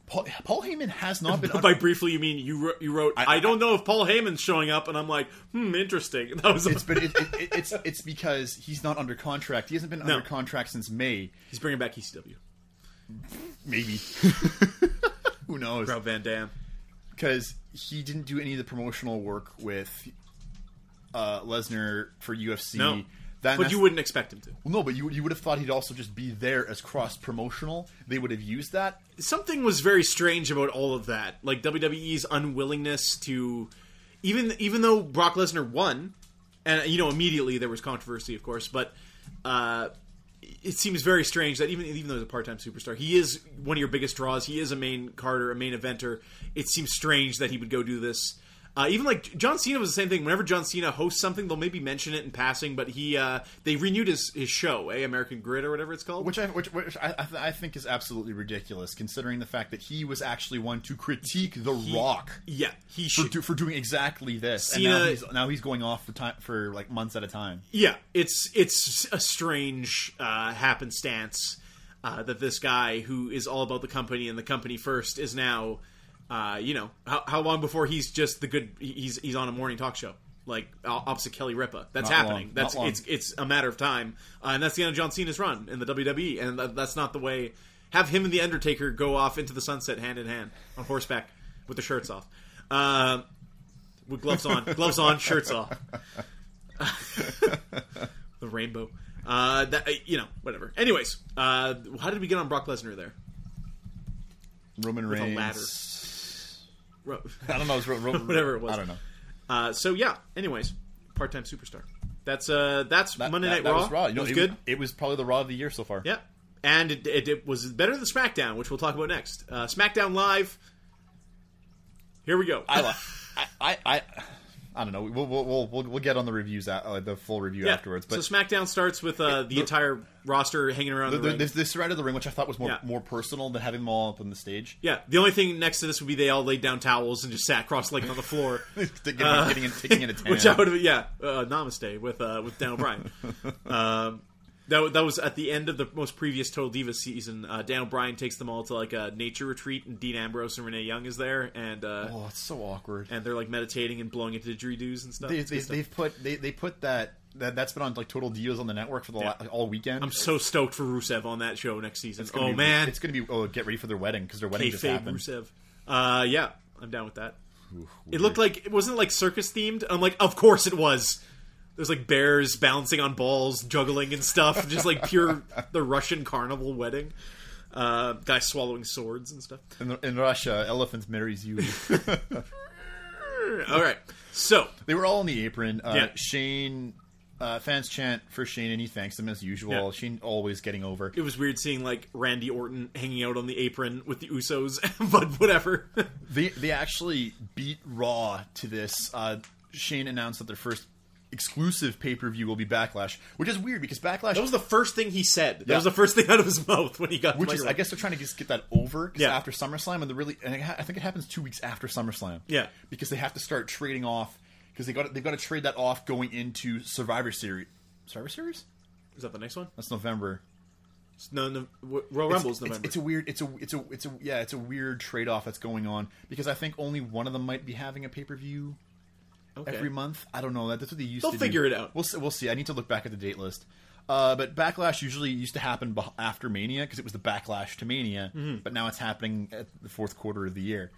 [SPEAKER 4] Paul, Paul Heyman has not been.
[SPEAKER 3] <laughs> By briefly, you mean you wrote, you wrote I,
[SPEAKER 4] I-
[SPEAKER 3] don't know if Paul Heyman's showing up, and I'm like, hmm, interesting. <laughs> That was
[SPEAKER 4] <laughs> it's, but it, it, it, it's it's because he's not under contract. He hasn't been under contract since May.
[SPEAKER 3] he's bringing back E ECW. <laughs>
[SPEAKER 4] Maybe. who knows?
[SPEAKER 3] Rob Van Dam.
[SPEAKER 4] Because he didn't do any of the promotional work with uh, Lesnar for UFC.
[SPEAKER 3] No,
[SPEAKER 4] That-
[SPEAKER 3] but
[SPEAKER 4] that's-
[SPEAKER 3] you wouldn't expect him to.
[SPEAKER 4] Well, no, but you, you would have thought he'd also just be there as cross promotional. They would have used that.
[SPEAKER 3] Something was very strange about all of that, like WWE's unwillingness to, even even though Brock Lesnar won, and you know immediately there was controversy, of course, but. Uh, it seems very strange that even even though he's a part time superstar, he is one of your biggest draws. He is a main carder, a main eventer. It seems strange that he would go do this. Uh, even like John Cena was the same thing. Whenever John Cena hosts something, they'll maybe mention it in passing. But he uh, they renewed his his show, eh? American Grid or whatever it's called.
[SPEAKER 4] which I which, which I, I th- I think is absolutely ridiculous, considering the fact that he was actually one to critique The Rock
[SPEAKER 3] yeah, he
[SPEAKER 4] for,
[SPEAKER 3] should.
[SPEAKER 4] do, for doing exactly this, and
[SPEAKER 3] Cena-
[SPEAKER 4] now he's, now he's going off for time for like months at a time.
[SPEAKER 3] yeah, it's it's a strange uh, happenstance. uh, that this guy who is all about the company and the company first is now, uh, you know, how, how long before he's just the good? He's he's on a morning talk show like o- opposite Kelly Ripa. That's
[SPEAKER 4] Not long.
[SPEAKER 3] happening.
[SPEAKER 4] Not
[SPEAKER 3] That's
[SPEAKER 4] long.
[SPEAKER 3] it's it's a matter of time, uh, and that's the end of John Cena's run in the WWE, and that, that's not the way. Have him and the Undertaker go off into the sunset hand in hand on horseback with their shirts off, uh, with gloves on, gloves on, shirts off. the rainbow. Uh, that uh, you know, whatever. Anyways, uh, how did we get on Brock Lesnar there?
[SPEAKER 4] Roman
[SPEAKER 3] a
[SPEAKER 4] Reigns.
[SPEAKER 3] ladder. Ro- <laughs>
[SPEAKER 4] I don't know. It was Ro- Ro-
[SPEAKER 3] Whatever it was.
[SPEAKER 4] I don't know.
[SPEAKER 3] Uh, so yeah. Anyways, part-time superstar. That's uh, that's
[SPEAKER 4] That-
[SPEAKER 3] Monday
[SPEAKER 4] that-
[SPEAKER 3] Night
[SPEAKER 4] that
[SPEAKER 3] Raw.
[SPEAKER 4] Was Raw. You know,
[SPEAKER 3] it was
[SPEAKER 4] it,
[SPEAKER 3] good.
[SPEAKER 4] It was probably the Raw of the year so far.
[SPEAKER 3] Yeah, and it, it, it was better than SmackDown, which we'll talk about next. Uh, SmackDown Live. Here we go.
[SPEAKER 4] I, li- I, I, I, I don't know. We'll we'll we'll, we'll, we'll get on the reviews at, uh, the full
[SPEAKER 3] <laughs>
[SPEAKER 4] review
[SPEAKER 3] Yeah.
[SPEAKER 4] afterwards. But
[SPEAKER 3] so SmackDown starts with uh, the entire roster hanging around the,
[SPEAKER 4] the, the,
[SPEAKER 3] ring.
[SPEAKER 4] they, they surrounded the ring, which I thought was more
[SPEAKER 3] Yeah.
[SPEAKER 4] more personal than having them all up on the stage. <laughs>
[SPEAKER 3] yeah, the only thing next to this would be they all laid down towels and just sat cross-legged on the
[SPEAKER 4] <laughs>
[SPEAKER 3] floor.
[SPEAKER 4] getting, getting in, taking in a tan.
[SPEAKER 3] Uh, <laughs> Which I would have, yeah, uh, Namaste with uh, with Dan O'Brien.
[SPEAKER 4] <laughs>
[SPEAKER 3] um, that wa- that was at the end of the most previous Total Divas season. Uh, Dan O'Brien takes them all to like a nature retreat, and Dean Ambrose and Renee Young is there, and uh,
[SPEAKER 4] oh, it's so awkward.
[SPEAKER 3] and they're like meditating and blowing into didgeridoos and stuff.
[SPEAKER 4] they,
[SPEAKER 3] It's good
[SPEAKER 4] they,
[SPEAKER 3] stuff.
[SPEAKER 4] they've put they, they put that, that that's been on like total deals on the network for the la-
[SPEAKER 3] Yeah.
[SPEAKER 4] all weekend.
[SPEAKER 3] I'm so stoked for Rusev on that show next season.
[SPEAKER 4] It's gonna
[SPEAKER 3] Oh
[SPEAKER 4] be-
[SPEAKER 3] man,
[SPEAKER 4] it's gonna be oh get ready for their wedding because their wedding just
[SPEAKER 3] kayfabe
[SPEAKER 4] happened.
[SPEAKER 3] Rusev. Uh, yeah, I'm down with that. It looked like it wasn't like circus themed. I'm like, of course it was. There's like bears bouncing on balls, juggling and stuff. Just like
[SPEAKER 4] <laughs>
[SPEAKER 3] pure the Russian carnival wedding. Uh, guys swallowing swords and stuff.
[SPEAKER 4] in, the- in Russia, elephants marries you.
[SPEAKER 3] <laughs> All right, so
[SPEAKER 4] They were all on the apron. Uh,
[SPEAKER 3] Yeah.
[SPEAKER 4] Shane, uh, fans chant for Shane, and he thanks them as usual.
[SPEAKER 3] Yeah.
[SPEAKER 4] Shane always getting over.
[SPEAKER 3] it was weird seeing like Randy Orton hanging out on the apron with the Usos, <laughs> but whatever.
[SPEAKER 4] They they actually beat Raw to this. Uh, Shane announced that their first exclusive pay per view will be Backlash, which is weird because Backlash.
[SPEAKER 3] That was the first thing he said. That
[SPEAKER 4] Yeah.
[SPEAKER 3] was the first thing out of his mouth when he got.
[SPEAKER 4] which
[SPEAKER 3] the
[SPEAKER 4] is, I
[SPEAKER 3] microphone.
[SPEAKER 4] guess they're trying to just get that over 'cause
[SPEAKER 3] Yeah.
[SPEAKER 4] after SummerSlam, and the really, and it ha- I think it happens two weeks after SummerSlam.
[SPEAKER 3] Yeah.
[SPEAKER 4] because they have to start trading off because they got they've got to trade that off going into Survivor Series. Survivor Series?
[SPEAKER 3] is that the next one?
[SPEAKER 4] That's November.
[SPEAKER 3] No, no w- Royal
[SPEAKER 4] It's-
[SPEAKER 3] Rumble's
[SPEAKER 4] it's,
[SPEAKER 3] November.
[SPEAKER 4] It's a weird. It's a. It's a. It's a. Yeah. It's a weird trade off that's going on because I think only one of them might be having a pay per view
[SPEAKER 3] Okay.
[SPEAKER 4] every month. I don't know. That, that's what they used
[SPEAKER 3] They'll
[SPEAKER 4] to
[SPEAKER 3] figure
[SPEAKER 4] do.
[SPEAKER 3] it out.
[SPEAKER 4] We'll see, we'll see. I need to look back at the date list. Uh, but Backlash usually used to happen beh- after Mania because it was the Backlash to Mania,
[SPEAKER 3] Mm-hmm.
[SPEAKER 4] but now it's happening at the fourth quarter of the year.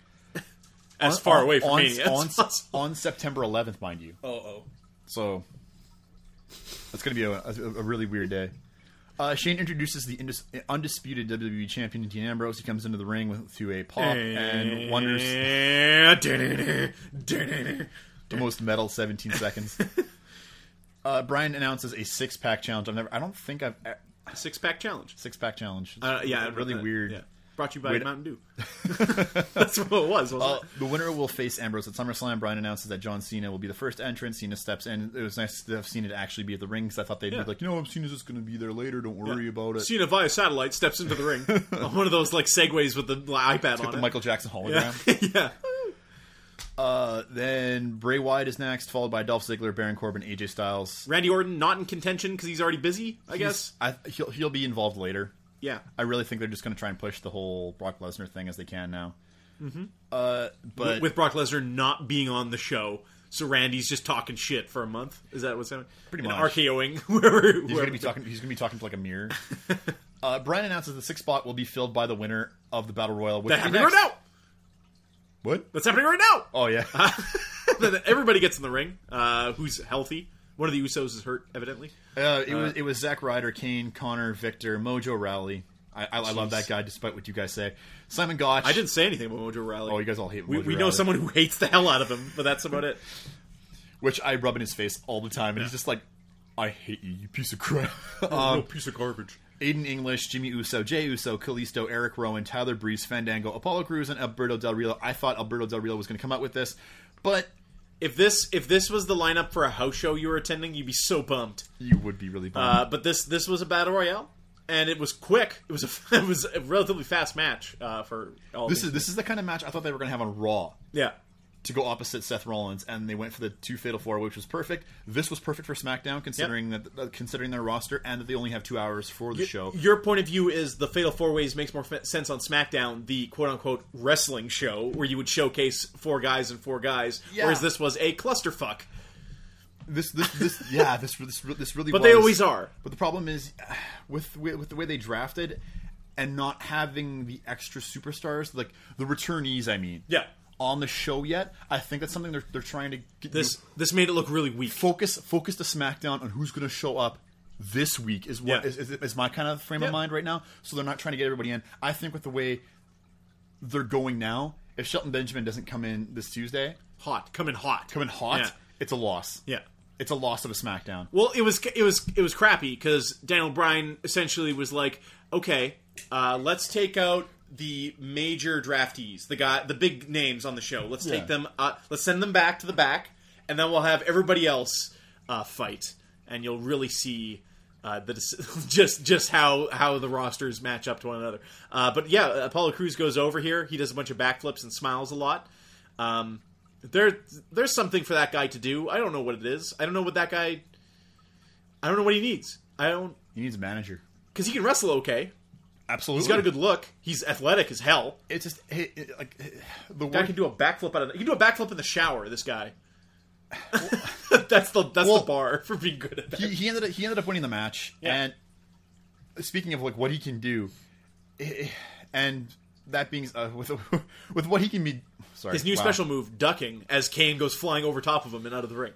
[SPEAKER 3] as
[SPEAKER 4] On-
[SPEAKER 3] far
[SPEAKER 4] on-
[SPEAKER 3] away from
[SPEAKER 4] on,
[SPEAKER 3] me <laughs> as
[SPEAKER 4] on,
[SPEAKER 3] possible.
[SPEAKER 4] on September 11th, mind you.
[SPEAKER 3] Oh, oh.
[SPEAKER 4] So that's going to be a, a, a really weird day. Uh, Shane introduces the indis- undisputed WWE champion Dean Ambrose. He comes into the ring with to a pop and wonders the most metal 17
[SPEAKER 3] <laughs>
[SPEAKER 4] seconds. Uh, Brian announces a six pack challenge. I've never, I don't think I've
[SPEAKER 3] Six pack challenge.
[SPEAKER 4] six pack challenge. It's
[SPEAKER 3] Uh, yeah, I
[SPEAKER 4] a really
[SPEAKER 3] read that.
[SPEAKER 4] weird.
[SPEAKER 3] Yeah. Brought you by
[SPEAKER 4] Wait-
[SPEAKER 3] Mountain Dew. <laughs>
[SPEAKER 4] <laughs>
[SPEAKER 3] That's what it was, wasn't
[SPEAKER 4] Uh,
[SPEAKER 3] it?
[SPEAKER 4] the winner will face Ambrose at SummerSlam. Brian announces that John Cena will be the first entrant. Cena steps in. It was nice to have Cena to actually be at the ring because I thought they'd
[SPEAKER 3] Yeah.
[SPEAKER 4] be like, you know, Cena's just going to be there later. Don't worry about it.
[SPEAKER 3] Cena via satellite steps into the
[SPEAKER 4] <laughs>
[SPEAKER 3] ring on one of those like segues with the iPad on
[SPEAKER 4] the
[SPEAKER 3] it.
[SPEAKER 4] Michael Jackson
[SPEAKER 3] yeah.
[SPEAKER 4] hologram. <laughs>
[SPEAKER 3] <laughs> yeah.
[SPEAKER 4] Uh, then Bray Wyatt is next, followed by Dolph Ziggler, Baron Corbin, AJ Styles.
[SPEAKER 3] Randy Orton not in contention because he's already busy. I guess.
[SPEAKER 4] I, he'll he'll be involved later.
[SPEAKER 3] Yeah.
[SPEAKER 4] I really think they're just going to try and push the whole Brock Lesnar thing as they can now. Mm-hmm. Uh, but
[SPEAKER 3] with Brock Lesnar not being on the show. So Randy's just talking shit for a month. Is that what's happening?
[SPEAKER 4] Pretty
[SPEAKER 3] And
[SPEAKER 4] much.
[SPEAKER 3] RKOing <laughs> whoever.
[SPEAKER 4] he's going to be talking. He's going to be talking to like a mirror. <laughs> uh, Brian announces the sixth spot will be filled by the winner of the Battle Royal. Which
[SPEAKER 3] That
[SPEAKER 4] is
[SPEAKER 3] happening
[SPEAKER 4] next.
[SPEAKER 3] right now.
[SPEAKER 4] What?
[SPEAKER 3] That's happening right now. <laughs>
[SPEAKER 4] Oh yeah.
[SPEAKER 3] Uh, Then everybody gets in the ring. Uh, who's healthy? One of the Usos is hurt, evidently.
[SPEAKER 4] Uh, it was it was Zack Ryder, Kane, Connor, Victor, Mojo Rowley. I, I, I love that guy, despite what you guys say. Simon Gotch.
[SPEAKER 3] I didn't say anything about Mojo Rally.
[SPEAKER 4] Oh, you guys all hate.
[SPEAKER 3] we,
[SPEAKER 4] Mojo
[SPEAKER 3] we know
[SPEAKER 4] Rawley,
[SPEAKER 3] someone who hates the hell out of him, but that's <laughs> about it.
[SPEAKER 4] which I rub in his face all the time, and he's just like, "I hate you, you piece of crap." <laughs> um,
[SPEAKER 3] Oh, piece of garbage.
[SPEAKER 4] Aiden English, Jimmy Uso, Jay Uso, Kalisto, Eric Rowan, Tyler Breeze, Fandango, Apollo Cruz, and Alberto Del Rio. I thought Alberto Del Rio was going to come out with this, but
[SPEAKER 3] If this if this was the lineup for a house show you were attending, you'd be so bummed.
[SPEAKER 4] you would be really bummed.
[SPEAKER 3] Uh, but this this was a battle royale, and it was quick. It was a <laughs> it was a relatively fast match uh, for all.
[SPEAKER 4] this
[SPEAKER 3] these-
[SPEAKER 4] is this is the kind of match I thought they were going to have on Raw.
[SPEAKER 3] yeah.
[SPEAKER 4] to go opposite Seth Rollins, and they went for the two Fatal Four, which was perfect. This was perfect for SmackDown, considering that uh, considering their roster and that they only have two hours for the show.
[SPEAKER 3] Your point of view is the Fatal Four Ways makes more f- sense on SmackDown, the quote unquote wrestling show where you would showcase four guys and four guys,
[SPEAKER 4] Yeah.
[SPEAKER 3] whereas this was a clusterfuck.
[SPEAKER 4] This, this,
[SPEAKER 3] <laughs>
[SPEAKER 4] this, yeah, this, this, this really.
[SPEAKER 3] But
[SPEAKER 4] was.
[SPEAKER 3] they always are.
[SPEAKER 4] But the problem is <sighs> uh, with with the way they drafted and not having the extra superstars, like the returnees. I mean,
[SPEAKER 3] Yeah.
[SPEAKER 4] on the show yet. I think that's something they're they're trying to get,
[SPEAKER 3] This this made it look really weak.
[SPEAKER 4] focus focus the SmackDown on who's going to show up this week is what
[SPEAKER 3] Yeah.
[SPEAKER 4] is is, is my kind of frame
[SPEAKER 3] Yeah.
[SPEAKER 4] of mind right now. So they're not trying to get everybody in. I think with the way they're going now, if Shelton Benjamin doesn't come in this Tuesday,
[SPEAKER 3] Hot, coming hot,
[SPEAKER 4] come in hot,
[SPEAKER 3] Yeah.
[SPEAKER 4] it's a loss.
[SPEAKER 3] Yeah.
[SPEAKER 4] it's a loss of a SmackDown.
[SPEAKER 3] Well, it was it was it was crappy because Daniel Bryan essentially was like, okay, uh, let's take out the major draftees, the guy, the big names on the show. Let's
[SPEAKER 4] Yeah.
[SPEAKER 3] take them. Uh, let's send them back to the back, and then we'll have everybody else uh, fight, and you'll really see. Uh, the, dis- <laughs> just just how, how the rosters match up to one another, uh, but yeah, Apollo Cruz goes over here. He does a bunch of backflips and smiles a lot. Um, there there's something for that guy to do. I don't know what it is. I don't know what that guy I don't know what he needs. I don't
[SPEAKER 4] He needs a manager.
[SPEAKER 3] because he can wrestle okay.
[SPEAKER 4] Absolutely,
[SPEAKER 3] He's got a good look. He's athletic as hell.
[SPEAKER 4] It's just it, it- like the
[SPEAKER 3] Guy
[SPEAKER 4] work
[SPEAKER 3] can do a backflip out of. He can do a backflip in the shower. This guy. <laughs> that's the that's
[SPEAKER 4] Well-
[SPEAKER 3] the bar for being good at that.
[SPEAKER 4] he, he ended up he ended up winning the match.
[SPEAKER 3] Yeah.
[SPEAKER 4] And speaking of like what he can do, eh, and that being uh, with <laughs> with what he can be, sorry,
[SPEAKER 3] His new
[SPEAKER 4] wow.
[SPEAKER 3] special move, ducking, as Kane goes flying over top of him and out of the ring.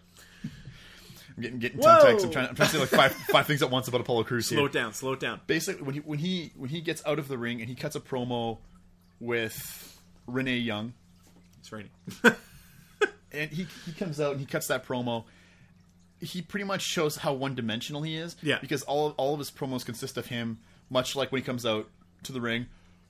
[SPEAKER 4] I'm getting, getting
[SPEAKER 3] Whoa!
[SPEAKER 4] tongue tied 'cause I'm trying, I'm trying to say
[SPEAKER 3] <laughs>
[SPEAKER 4] like five five things at once about Apollo Crews.
[SPEAKER 3] Slow
[SPEAKER 4] here.
[SPEAKER 3] it down. Slow it down.
[SPEAKER 4] Basically, when he when he when he gets out of the ring and he cuts a promo with Renee Young,
[SPEAKER 3] It's raining. <laughs>
[SPEAKER 4] and he he comes out and he cuts that promo. He pretty much shows how one dimensional he is.
[SPEAKER 3] Yeah.
[SPEAKER 4] Because all all of his promos consist of him, much like when he comes out to the ring,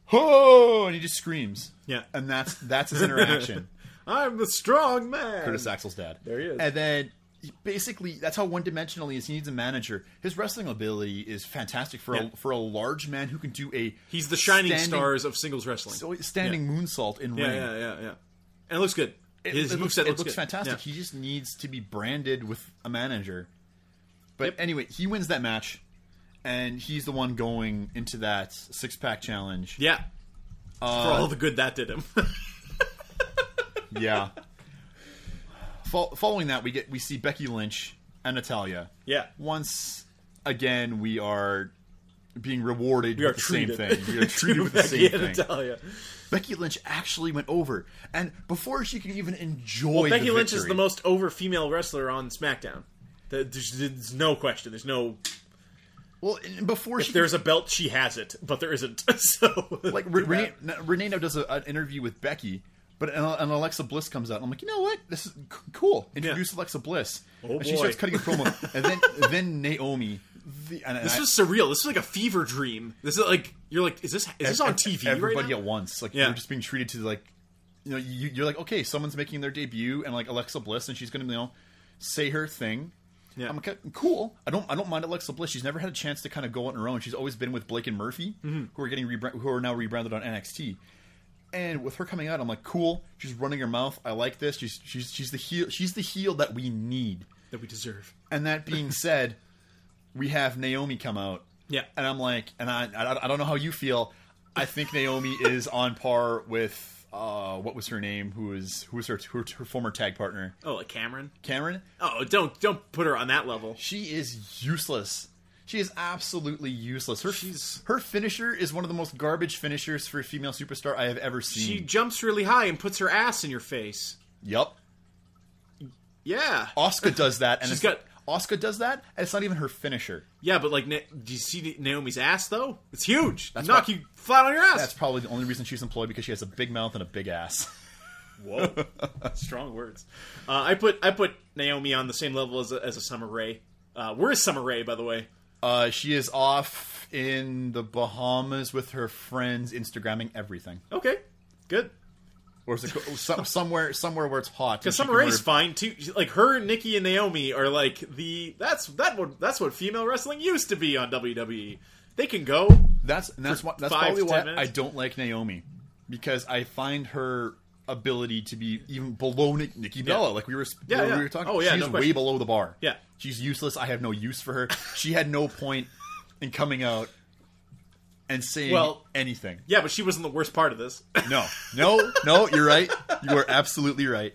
[SPEAKER 4] ho, and he just screams.
[SPEAKER 3] Yeah.
[SPEAKER 4] And that's that's his
[SPEAKER 3] <laughs>
[SPEAKER 4] interaction.
[SPEAKER 3] I'm the strong man.
[SPEAKER 4] Curtis Axel's dad.
[SPEAKER 3] There he is.
[SPEAKER 4] And then he basically that's how one dimensional he is. He needs a manager. His wrestling ability is fantastic for
[SPEAKER 3] Yeah.
[SPEAKER 4] a for a large man who can do a
[SPEAKER 3] He's the shining
[SPEAKER 4] standing-
[SPEAKER 3] stars of singles wrestling.
[SPEAKER 4] standing moonsault in
[SPEAKER 3] yeah,
[SPEAKER 4] ring.
[SPEAKER 3] yeah, yeah, yeah. And it looks good.
[SPEAKER 4] It,
[SPEAKER 3] His
[SPEAKER 4] it looks,
[SPEAKER 3] moveset
[SPEAKER 4] it looks
[SPEAKER 3] good.
[SPEAKER 4] fantastic.
[SPEAKER 3] Yeah.
[SPEAKER 4] He just needs to be branded with a manager. But
[SPEAKER 3] Yep.
[SPEAKER 4] anyway, he wins that match, and he's the one going into that six pack challenge.
[SPEAKER 3] yeah. for all the good that did him.
[SPEAKER 4] <laughs>
[SPEAKER 3] <laughs>
[SPEAKER 4] Yeah. Fol- following that, we get we see Becky Lynch and Natalia.
[SPEAKER 3] yeah.
[SPEAKER 4] Once again, we are being rewarded
[SPEAKER 3] We are
[SPEAKER 4] with the same
[SPEAKER 3] treated. <laughs>
[SPEAKER 4] thing. We are treated with the
[SPEAKER 3] Becky
[SPEAKER 4] same
[SPEAKER 3] and
[SPEAKER 4] thing.
[SPEAKER 3] Natalia.
[SPEAKER 4] Becky Lynch actually went over, and before she can even enjoy,
[SPEAKER 3] Well, Becky
[SPEAKER 4] the
[SPEAKER 3] Lynch is the
[SPEAKER 4] victory-
[SPEAKER 3] most over female wrestler on SmackDown. Th- There's, there's no question. There's no.
[SPEAKER 4] well. and Before she
[SPEAKER 3] If there's a belt, she has it, but there isn't. <laughs> So
[SPEAKER 4] <laughs> like Re- Renee, no, Renee now does a, an interview with Becky, but an, an Alexa Bliss comes out, and I'm like, you know what? This is c- cool. Introduce Alexa Bliss, and she
[SPEAKER 3] Oh, boy.
[SPEAKER 4] starts cutting
[SPEAKER 3] <laughs>
[SPEAKER 4] a promo, and then then Naomi. The, and, and
[SPEAKER 3] this
[SPEAKER 4] I-
[SPEAKER 3] was surreal. This was like a fever dream. This is like you're like, is this is this on
[SPEAKER 4] ev-
[SPEAKER 3] TV
[SPEAKER 4] Everybody
[SPEAKER 3] right now?
[SPEAKER 4] at once, like
[SPEAKER 3] Yeah.
[SPEAKER 4] you're just being treated to like, you know, you, you're like, okay, someone's making their debut, and like Alexa Bliss, and she's gonna you know say her thing.
[SPEAKER 3] Yeah.
[SPEAKER 4] I'm like, okay, cool. I don't. I don't mind Alexa Bliss. She's never had a chance to kind of go on her own. She's always been with Blake and Murphy,
[SPEAKER 3] Mm-hmm.
[SPEAKER 4] who are getting rebrand- who are now rebranded on NXT. And with her coming out, I'm like, cool. She's running her mouth. I like this. She's she's she's the heel. She's the heel that we need.
[SPEAKER 3] that we deserve.
[SPEAKER 4] And
[SPEAKER 3] <laughs>
[SPEAKER 4] that being said, we have Naomi come out.
[SPEAKER 3] Yeah.
[SPEAKER 4] And I'm like, and I, I, I don't know how you feel. I think Naomi
[SPEAKER 3] <laughs>
[SPEAKER 4] is on par with uh, what was her name? Who was who was her her, her former tag partner,
[SPEAKER 3] Oh, like Cameron.
[SPEAKER 4] Cameron?
[SPEAKER 3] Oh, don't don't put her on that level.
[SPEAKER 4] She is useless. She is absolutely useless. Her
[SPEAKER 3] She's-
[SPEAKER 4] her finisher is one of the most garbage finishers for a female superstar I have ever
[SPEAKER 3] She
[SPEAKER 4] seen.
[SPEAKER 3] jumps really high and puts her ass in your face.
[SPEAKER 4] Yep.
[SPEAKER 3] Yeah, <laughs>
[SPEAKER 4] Oscar does that, and
[SPEAKER 3] She's
[SPEAKER 4] it's
[SPEAKER 3] got-
[SPEAKER 4] Oscar does that, and it's not even her finisher.
[SPEAKER 3] yeah, but like, Na- do you see Naomi's ass though? It's huge.
[SPEAKER 4] That's
[SPEAKER 3] Knock
[SPEAKER 4] why-
[SPEAKER 3] you flat on your ass.
[SPEAKER 4] That's probably the only reason she's employed because she has a big mouth and a big ass.
[SPEAKER 3] Whoa, <laughs> strong words. Uh, I put I put Naomi on the same level as a, as a Summer Rae. Uh, where is Summer Rae, by the way?
[SPEAKER 4] Uh, she is off in the Bahamas with her friends, Instagramming everything,
[SPEAKER 3] Okay, good.
[SPEAKER 4] or is it co- <laughs> some- somewhere somewhere where it's hot? and
[SPEAKER 3] Because
[SPEAKER 4] she
[SPEAKER 3] Summer
[SPEAKER 4] can
[SPEAKER 3] Rae's
[SPEAKER 4] wear-
[SPEAKER 3] fine too. She- Like her, Nikki and Naomi are like the that's that what that's what female wrestling used to be on WWE. They can go.
[SPEAKER 4] That's and that's why that's
[SPEAKER 3] five
[SPEAKER 4] probably
[SPEAKER 3] to
[SPEAKER 4] why
[SPEAKER 3] ten minutes?
[SPEAKER 4] I don't like Naomi because I find her ability to be even below Nick, Nikki Bella, like we were
[SPEAKER 3] Yeah,
[SPEAKER 4] where
[SPEAKER 3] yeah.
[SPEAKER 4] we were talking.
[SPEAKER 3] Oh, yeah,
[SPEAKER 4] she's
[SPEAKER 3] no
[SPEAKER 4] way
[SPEAKER 3] question.
[SPEAKER 4] below the bar.
[SPEAKER 3] Yeah.
[SPEAKER 4] she's useless. I have no use for her. She had no point in coming out and saying
[SPEAKER 3] Well-
[SPEAKER 4] anything.
[SPEAKER 3] Yeah, but she wasn't the worst part of this. <laughs>
[SPEAKER 4] No, no, no. You're right. You are absolutely right.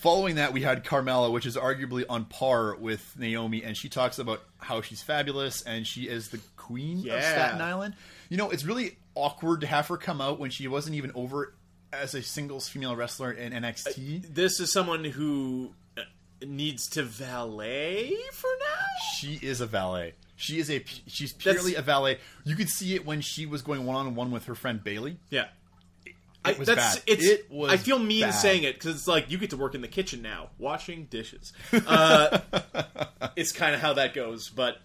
[SPEAKER 4] Following that, we had Carmella, which is arguably on par with Naomi, and she talks about how she's fabulous and she is the queen of
[SPEAKER 3] Yeah.
[SPEAKER 4] Staten Island. You know, it's really awkward to have her come out when she wasn't even over as a singles female wrestler in NXT.
[SPEAKER 3] this is someone who uh, needs to valet for now.
[SPEAKER 4] She is a valet. She is a she's purely
[SPEAKER 3] That's-
[SPEAKER 4] a valet. You could see it when she was going one on one with her friend Bailey.
[SPEAKER 3] Yeah. I,
[SPEAKER 4] was
[SPEAKER 3] that's
[SPEAKER 4] bad.
[SPEAKER 3] it's.
[SPEAKER 4] It was
[SPEAKER 3] I feel mean
[SPEAKER 4] bad.
[SPEAKER 3] saying it because it's like you get to work in the kitchen now, washing dishes.
[SPEAKER 4] <laughs>
[SPEAKER 3] Uh, it's kind of how that goes, but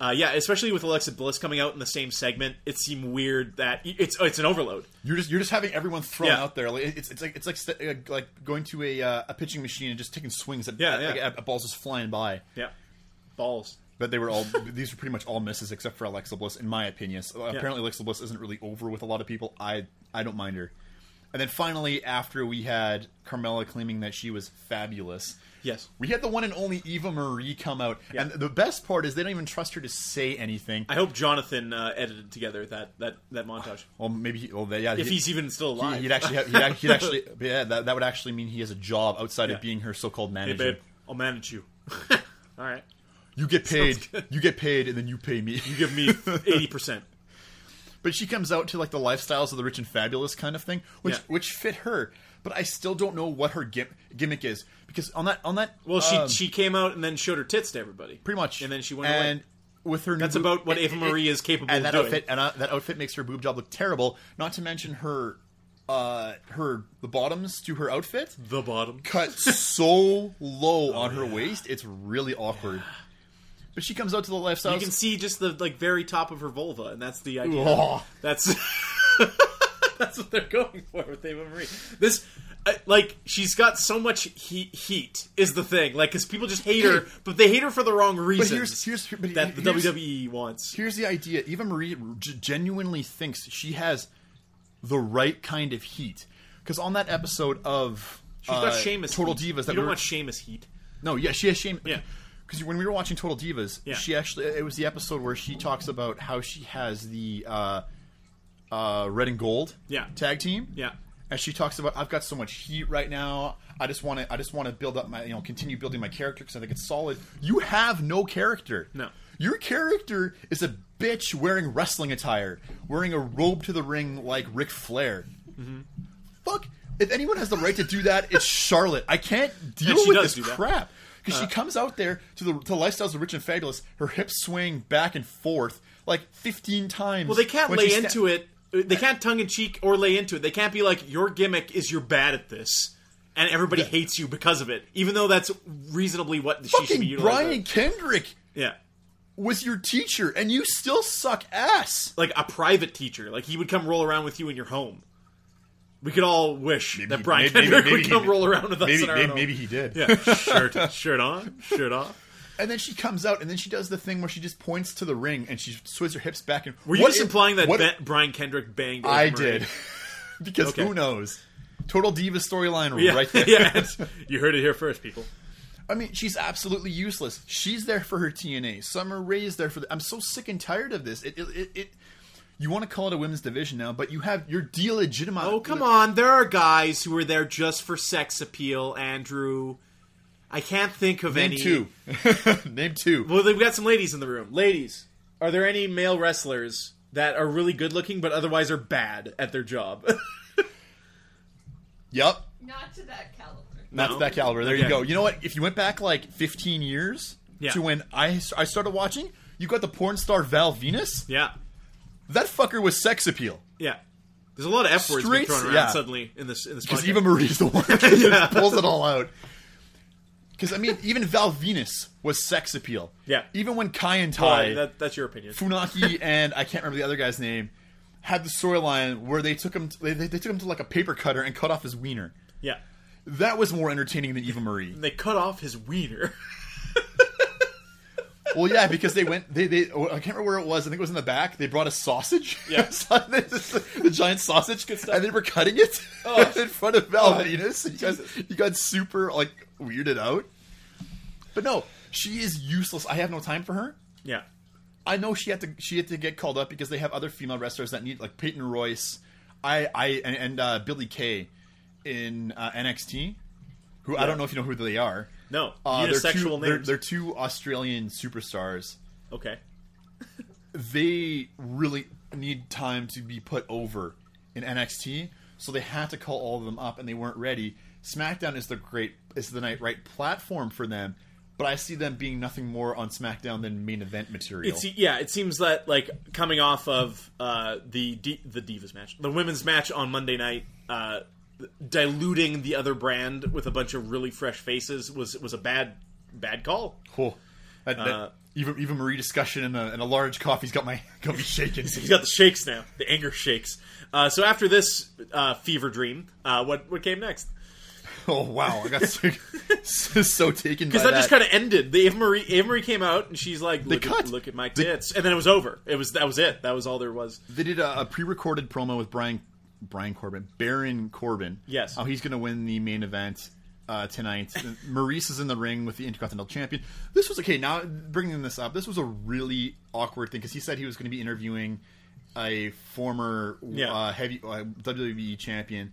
[SPEAKER 3] uh, yeah, especially with Alexa Bliss coming out in the same segment, it seemed weird that it's it's an overload.
[SPEAKER 4] You're just you're just having everyone thrown
[SPEAKER 3] Yeah.
[SPEAKER 4] out there. Like, it's it's like it's like st- like- like going to a uh, a pitching machine and just taking swings at
[SPEAKER 3] Yeah,
[SPEAKER 4] at, like,
[SPEAKER 3] yeah.
[SPEAKER 4] at- at balls just flying by.
[SPEAKER 3] Yeah, balls.
[SPEAKER 4] But they were all <laughs> these were pretty much all misses except for Alexa Bliss, in my opinion. So apparently Alexa Bliss isn't really over with a lot of people. I I don't mind her. And then finally, after we had Carmella claiming that she was fabulous,
[SPEAKER 3] Yes.
[SPEAKER 4] we had the one and only Eva Marie come out. And the best part is they don't even trust her to say anything.
[SPEAKER 3] I hope Jonathan uh, edited together that that that montage.
[SPEAKER 4] well, maybe he- well, they- yeah,
[SPEAKER 3] If
[SPEAKER 4] he-
[SPEAKER 3] he's even still
[SPEAKER 4] He-
[SPEAKER 3] alive,
[SPEAKER 4] He'd actually, have, he'd, ac- he'd
[SPEAKER 3] <laughs>
[SPEAKER 4] actually, yeah, that, that would actually mean he has a job outside
[SPEAKER 3] Yeah.
[SPEAKER 4] of being her so-called
[SPEAKER 3] hey
[SPEAKER 4] manager.
[SPEAKER 3] babe, I'll manage
[SPEAKER 4] <laughs>
[SPEAKER 3] you. All right,
[SPEAKER 4] You get paid,
[SPEAKER 3] Sounds good.
[SPEAKER 4] you get paid, and then you pay me. <laughs>
[SPEAKER 3] you give me eighty percent.
[SPEAKER 4] But she comes out to like the lifestyles of the rich and fabulous kind of thing, which
[SPEAKER 3] Yeah.
[SPEAKER 4] which fit her. But I still don't know what her gim- gimmick is because on that on that
[SPEAKER 3] Well, she
[SPEAKER 4] um,
[SPEAKER 3] she came out and then showed her tits to everybody,
[SPEAKER 4] pretty much
[SPEAKER 3] and then she went
[SPEAKER 4] and
[SPEAKER 3] away.
[SPEAKER 4] with her.
[SPEAKER 3] That's
[SPEAKER 4] new
[SPEAKER 3] about what Ava Marie is capable
[SPEAKER 4] and
[SPEAKER 3] of
[SPEAKER 4] that
[SPEAKER 3] doing.
[SPEAKER 4] outfit and uh, that outfit makes her boob job look terrible. Not to mention her uh her the bottoms to her outfit.
[SPEAKER 3] The bottom.
[SPEAKER 4] cut so
[SPEAKER 3] Oh,
[SPEAKER 4] low on her waist, it's really awkward. But she comes out to the lifestyle.
[SPEAKER 3] You can <laughs> see just the like very top of her vulva, and that's the idea.
[SPEAKER 4] Oh.
[SPEAKER 3] That's <laughs> that's what they're going for with Ava Marie. This, uh, like, she's got so much heat. Heat is the thing, like, because people just hate her, but they hate her for the wrong reasons.
[SPEAKER 4] here's- here's- but
[SPEAKER 3] that the
[SPEAKER 4] here's-
[SPEAKER 3] WWE wants.
[SPEAKER 4] Here's the idea: Eva Marie g- genuinely thinks she has the right kind of heat. Because on that episode of
[SPEAKER 3] She's
[SPEAKER 4] uh,
[SPEAKER 3] got Sheamus.
[SPEAKER 4] Total
[SPEAKER 3] heat.
[SPEAKER 4] Divas,
[SPEAKER 3] You
[SPEAKER 4] that we
[SPEAKER 3] don't
[SPEAKER 4] were,
[SPEAKER 3] want Sheamus heat.
[SPEAKER 4] no, yeah, she has shame.
[SPEAKER 3] Yeah.
[SPEAKER 4] Because when we were watching Total Divas,
[SPEAKER 3] Yeah.
[SPEAKER 4] she actually it was the episode where she talks about how she has the uh, uh, red and gold
[SPEAKER 3] Yeah.
[SPEAKER 4] tag team.
[SPEAKER 3] Yeah.
[SPEAKER 4] and she talks about I've got so much heat right now. I just want to I just want to build up my you know continue building my character because I think it's solid. You have no character.
[SPEAKER 3] No.
[SPEAKER 4] your character is a bitch wearing wrestling attire, wearing a robe to the ring like Ric Flair. Fuck. If anyone has the right to do
[SPEAKER 3] <laughs>
[SPEAKER 4] that, it's Charlotte. I can't deal
[SPEAKER 3] she
[SPEAKER 4] with
[SPEAKER 3] does
[SPEAKER 4] this
[SPEAKER 3] do that. Uh.
[SPEAKER 4] crap because she comes out there to the to lifestyles of rich and fabulous. Her hips swaying back and forth like fifteen times.
[SPEAKER 3] Well, they can't
[SPEAKER 4] when
[SPEAKER 3] lay
[SPEAKER 4] she sta-
[SPEAKER 3] into it. They can't tongue in cheek or lay into it. They can't be like, your gimmick is you're bad at this, and everybody hates you because of it, even though that's reasonably what she should be
[SPEAKER 4] Fucking
[SPEAKER 3] utilizing.
[SPEAKER 4] Brian Kendrick
[SPEAKER 3] Yeah.
[SPEAKER 4] was your teacher and you still suck ass.
[SPEAKER 3] Like a private teacher. Like he would come roll around with you in your home. We could all wish that Brian
[SPEAKER 4] maybe-
[SPEAKER 3] Kendrick
[SPEAKER 4] maybe
[SPEAKER 3] would
[SPEAKER 4] he
[SPEAKER 3] come
[SPEAKER 4] did.
[SPEAKER 3] roll around with us
[SPEAKER 4] Maybe,
[SPEAKER 3] in our
[SPEAKER 4] maybe,
[SPEAKER 3] home.
[SPEAKER 4] maybe he did. <laughs>
[SPEAKER 3] Yeah. Shirt, shirt on, shirt off.
[SPEAKER 4] And then she comes out and then she does the thing where she just points to the ring and she sways her hips back and.
[SPEAKER 3] Were you
[SPEAKER 4] What
[SPEAKER 3] just
[SPEAKER 4] if-
[SPEAKER 3] implying that
[SPEAKER 4] what-
[SPEAKER 3] Ben- Brian Kendrick banged? Ava
[SPEAKER 4] I
[SPEAKER 3] Marie?
[SPEAKER 4] did, <laughs> because
[SPEAKER 3] Okay.
[SPEAKER 4] who knows? Total diva storyline
[SPEAKER 3] Yeah. <laughs>
[SPEAKER 4] right there.
[SPEAKER 3] yeah. You heard it here first, people.
[SPEAKER 4] I mean, she's absolutely useless. She's there for her TNA. Summer Rae's there for. The, I'm so sick and tired of this. It, it, it, it You want to call it a women's division now, but you have you're delegitimized.
[SPEAKER 3] Oh, come on. There are guys who are there just for sex appeal, Andrew. I can't think of
[SPEAKER 4] Name
[SPEAKER 3] any.
[SPEAKER 4] two. <laughs> Name two.
[SPEAKER 3] Well, they've got some ladies in the room. Ladies, are there any male wrestlers that are really good looking but otherwise are bad at their job? <laughs>
[SPEAKER 4] Yep.
[SPEAKER 5] Not to that caliber.
[SPEAKER 4] That's
[SPEAKER 3] No.
[SPEAKER 4] that caliber. There you
[SPEAKER 3] Okay.
[SPEAKER 4] go. You know what? If you went back like 15 years
[SPEAKER 3] Yeah.
[SPEAKER 4] to when I I started watching, you got the porn star Val Venus.
[SPEAKER 3] yeah.
[SPEAKER 4] That fucker was sex appeal
[SPEAKER 3] Yeah. There's a lot of F words being
[SPEAKER 4] Straight-
[SPEAKER 3] thrown around
[SPEAKER 4] yeah.
[SPEAKER 3] suddenly in this in this
[SPEAKER 4] because
[SPEAKER 3] podcast.
[SPEAKER 4] Eva Marie's the one
[SPEAKER 3] <laughs>
[SPEAKER 4] that just pulls it all out. Because I mean, even Val Venus was sex appeal.
[SPEAKER 3] Yeah.
[SPEAKER 4] Even when Kai and
[SPEAKER 3] Oh,
[SPEAKER 4] Tai,
[SPEAKER 3] that, that's your opinion. <laughs>
[SPEAKER 4] Funaki, and I can't remember the other guy's name, had the storyline where they took him. To, they, they took him to like a paper cutter and cut off his wiener.
[SPEAKER 3] Yeah.
[SPEAKER 4] That was more entertaining than Eva Marie.
[SPEAKER 3] <laughs> And they cut off his wiener.
[SPEAKER 4] Well, yeah, because they went. They, they oh, I can't remember where it was. I think it was in the back. They brought a sausage.
[SPEAKER 3] Yeah.
[SPEAKER 4] <laughs> So they just- the giant sausage.
[SPEAKER 3] Good stuff. Oh.
[SPEAKER 4] And they were cutting it <laughs> in front of Valvinus. and you got, you got super like weirded out. But no, she is useless. I have no time for her.
[SPEAKER 3] Yeah.
[SPEAKER 4] I know she had to she had to get called up because they have other female wrestlers that need like Peyton Royce, I I and, and uh, Billy Kay in uh, NXT, who I don't know if you know who they are.
[SPEAKER 3] No.
[SPEAKER 4] Uh, they're two
[SPEAKER 3] Unisexual
[SPEAKER 4] they're,
[SPEAKER 3] names.
[SPEAKER 4] they're two Australian superstars.
[SPEAKER 3] okay.
[SPEAKER 4] They really need time to be put over in NXT, so they had to call all of them up, and they weren't ready. SmackDown is the great is the night right platform for them, but I see them being nothing more on SmackDown than main event material.
[SPEAKER 3] It's e- yeah. It seems that like coming off of uh, the D- the divas match, the women's match on Monday night, uh, diluting the other brand with a bunch of really fresh faces was was a bad bad call.
[SPEAKER 4] Cool. That, that-
[SPEAKER 3] Uh,
[SPEAKER 4] even even Marie discussion and a, and a large coffee's got my got me shaking. <laughs>
[SPEAKER 3] He's got the shakes now, the anger shakes. Uh, so after this uh, fever dream, uh, what what came next?
[SPEAKER 4] oh wow, I got so, so, <laughs> so taken
[SPEAKER 3] Because
[SPEAKER 4] by
[SPEAKER 3] that, just kind of ended. The Ava Marie, Ava Marie came out and she's like, "Look,
[SPEAKER 4] cut.
[SPEAKER 3] At, look at my tits," and then it was over. It was that was it. That was all there was.
[SPEAKER 4] They did a, a pre-recorded promo with Brian Brian Corbin, Baron Corbin.
[SPEAKER 3] Yes.
[SPEAKER 4] how he's going to win the main event uh, tonight. Maurice is in the ring with the Intercontinental Champion. This was okay. Now bringing this up, this was a really awkward thing because he said he was going to be interviewing a former
[SPEAKER 3] Yeah.
[SPEAKER 4] uh, heavy uh, WWE champion,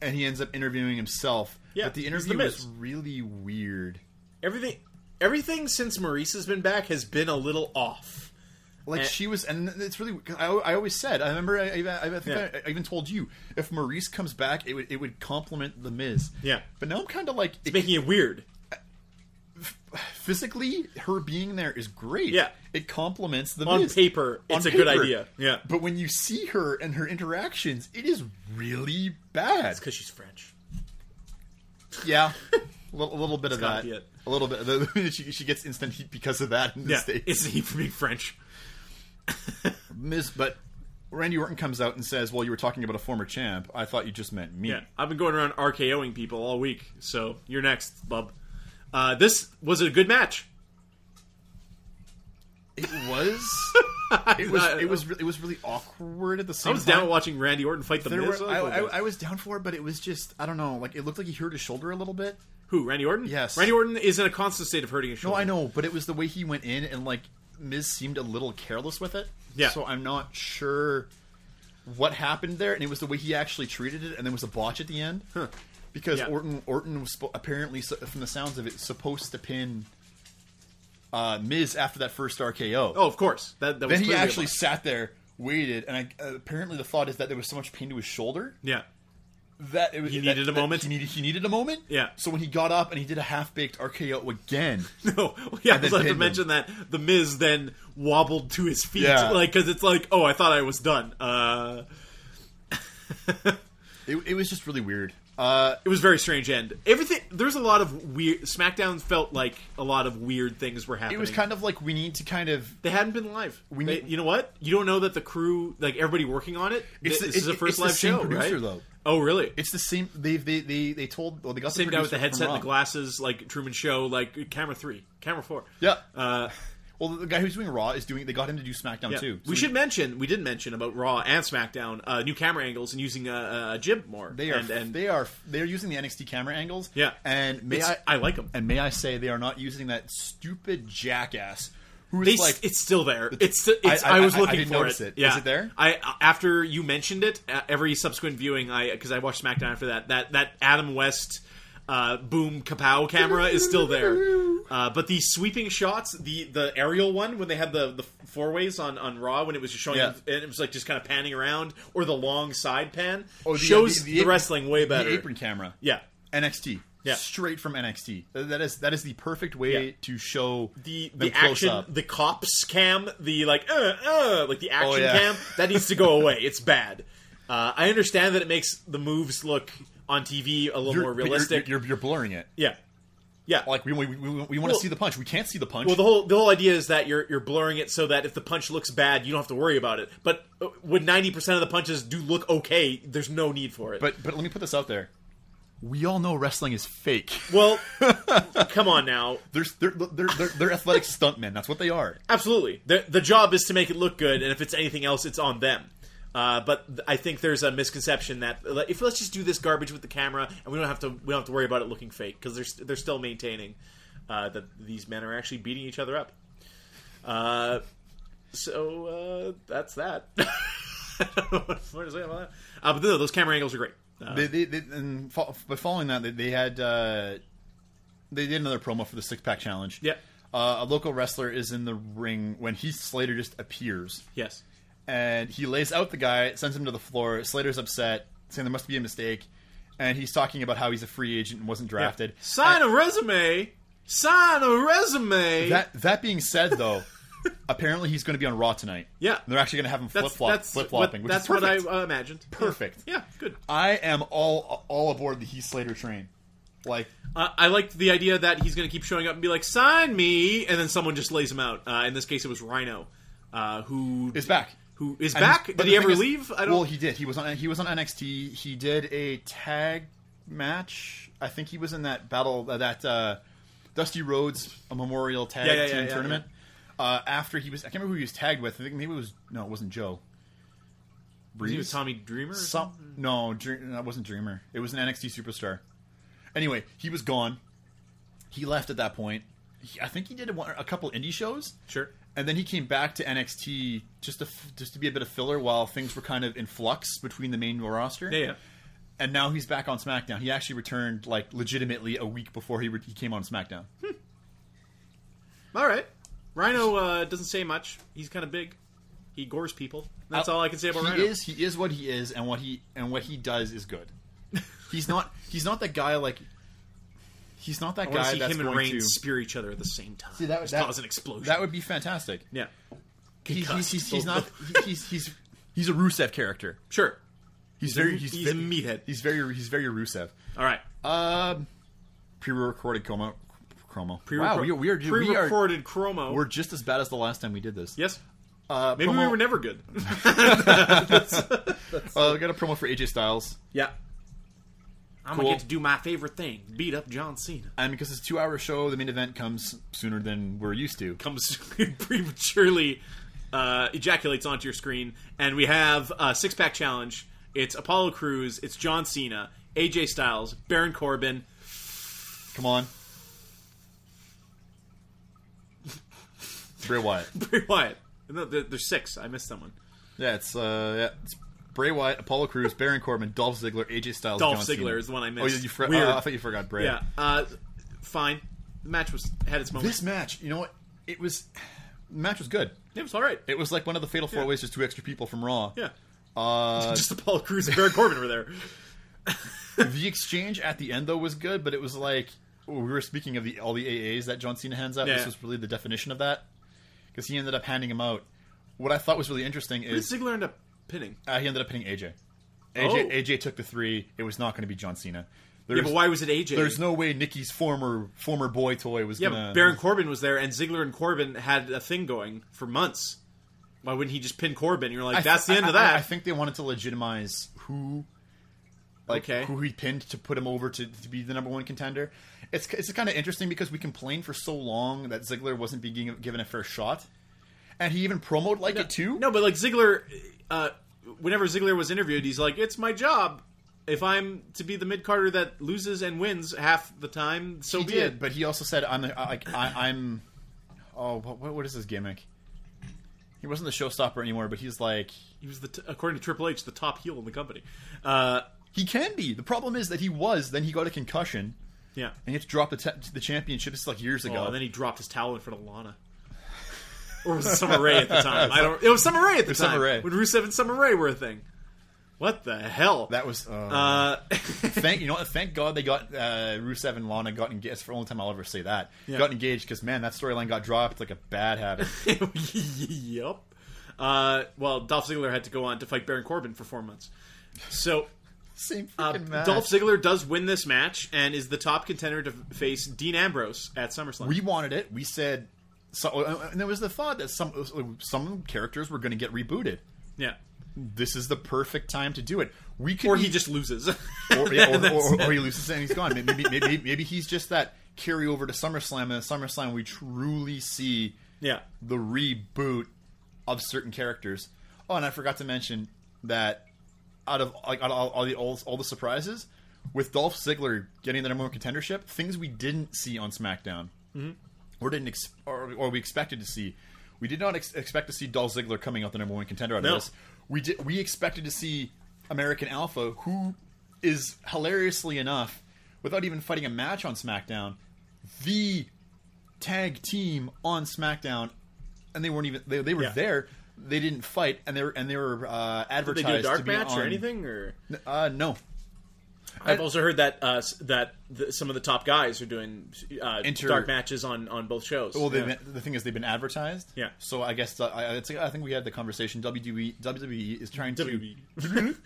[SPEAKER 4] and he ends up interviewing himself.
[SPEAKER 3] Yeah,
[SPEAKER 4] but the
[SPEAKER 3] he's The
[SPEAKER 4] interview was
[SPEAKER 3] Miz.
[SPEAKER 4] really weird.
[SPEAKER 3] Everything everything since Maurice has been back has been a little off.
[SPEAKER 4] Like
[SPEAKER 3] And-
[SPEAKER 4] she was, and it's really. 'cause I, I always said. I remember. I, I, I think
[SPEAKER 3] Yeah.
[SPEAKER 4] I, I even told you if Maurice comes back, it would it would complement the Miz.
[SPEAKER 3] Yeah.
[SPEAKER 4] But now I'm kind of like it-
[SPEAKER 3] making it weird.
[SPEAKER 4] physically, her being there is great.
[SPEAKER 3] Yeah.
[SPEAKER 4] It complements the
[SPEAKER 3] On
[SPEAKER 4] Miz.
[SPEAKER 3] paper,
[SPEAKER 4] On
[SPEAKER 3] it's a good
[SPEAKER 4] paper.
[SPEAKER 3] idea. Yeah.
[SPEAKER 4] But when you see her and her interactions, it is really bad.
[SPEAKER 3] Because she's French. <laughs>
[SPEAKER 4] Yeah. A little, a little bit of
[SPEAKER 3] gotta
[SPEAKER 4] that.
[SPEAKER 3] be it.
[SPEAKER 4] A little bit. The- she, she gets instant heat because of that in the
[SPEAKER 3] Yeah.
[SPEAKER 4] States.
[SPEAKER 3] It's <laughs> he for being French.
[SPEAKER 4] Miz, but Randy Orton comes out and says, "Well, you were talking about a former champ. I thought you just meant me."
[SPEAKER 3] Yeah. I've been going around RKOing people all week, so you're next, bub. Uh, this was a good match.
[SPEAKER 4] It
[SPEAKER 3] <laughs>
[SPEAKER 4] was. It was. It was. re- It was really awkward at the
[SPEAKER 3] I
[SPEAKER 4] same.
[SPEAKER 3] was
[SPEAKER 4] time.
[SPEAKER 3] down watching Randy Orton fight the
[SPEAKER 4] There
[SPEAKER 3] Miz.
[SPEAKER 4] were, I, I, I was down for it, but it was just I don't know. Like it looked like he hurt his shoulder a little bit.
[SPEAKER 3] Who, Randy Orton?
[SPEAKER 4] Yes.
[SPEAKER 3] Randy Orton is in a constant state of hurting his
[SPEAKER 4] No,
[SPEAKER 3] shoulder.
[SPEAKER 4] I know, but it was the way he went in, and like Miz seemed a little careless with it.
[SPEAKER 3] Yeah.
[SPEAKER 4] So I'm not sure what happened there, and it was the way he actually treated it, and there was a botch at the end. Because
[SPEAKER 3] Yeah.
[SPEAKER 4] Orton, Orton was spo- apparently, su- from the sounds of it, supposed to pin uh, Miz after that first RKO.
[SPEAKER 3] Oh, of course. That, that was
[SPEAKER 4] then he
[SPEAKER 3] clearly a
[SPEAKER 4] actually
[SPEAKER 3] botch.
[SPEAKER 4] sat there, waited, and I, uh, apparently the thought is that there was so much pain to his shoulder
[SPEAKER 3] Yeah. <laughs>
[SPEAKER 4] that it was,
[SPEAKER 3] He
[SPEAKER 4] that-
[SPEAKER 3] needed a
[SPEAKER 4] that
[SPEAKER 3] moment?
[SPEAKER 4] He needed, he needed a moment.
[SPEAKER 3] Yeah.
[SPEAKER 4] So when he got up and he did a half baked RKO
[SPEAKER 3] <laughs>
[SPEAKER 4] again,
[SPEAKER 3] No, yeah, I
[SPEAKER 4] And then
[SPEAKER 3] was about to
[SPEAKER 4] pinned him.
[SPEAKER 3] mention that the Miz then wobbled to his feet,
[SPEAKER 4] Yeah.
[SPEAKER 3] like because it's like, oh, I thought I was done. Uh,
[SPEAKER 4] it, it was just really weird. Uh,
[SPEAKER 3] it was a very strange end. Everything there's a lot of weird. SmackDown felt like a lot of weird things were happening.
[SPEAKER 4] it was kind of like we need to kind of.
[SPEAKER 3] they hadn't been live.
[SPEAKER 4] We
[SPEAKER 3] They-
[SPEAKER 4] need-
[SPEAKER 3] you know what? You don't know that the crew, like everybody working on it,
[SPEAKER 4] It's
[SPEAKER 3] th-
[SPEAKER 4] the-
[SPEAKER 3] this is the
[SPEAKER 4] it-
[SPEAKER 3] first
[SPEAKER 4] it's the
[SPEAKER 3] live
[SPEAKER 4] same
[SPEAKER 3] show,
[SPEAKER 4] producer,
[SPEAKER 3] right?
[SPEAKER 4] though.
[SPEAKER 3] Oh, really?
[SPEAKER 4] It's the same. They they they they told. Well, they got
[SPEAKER 3] same
[SPEAKER 4] the
[SPEAKER 3] guy with the
[SPEAKER 4] producer
[SPEAKER 3] headset
[SPEAKER 4] from
[SPEAKER 3] and the
[SPEAKER 4] Raw.
[SPEAKER 3] glasses, like Truman Show, like camera three, camera four.
[SPEAKER 4] Yeah. well, the guy who's doing Raw is doing. They got him to do SmackDown
[SPEAKER 3] Uh, Yeah.
[SPEAKER 4] too. So
[SPEAKER 3] we should mention we did mention about Raw and SmackDown uh, new camera angles and using a, uh a jib more.
[SPEAKER 4] They are.
[SPEAKER 3] and, and
[SPEAKER 4] they are. They are using the NXT camera angles.
[SPEAKER 3] Yeah.
[SPEAKER 4] And may
[SPEAKER 3] It's- I
[SPEAKER 4] I?
[SPEAKER 3] like 'em.
[SPEAKER 4] And may I say they are not using that stupid jackass who
[SPEAKER 3] They
[SPEAKER 4] is
[SPEAKER 3] s-
[SPEAKER 4] like
[SPEAKER 3] it's still there. It's, st- it's I,
[SPEAKER 4] I- I-
[SPEAKER 3] was
[SPEAKER 4] I- I
[SPEAKER 3] looking
[SPEAKER 4] didn't
[SPEAKER 3] for
[SPEAKER 4] notice
[SPEAKER 3] it.
[SPEAKER 4] it.
[SPEAKER 3] Yeah.
[SPEAKER 4] Is it there?
[SPEAKER 3] I after you mentioned it, uh, every subsequent viewing, I because I watched SmackDown after that. That that Adam West uh, boom kapow camera is still there.
[SPEAKER 4] <laughs>
[SPEAKER 3] Uh, but the sweeping shots, the the aerial one when they had the the four ways on on Raw when it was just showing,
[SPEAKER 4] Yeah.
[SPEAKER 3] and it was like just kind of panning around, or the long side pan
[SPEAKER 4] Oh, the-
[SPEAKER 3] shows
[SPEAKER 4] the-
[SPEAKER 3] the,
[SPEAKER 4] the apron-
[SPEAKER 3] wrestling way
[SPEAKER 4] the
[SPEAKER 3] better.
[SPEAKER 4] apron camera.
[SPEAKER 3] Yeah.
[SPEAKER 4] NXT.
[SPEAKER 3] Yeah.
[SPEAKER 4] Straight from NXT. Th- That is that is the perfect way
[SPEAKER 3] Yeah.
[SPEAKER 4] to show
[SPEAKER 3] the
[SPEAKER 4] them
[SPEAKER 3] the action,
[SPEAKER 4] up. Oh,
[SPEAKER 3] the cops cam, the like, uh, uh, like the action
[SPEAKER 4] yeah.
[SPEAKER 3] cam that needs to
[SPEAKER 4] <laughs>
[SPEAKER 3] go away. It's bad. Uh, I understand that it makes the moves look on TV a little
[SPEAKER 4] You're-
[SPEAKER 3] more
[SPEAKER 4] but you're-
[SPEAKER 3] realistic.
[SPEAKER 4] You're, you're, blurring it.
[SPEAKER 3] yeah, yeah.
[SPEAKER 4] Like we we, we, we want
[SPEAKER 3] Well-
[SPEAKER 4] to see the punch. We can't see the punch.
[SPEAKER 3] well, the whole the whole idea is that you're you're blurring it so that if the punch looks bad, you don't have to worry about it. But uh, when ninety percent of the punches do look okay, there's no need for it.
[SPEAKER 4] but but let me put this out there. we all know wrestling is fake.
[SPEAKER 3] Well,
[SPEAKER 4] <laughs>
[SPEAKER 3] come on now.
[SPEAKER 4] They're they're they're, they're,
[SPEAKER 3] <laughs>
[SPEAKER 4] they're athletic stuntmen. That's what they are.
[SPEAKER 3] Absolutely. The, the job is to make it look good, and if it's anything else, it's on them. Uh, but th- I think there's a misconception that like, if let's just do this garbage with the camera, and we don't have to we don't have to worry about it looking fake because they're st- they're still maintaining uh, that these men are actually beating each other up. Uh, so uh, that's that. <laughs> I don't know what more to say about that. Uh, but no, those camera angles are great. Uh,
[SPEAKER 4] They, they, they and fo- but following that, they, they had uh, they did another promo for the six pack challenge.
[SPEAKER 3] Yep.
[SPEAKER 4] Uh, a local wrestler is in the ring when Heath Slater just appears.
[SPEAKER 3] yes.
[SPEAKER 4] and he lays out the guy, sends him to the floor. Slater's upset, saying there must be a mistake, and he's talking about how he's a free agent and wasn't drafted.
[SPEAKER 3] Sign a resume. Sign a resume.
[SPEAKER 4] That that being
[SPEAKER 3] <laughs>
[SPEAKER 4] said, though, apparently he's going to be on Raw tonight.
[SPEAKER 3] Yeah.
[SPEAKER 4] they're actually going to have him flip
[SPEAKER 3] that's
[SPEAKER 4] flop,
[SPEAKER 3] that's
[SPEAKER 4] flip flopping.
[SPEAKER 3] what,
[SPEAKER 4] That's
[SPEAKER 3] that's
[SPEAKER 4] is
[SPEAKER 3] what I <laughs>
[SPEAKER 4] perfect.
[SPEAKER 3] uh, imagined. Yeah.
[SPEAKER 4] Perfect.
[SPEAKER 3] Yeah, good.
[SPEAKER 4] I am all all aboard the Heath Slater train. Like
[SPEAKER 3] Uh, I liked the idea that he's going to keep showing up and be like, "Sign me," and then someone just lays him out. Uh, in this case, it was Rhino, uh, who
[SPEAKER 4] is back.
[SPEAKER 3] Who is
[SPEAKER 4] And-
[SPEAKER 3] back? Did
[SPEAKER 4] but the
[SPEAKER 3] he
[SPEAKER 4] thing
[SPEAKER 3] ever
[SPEAKER 4] is-
[SPEAKER 3] leave? I don't.
[SPEAKER 4] Well, he did. He was on. He was on NXT. He did a tag match. I think he was in that battle uh, that uh, Dusty Rhodes Memorial Tag
[SPEAKER 3] Yeah, yeah,
[SPEAKER 4] Team
[SPEAKER 3] yeah, yeah,
[SPEAKER 4] Tournament. Uh, after he was, I can't remember who he was tagged with. I think maybe it was no, it wasn't Joe.
[SPEAKER 3] was he
[SPEAKER 4] Breeze?
[SPEAKER 3] with Tommy Dreamer. or something?
[SPEAKER 4] Some, no, Dr- that wasn't Dreamer. It was an NXT superstar. Anyway, he was gone. He left at that point. He, I think he did a, one- a couple indie shows
[SPEAKER 3] Sure.
[SPEAKER 4] and then he came back to NXT just to f- just to be a bit of filler while things were kind of in flux between the main roster.
[SPEAKER 3] Yeah, yeah.
[SPEAKER 4] And now he's back on SmackDown. He actually returned like legitimately a week before he re- he came on SmackDown.
[SPEAKER 3] All right. Rhino uh, doesn't say much. He's kind of big. He gores people. That's all I can say about
[SPEAKER 4] Uh, he
[SPEAKER 3] Rhino.
[SPEAKER 4] is he is what he is, and what he and what he does is
[SPEAKER 3] <laughs>
[SPEAKER 4] good. He's not he's not that guy like he's not that
[SPEAKER 3] I want
[SPEAKER 4] guy
[SPEAKER 3] to see
[SPEAKER 4] that's
[SPEAKER 3] him and
[SPEAKER 4] going
[SPEAKER 3] Reigns
[SPEAKER 4] to
[SPEAKER 3] spear each other at the same time.
[SPEAKER 4] See, that,
[SPEAKER 3] Just
[SPEAKER 4] that-
[SPEAKER 3] cause an explosion.
[SPEAKER 4] That would be fantastic.
[SPEAKER 3] yeah.
[SPEAKER 4] He- he's,
[SPEAKER 3] Concussed.
[SPEAKER 4] he's, he's not he- he's he's he's a Rusev character.
[SPEAKER 3] Sure.
[SPEAKER 4] He's,
[SPEAKER 3] a-
[SPEAKER 4] very he's,
[SPEAKER 3] he's a
[SPEAKER 4] ve-
[SPEAKER 3] meathead.
[SPEAKER 4] He's very he's very Rusev.
[SPEAKER 3] All right.
[SPEAKER 4] Um, pre-recorded Como. Chromo.
[SPEAKER 3] Pre-
[SPEAKER 4] wow, we are, we are, we are
[SPEAKER 3] pre-recorded chromo.
[SPEAKER 4] we're just as bad as the last time we did this.
[SPEAKER 3] yes.
[SPEAKER 4] Uh,
[SPEAKER 3] Maybe we
[SPEAKER 4] promo-
[SPEAKER 3] were never good.
[SPEAKER 4] Uh, we got a promo for AJ Styles,
[SPEAKER 3] yeah. I'm
[SPEAKER 4] Cool.
[SPEAKER 3] gonna get to do my favorite thing: beat up John Cena.
[SPEAKER 4] and because it's a two-hour show, the main event comes sooner than we're used to.
[SPEAKER 3] Comes <laughs> prematurely, uh, ejaculates onto your screen, and we have a six-pack challenge. It's Apollo Cruz, it's John Cena, AJ Styles, Baron Corbin. <laughs>
[SPEAKER 4] Come on, Bray Wyatt.
[SPEAKER 3] Bray Wyatt. No, there- there's six. I missed someone.
[SPEAKER 4] Yeah, it's uh, yeah, it's Bray Wyatt, Apollo Crews, Baron Corbin, Dolph Ziggler, AJ Styles.
[SPEAKER 3] Dolph
[SPEAKER 4] John Cena.
[SPEAKER 3] Ziggler is the one I
[SPEAKER 4] Oh,
[SPEAKER 3] missed.
[SPEAKER 4] you, you for-
[SPEAKER 3] Weird.
[SPEAKER 4] uh, I thought you forgot Bray.
[SPEAKER 3] Yeah. Uh, fine. The match was had its moment.
[SPEAKER 4] This match, you know what? It was the match was good.
[SPEAKER 3] it was all right.
[SPEAKER 4] It was like one of the Fatal Four Ways, just two extra people from Raw.
[SPEAKER 3] yeah. <laughs>
[SPEAKER 4] Uh,
[SPEAKER 3] Just Apollo Cruz and Baron Corbin were there.
[SPEAKER 4] the exchange at the end though was good, but it was like we were speaking of the all the AAs that John Cena hands out.
[SPEAKER 3] Yeah.
[SPEAKER 4] This was really the definition of that because he ended up handing him out. What I thought was really interesting
[SPEAKER 3] Did
[SPEAKER 4] is
[SPEAKER 3] Ziggler end up pinning?
[SPEAKER 4] uh, he ended up hitting AJ. AJ,
[SPEAKER 3] Oh.
[SPEAKER 4] AJ took the three. It was not going to be John Cena.
[SPEAKER 3] Yeah,
[SPEAKER 4] There's,
[SPEAKER 3] but why was it AJ?
[SPEAKER 4] there's no way Nikki's former former boy toy was
[SPEAKER 3] Yeah,
[SPEAKER 4] gonna.
[SPEAKER 3] but Baron Corbin was there, and Ziggler and Corbin had a thing going for months. Why wouldn't he just pin Corbin? You're like,
[SPEAKER 4] I-
[SPEAKER 3] that's the end
[SPEAKER 4] I-
[SPEAKER 3] of that.
[SPEAKER 4] I, I think they wanted to legitimize who, like
[SPEAKER 3] Okay.
[SPEAKER 4] who he pinned to put him over to, to be the number one contender. It's it's kind of interesting because we complained for so long that Ziggler wasn't being given a fair shot, and he even promoted like it too.
[SPEAKER 3] no, but like Ziggler, uh, whenever Ziggler was interviewed, he's like, it's my job. If I'm to be the mid Carter that loses and wins half the time, so
[SPEAKER 4] he
[SPEAKER 3] be
[SPEAKER 4] did,
[SPEAKER 3] it.
[SPEAKER 4] but he also said I'm the- I- like I, I'm. Oh, what what- what is his gimmick? He wasn't the showstopper anymore, but he's like
[SPEAKER 3] He was the t- according to Triple H the top heel in the company. Uh,
[SPEAKER 4] he can be. The problem is that he was. Then he got a concussion,
[SPEAKER 3] yeah.
[SPEAKER 4] and he had to drop the te- the championship. This is like years ago.
[SPEAKER 3] Oh, and then he dropped his towel in front of Lana. Or was it Summer Rae at the
[SPEAKER 4] <laughs>
[SPEAKER 3] time? I don't. It was Summer Rae at the
[SPEAKER 4] Summer
[SPEAKER 3] time.
[SPEAKER 4] Rae.
[SPEAKER 3] When Rusev and Summer Rae were a thing. What the hell?
[SPEAKER 4] that was. uh,
[SPEAKER 3] Uh, <laughs>
[SPEAKER 4] Thank you know what? Thank God they got uh, Rusev and Lana got engaged. That's the only time I'll ever say that.
[SPEAKER 3] Yeah.
[SPEAKER 4] Got engaged because man, that storyline got dropped like a
[SPEAKER 3] <laughs>
[SPEAKER 4] bad habit.
[SPEAKER 3] yep. Uh, well, Dolph Ziggler had to go on to fight Baron Corbin for four months. So
[SPEAKER 4] Same
[SPEAKER 3] uh,
[SPEAKER 4] freaking match.
[SPEAKER 3] Dolph Ziggler does win this match and is the top contender to face Dean Ambrose at SummerSlam.
[SPEAKER 4] we wanted it. We said, so, and there was the thought that some some characters were going to get rebooted.
[SPEAKER 3] yeah.
[SPEAKER 4] this is the perfect time to do it. We could
[SPEAKER 3] or
[SPEAKER 4] be-
[SPEAKER 3] he just loses. <laughs>
[SPEAKER 4] or, yeah, or, or, or he loses it and he's gone. Maybe, maybe, maybe, maybe he's just that carryover to SummerSlam, and at SummerSlam we truly see
[SPEAKER 3] yeah.
[SPEAKER 4] the reboot of certain characters. Oh, and I forgot to mention that out of like out of all, all the all, all the surprises with Dolph Ziggler getting the number one contendership, things we didn't see on SmackDown or didn't ex- or, or we expected to see. We did not ex- expect to see Dolph Ziggler coming out the number one contender out
[SPEAKER 3] No.
[SPEAKER 4] of this. We did. We expected to see American Alpha, who is hilariously enough, without even fighting a match on SmackDown, the tag team on SmackDown, and they weren't even they, they were
[SPEAKER 3] Yeah.
[SPEAKER 4] there. They didn't fight, and they were and they were uh,
[SPEAKER 3] Did they
[SPEAKER 4] advertised
[SPEAKER 3] do a
[SPEAKER 4] to
[SPEAKER 3] dark
[SPEAKER 4] be
[SPEAKER 3] match or
[SPEAKER 4] on-
[SPEAKER 3] anything? Or
[SPEAKER 4] Uh, no,
[SPEAKER 3] I've also heard that uh, s- that the, some of the top guys are doing uh,
[SPEAKER 4] Enter-
[SPEAKER 3] dark matches on, on both shows.
[SPEAKER 4] Well, they've
[SPEAKER 3] yeah. <laughs>
[SPEAKER 4] been- the thing is, they've been advertised.
[SPEAKER 3] Yeah.
[SPEAKER 4] So I guess uh, I, it's, I think we had the conversation. WWE WWE is trying
[SPEAKER 3] E.
[SPEAKER 4] to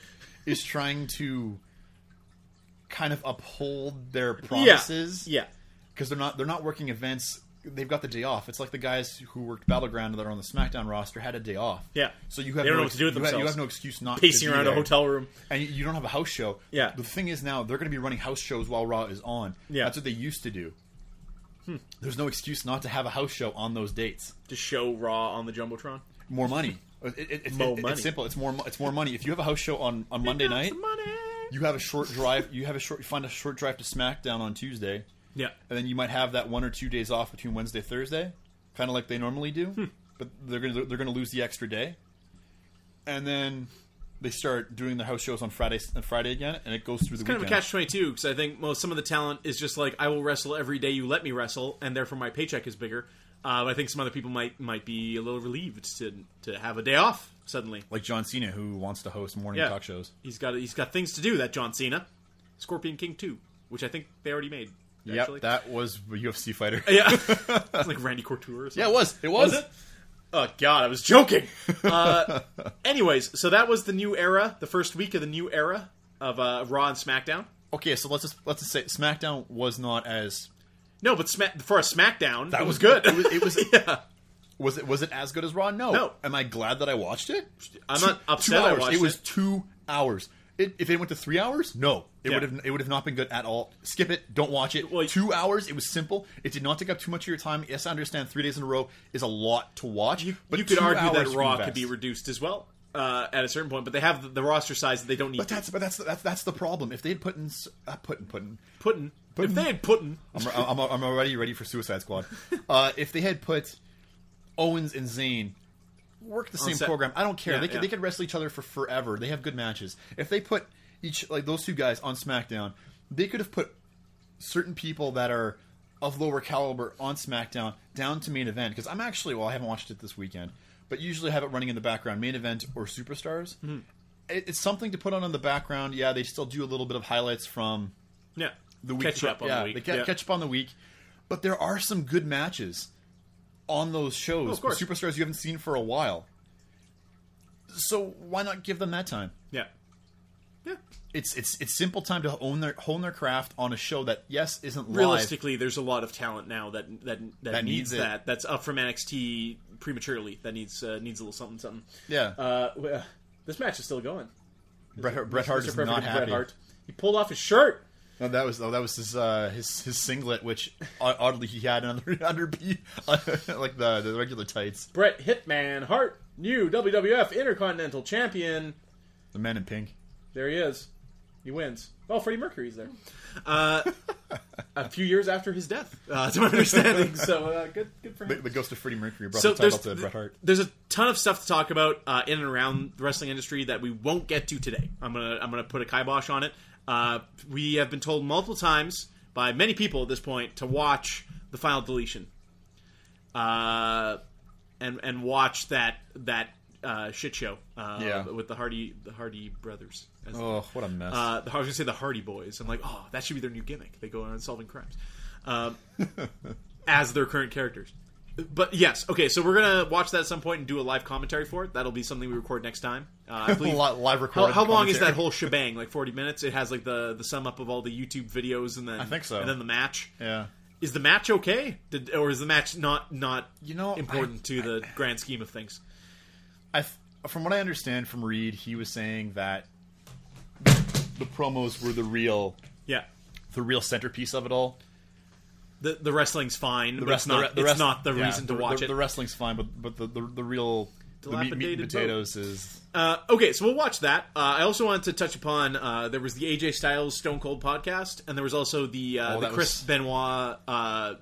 [SPEAKER 4] is trying to kind of uphold their
[SPEAKER 3] <laughs> yeah.
[SPEAKER 4] promises.
[SPEAKER 3] yeah.
[SPEAKER 4] Because they're not they're not working events. They've got the day off. It's like the guys who worked Battleground that are on the SmackDown roster had a day off.
[SPEAKER 3] Yeah.
[SPEAKER 4] So you have
[SPEAKER 3] They don't
[SPEAKER 4] no
[SPEAKER 3] know what to do with
[SPEAKER 4] you have- you
[SPEAKER 3] themselves.
[SPEAKER 4] have no excuse not
[SPEAKER 3] Pacing
[SPEAKER 4] to be
[SPEAKER 3] around a
[SPEAKER 4] there
[SPEAKER 3] hotel room.
[SPEAKER 4] and you- you don't have a house show.
[SPEAKER 3] Yeah.
[SPEAKER 4] The thing is now they're going to be running house shows while Raw is on.
[SPEAKER 3] Yeah. Hmm.
[SPEAKER 4] That's what they used to do. There's no excuse not to have a house show on those dates.
[SPEAKER 3] to show Raw on the Jumbotron.
[SPEAKER 4] More money. It, it, it's,
[SPEAKER 3] More
[SPEAKER 4] it-
[SPEAKER 3] money.
[SPEAKER 4] It's simple. It's more. mo- It's more money. If you have a house show on, on Monday night, you have a short drive. You have a short. You find a short drive to SmackDown on Tuesday,
[SPEAKER 3] Yeah.
[SPEAKER 4] and then you might have that one or two days off between Wednesday Thursday, kind of like they normally do.
[SPEAKER 3] Hmm.
[SPEAKER 4] But they're gonna they're gonna lose the extra day, and then they start doing their house shows on Friday on Friday again, and it goes through the
[SPEAKER 3] Kind of a
[SPEAKER 4] weekend.
[SPEAKER 3] catch twenty two because I think most some of the talent is just like I will wrestle every day you let me wrestle, and therefore my paycheck is bigger. Uh, but I think some other people might might be a little relieved to to have a day off suddenly.
[SPEAKER 4] like John Cena, who wants to host morning
[SPEAKER 3] Yeah,
[SPEAKER 4] talk shows.
[SPEAKER 3] He's got he's got things to do. That John Cena, Scorpion King two, which I think they already made. Actually.
[SPEAKER 4] Yep, that was a UFC fighter.
[SPEAKER 3] <laughs> yeah, <laughs> It's like Randy Couture. Or something.
[SPEAKER 4] Yeah, it was. It was.
[SPEAKER 3] Was it? Oh God, I was joking. Uh, anyways, so that was the new era, the first week of the new era of uh, Raw and SmackDown.
[SPEAKER 4] Okay, so let's just let's just say SmackDown was not as
[SPEAKER 3] No, but Sma- for a SmackDown, that was
[SPEAKER 4] was-
[SPEAKER 3] good.
[SPEAKER 4] it was- it was-
[SPEAKER 3] <laughs> yeah.
[SPEAKER 4] was it was it as good as Raw? No.
[SPEAKER 3] No.
[SPEAKER 4] Am I glad that I watched it?
[SPEAKER 3] I'm
[SPEAKER 4] Two-
[SPEAKER 3] not upset
[SPEAKER 4] Two
[SPEAKER 3] I
[SPEAKER 4] hours.
[SPEAKER 3] watched
[SPEAKER 4] it was
[SPEAKER 3] it.
[SPEAKER 4] two hours. It, if it went to three hours, no, it
[SPEAKER 3] Yeah.
[SPEAKER 4] would have it would have not been good at all. Skip it. Don't watch it.
[SPEAKER 3] Well,
[SPEAKER 4] two hours. It was simple. It did not take up too much of your time. Yes, I understand three days in a row is a lot to watch.
[SPEAKER 3] You,
[SPEAKER 4] <laughs> but
[SPEAKER 3] you could
[SPEAKER 4] two
[SPEAKER 3] argue that
[SPEAKER 4] hours you
[SPEAKER 3] Raw could
[SPEAKER 4] invest.
[SPEAKER 3] be reduced as well uh, at a certain point, but they have the, the roster size that they don't need.
[SPEAKER 4] But that's but that's that's that's the problem. If they had put in s- uh, put in put in
[SPEAKER 3] Putin.
[SPEAKER 4] Putin.
[SPEAKER 3] If they had Putin,
[SPEAKER 4] I'm, I'm, I'm already ready for Suicide Squad. Uh, if they had put Owens and Zayn work the same
[SPEAKER 3] set.
[SPEAKER 4] program, I don't care.
[SPEAKER 3] Yeah,
[SPEAKER 4] they could
[SPEAKER 3] yeah.
[SPEAKER 4] they could wrestle each other for forever. They have good matches. If they put each like those two guys on SmackDown, they could have put certain people that are of lower caliber on SmackDown down to main event. Because I'm actually well, I haven't watched it this weekend, but usually I have it running in the background, main event or superstars.
[SPEAKER 3] Hmm.
[SPEAKER 4] It, it's something to put on in the background. Yeah, they still do a little bit of highlights from
[SPEAKER 3] yeah,
[SPEAKER 4] the week
[SPEAKER 3] catch
[SPEAKER 4] tri-
[SPEAKER 3] up on
[SPEAKER 4] yeah,
[SPEAKER 3] the week.
[SPEAKER 4] They ca-
[SPEAKER 3] yeah.
[SPEAKER 4] catch up on the week. But there are some good matches on those shows.
[SPEAKER 3] Oh, of course.
[SPEAKER 4] Superstars you haven't seen for a while. So why not give them that time?
[SPEAKER 3] yeah, yeah.
[SPEAKER 4] It's it's it's simple time to own their hone their craft on a show that yes isn't live.
[SPEAKER 3] Realistically, there's a lot of talent now that that that,
[SPEAKER 4] That
[SPEAKER 3] needs,
[SPEAKER 4] needs it.
[SPEAKER 3] that. That's up from NXT prematurely. That needs uh, needs a little something something.
[SPEAKER 4] Yeah,
[SPEAKER 3] Uh, w- uh, this match is still going.
[SPEAKER 4] Bret, Hart- Bret Hart
[SPEAKER 3] Mr.
[SPEAKER 4] is
[SPEAKER 3] Perfect
[SPEAKER 4] not
[SPEAKER 3] and
[SPEAKER 4] happy.
[SPEAKER 3] Bret Hart. He pulled off his shirt.
[SPEAKER 4] No, that was oh, that was his uh, his his singlet, which odd- oddly he had another <laughs> under like the the regular tights.
[SPEAKER 3] Brett Hitman Hart, new WWF Intercontinental Champion.
[SPEAKER 4] The man in pink.
[SPEAKER 3] There he is. He wins. Oh, Freddie Mercury's there. Uh, a few years after his death, uh, to my understanding. So uh, good, good for
[SPEAKER 4] The,
[SPEAKER 3] him.
[SPEAKER 4] the ghost of Freddie Mercury brought
[SPEAKER 3] So
[SPEAKER 4] the title
[SPEAKER 3] there's,
[SPEAKER 4] to Bret Hart.
[SPEAKER 3] there's a ton of stuff to talk about uh, in and around the wrestling industry that we won't get to today. I'm gonna I'm gonna put a kibosh on it. Uh, we have been told multiple times by many people at this point to watch the final deletion, uh, and and watch that that uh, shit show uh,
[SPEAKER 4] Yeah.
[SPEAKER 3] with the Hardy the Hardy brothers. As
[SPEAKER 4] Oh, what a mess!
[SPEAKER 3] uh, I was gonna say the Hardy Boys. I'm like, oh, that should be their new gimmick. They go around solving crimes
[SPEAKER 4] <laughs>
[SPEAKER 3] um, as their current characters. But yes, okay. So we're gonna watch that at some point and do a live commentary for it. That'll be something we record next time.
[SPEAKER 4] <laughs>
[SPEAKER 3] Uh, I believe.
[SPEAKER 4] Li- live
[SPEAKER 3] How,
[SPEAKER 4] recorded
[SPEAKER 3] how long is
[SPEAKER 4] commentary.
[SPEAKER 3] that
[SPEAKER 4] <laughs>
[SPEAKER 3] whole shebang? Like forty minutes. It has like the the sum up of all the YouTube videos and then I
[SPEAKER 4] think so.
[SPEAKER 3] And then the match.
[SPEAKER 4] Yeah.
[SPEAKER 3] Is the match okay? Did, or is the match not not
[SPEAKER 4] You know,
[SPEAKER 3] important
[SPEAKER 4] I-
[SPEAKER 3] to the grand scheme of things?
[SPEAKER 4] I th- from what I understand from Reed, he was saying that the promos were the real
[SPEAKER 3] Yeah.
[SPEAKER 4] the real centerpiece of it all.
[SPEAKER 3] The, the wrestling's fine,
[SPEAKER 4] The
[SPEAKER 3] but it's
[SPEAKER 4] rest,
[SPEAKER 3] not,
[SPEAKER 4] the, re- the
[SPEAKER 3] it's
[SPEAKER 4] rest-
[SPEAKER 3] not the
[SPEAKER 4] yeah,
[SPEAKER 3] reason to
[SPEAKER 4] the-
[SPEAKER 3] watch
[SPEAKER 4] the,
[SPEAKER 3] it.
[SPEAKER 4] The wrestling's fine, but but the the, the real the meat, meat and
[SPEAKER 3] Dilapidated boat.
[SPEAKER 4] potatoes is
[SPEAKER 3] Uh, okay, so we'll watch that. Uh, I also wanted to touch upon uh, there was the AJ Styles Stone Cold podcast, and there was also the, uh,
[SPEAKER 4] Oh,
[SPEAKER 3] the
[SPEAKER 4] that
[SPEAKER 3] Chris
[SPEAKER 4] was-
[SPEAKER 3] Benoit. Uh,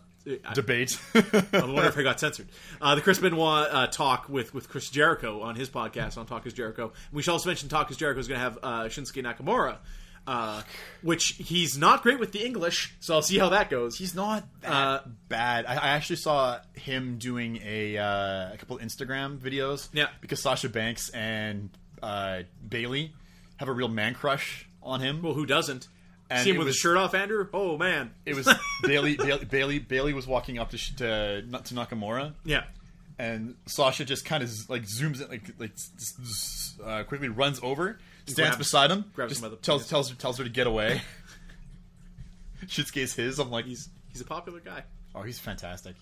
[SPEAKER 3] I, <laughs>
[SPEAKER 4] debate.
[SPEAKER 3] I wonder if I got censored. Uh, the Chris Benoit uh, talk with, with Chris Jericho on his podcast on Talk is Jericho. We should also mention Talk is Jericho is going to have uh, Shinsuke Nakamura, uh, which he's not great with the English, so I'll see how that goes.
[SPEAKER 4] He's not that
[SPEAKER 3] Uh,
[SPEAKER 4] bad. I, I actually saw him doing a, uh, a couple Instagram videos.
[SPEAKER 3] Yeah.
[SPEAKER 4] because Sasha Banks and uh, Bailey have a real man crush on him.
[SPEAKER 3] well, who doesn't?
[SPEAKER 4] And
[SPEAKER 3] see him
[SPEAKER 4] it
[SPEAKER 3] with
[SPEAKER 4] was-
[SPEAKER 3] his shirt off, Andrew? Oh, man.
[SPEAKER 4] it was Bailey, Bailey. Bailey. Bailey was walking up to sh- to, not to Nakamura,
[SPEAKER 3] Yeah.
[SPEAKER 4] and Sasha just kind of z- like zooms in, like like z- z- uh, quickly runs over, stands
[SPEAKER 3] grabs-
[SPEAKER 4] beside him,
[SPEAKER 3] grabs
[SPEAKER 4] just
[SPEAKER 3] him by the-
[SPEAKER 4] tells tells her tells her to get away.
[SPEAKER 3] <laughs>
[SPEAKER 4] Shitsuke's his. I'm like,
[SPEAKER 3] He's, he's a popular guy.
[SPEAKER 4] oh, he's fantastic.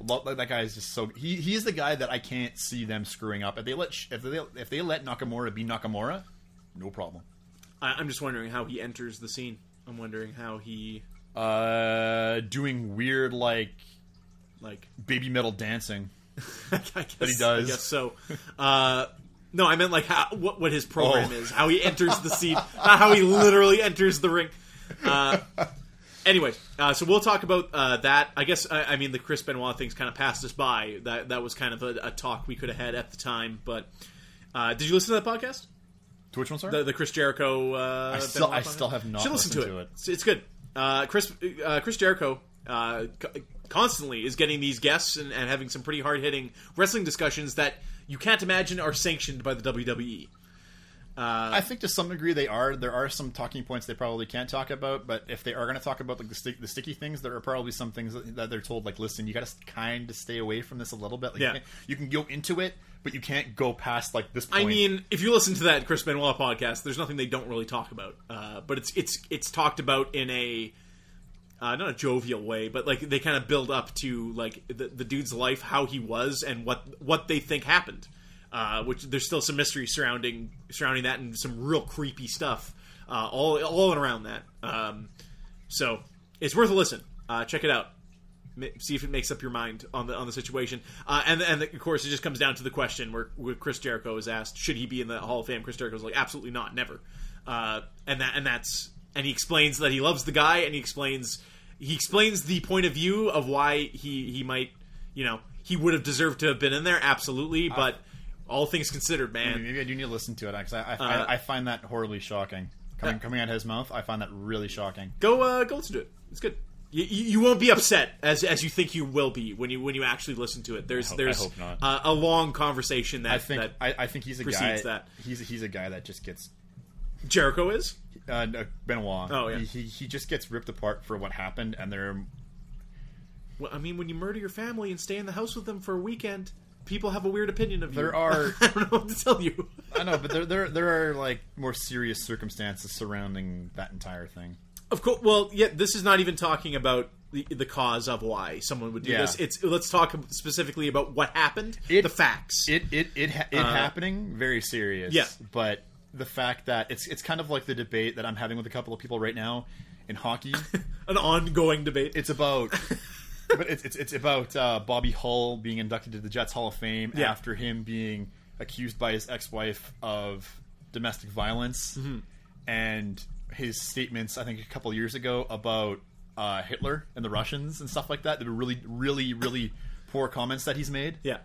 [SPEAKER 4] Love, like, that guy is just so. He he is the guy that I can't see them screwing up. If they let sh- if they if they let Nakamura be Nakamura, no problem.
[SPEAKER 3] I, I'm just wondering how he enters the scene. I'm wondering how he
[SPEAKER 4] Uh, doing weird like
[SPEAKER 3] like. <laughs>
[SPEAKER 4] baby metal dancing.
[SPEAKER 3] I guess,
[SPEAKER 4] he does.
[SPEAKER 3] I guess so. Uh, no, I meant like how, what what his program
[SPEAKER 4] Oh.
[SPEAKER 3] is, how he enters the scene, not how he literally enters the ring. Uh, anyway, uh, so we'll talk about uh, that. I guess I, I mean the Chris Benoit things kind of passed us by. That that was kind of a, a talk we could have had at the time. But uh, did you listen to that podcast?
[SPEAKER 4] To which one, sorry?
[SPEAKER 3] The, the Chris Jericho. Uh,
[SPEAKER 4] I still-
[SPEAKER 3] Benoit
[SPEAKER 4] I still
[SPEAKER 3] podcast?
[SPEAKER 4] have not
[SPEAKER 3] Should listen
[SPEAKER 4] listened
[SPEAKER 3] to
[SPEAKER 4] to
[SPEAKER 3] it.
[SPEAKER 4] it.
[SPEAKER 3] It's, it's good. Uh, Chris uh, Chris Jericho uh, co- constantly is getting these guests and, and having some pretty hard hitting wrestling discussions that you can't imagine are sanctioned by the E. WWE.
[SPEAKER 4] I think to some degree they are. There are some talking points they probably can't talk about, but if they are going to talk about like the, stick, the sticky things, there are probably some things that that they're told like, listen, you got to kind of stay away from this a little bit. Like,
[SPEAKER 3] Yeah.
[SPEAKER 4] you, can, you can go into it, but you can't go past like this. Point.
[SPEAKER 3] I mean, if you listen to that Chris Benoit podcast, there's nothing they don't really talk about. Uh, but it's it's it's talked about in a uh, not a jovial way, but like they kind of build up to like the, the dude's life, how he was, and what what they think happened. Uh, which there's still some mystery surrounding surrounding that, and some real creepy stuff uh, all all around that. Um, so it's worth a listen. Uh, check it out. Ma- See if it makes up your mind on the on the situation. Uh, and and of course, it just comes down to the question where, where Chris Jericho is asked, should he be in the Hall of Fame? Chris Jericho's like, absolutely not, never. Uh, and that and that's and he explains that he loves the guy, and he explains he explains the point of view of why he he might you know he would have deserved to have been in there, absolutely. But all things considered, man,
[SPEAKER 4] maybe I do need to listen to it because I I,
[SPEAKER 3] Uh,
[SPEAKER 4] I I find that horribly shocking coming coming out of his mouth. I find that really shocking.
[SPEAKER 3] go uh, go listen to it. It's good. You, you you won't be upset as as you think you will be when you when you actually listen to it. There's
[SPEAKER 4] hope- I
[SPEAKER 3] there's
[SPEAKER 4] hope not.
[SPEAKER 3] Uh, a long conversation that
[SPEAKER 4] I think
[SPEAKER 3] that
[SPEAKER 4] I, I think he's a guy.
[SPEAKER 3] precedes that.
[SPEAKER 4] He's he's a guy that just gets
[SPEAKER 3] Jericho is.
[SPEAKER 4] uh, no, Benoit.
[SPEAKER 3] Oh, yeah. Mm.
[SPEAKER 4] he, he he just gets ripped apart for what happened, and they're
[SPEAKER 3] Well, I mean, when you murder your family and stay in the house with them for a weekend, people have a weird opinion of you. <laughs>
[SPEAKER 4] there are.
[SPEAKER 3] I don't know what to tell you.
[SPEAKER 4] I know, but there there there are like more serious circumstances surrounding that entire thing.
[SPEAKER 3] Of course. Well, yeah. This is not even talking about the, the cause of why someone would do
[SPEAKER 4] Yeah.
[SPEAKER 3] this. It's let's talk specifically about what happened,
[SPEAKER 4] It-
[SPEAKER 3] the facts.
[SPEAKER 4] It it it, ha- it happening very serious.
[SPEAKER 3] yeah.
[SPEAKER 4] but the fact that it's it's kind of like the debate that I'm having with a couple of people right now in <laughs> hockey.
[SPEAKER 3] An ongoing debate. <laughs>
[SPEAKER 4] it's about. But it's, it's, it's about uh, Bobby Hull being inducted to the Jets Hall of Fame
[SPEAKER 3] Yeah.
[SPEAKER 4] after him being accused by his ex-wife of domestic violence
[SPEAKER 3] Mm-hmm.
[SPEAKER 4] and his statements I think a couple years ago about uh, Hitler and the Russians and stuff like that. They were really really really poor comments that he's made.
[SPEAKER 3] yeah.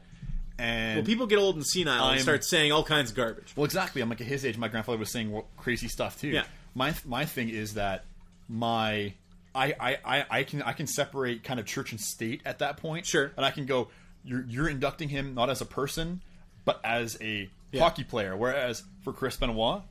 [SPEAKER 4] And
[SPEAKER 3] Well, people get old and senile
[SPEAKER 4] I'm-
[SPEAKER 3] and start saying all kinds of garbage.
[SPEAKER 4] well, exactly. I'm like at his age. My grandfather was saying wo- crazy stuff too.
[SPEAKER 3] Yeah.
[SPEAKER 4] My my thing is that my I, I, I, I can I can separate kind of church and state at that point.
[SPEAKER 3] Sure.
[SPEAKER 4] And I can go. You're you're inducting him not as a person, but as a
[SPEAKER 3] Yeah.
[SPEAKER 4] hockey player. Whereas for Chris Benoit,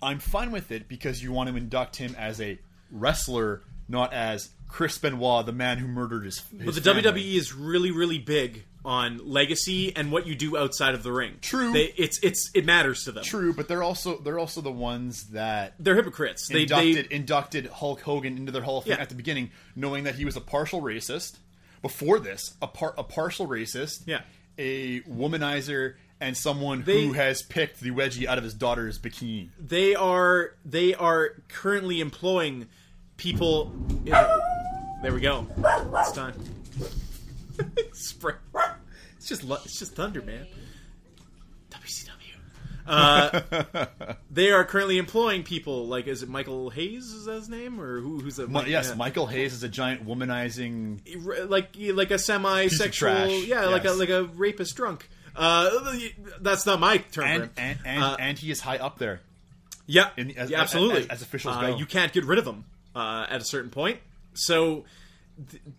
[SPEAKER 4] I'm fine with it because you want to induct him as a wrestler, not as Chris Benoit, the man who murdered his. his
[SPEAKER 3] But the E
[SPEAKER 4] family.
[SPEAKER 3] WWE is really, really big on legacy and what you do outside of the ring.
[SPEAKER 4] True.
[SPEAKER 3] They, it's it's it matters to them.
[SPEAKER 4] True, but they're also they're also the ones that
[SPEAKER 3] They're hypocrites. They
[SPEAKER 4] inducted
[SPEAKER 3] they
[SPEAKER 4] inducted Hulk Hogan into their Hall of Fame
[SPEAKER 3] Yeah.
[SPEAKER 4] at the beginning, knowing that he was a partial racist. Before this, a par- a partial racist,
[SPEAKER 3] Yeah.
[SPEAKER 4] a womanizer, and someone
[SPEAKER 3] They-
[SPEAKER 4] who has picked the wedgie out of his daughter's bikini.
[SPEAKER 3] they are they are currently employing people. In, there we go. It's time. <laughs> Spray. It's just lu- it's just thunder, man. WCW.
[SPEAKER 4] <laughs>
[SPEAKER 3] Uh, they are currently employing people like is it Michael Hayes is that his name or who, who's that?
[SPEAKER 4] Mi- yes,
[SPEAKER 3] yeah.
[SPEAKER 4] Michael Hayes is a giant womanizing.
[SPEAKER 3] like like a semi-sexual,
[SPEAKER 4] Piece of trash,
[SPEAKER 3] yeah, like a
[SPEAKER 4] yes.
[SPEAKER 3] like a rapist drunk. Uh, that's not my term. for
[SPEAKER 4] And
[SPEAKER 3] him.
[SPEAKER 4] and and,
[SPEAKER 3] Uh,
[SPEAKER 4] and he is high up there.
[SPEAKER 3] yeah,
[SPEAKER 4] in the- as-
[SPEAKER 3] yeah,
[SPEAKER 4] as-
[SPEAKER 3] absolutely.
[SPEAKER 4] as- as officials
[SPEAKER 3] uh,
[SPEAKER 4] go.
[SPEAKER 3] you can't get rid of them uh, at a certain point. So, th- th-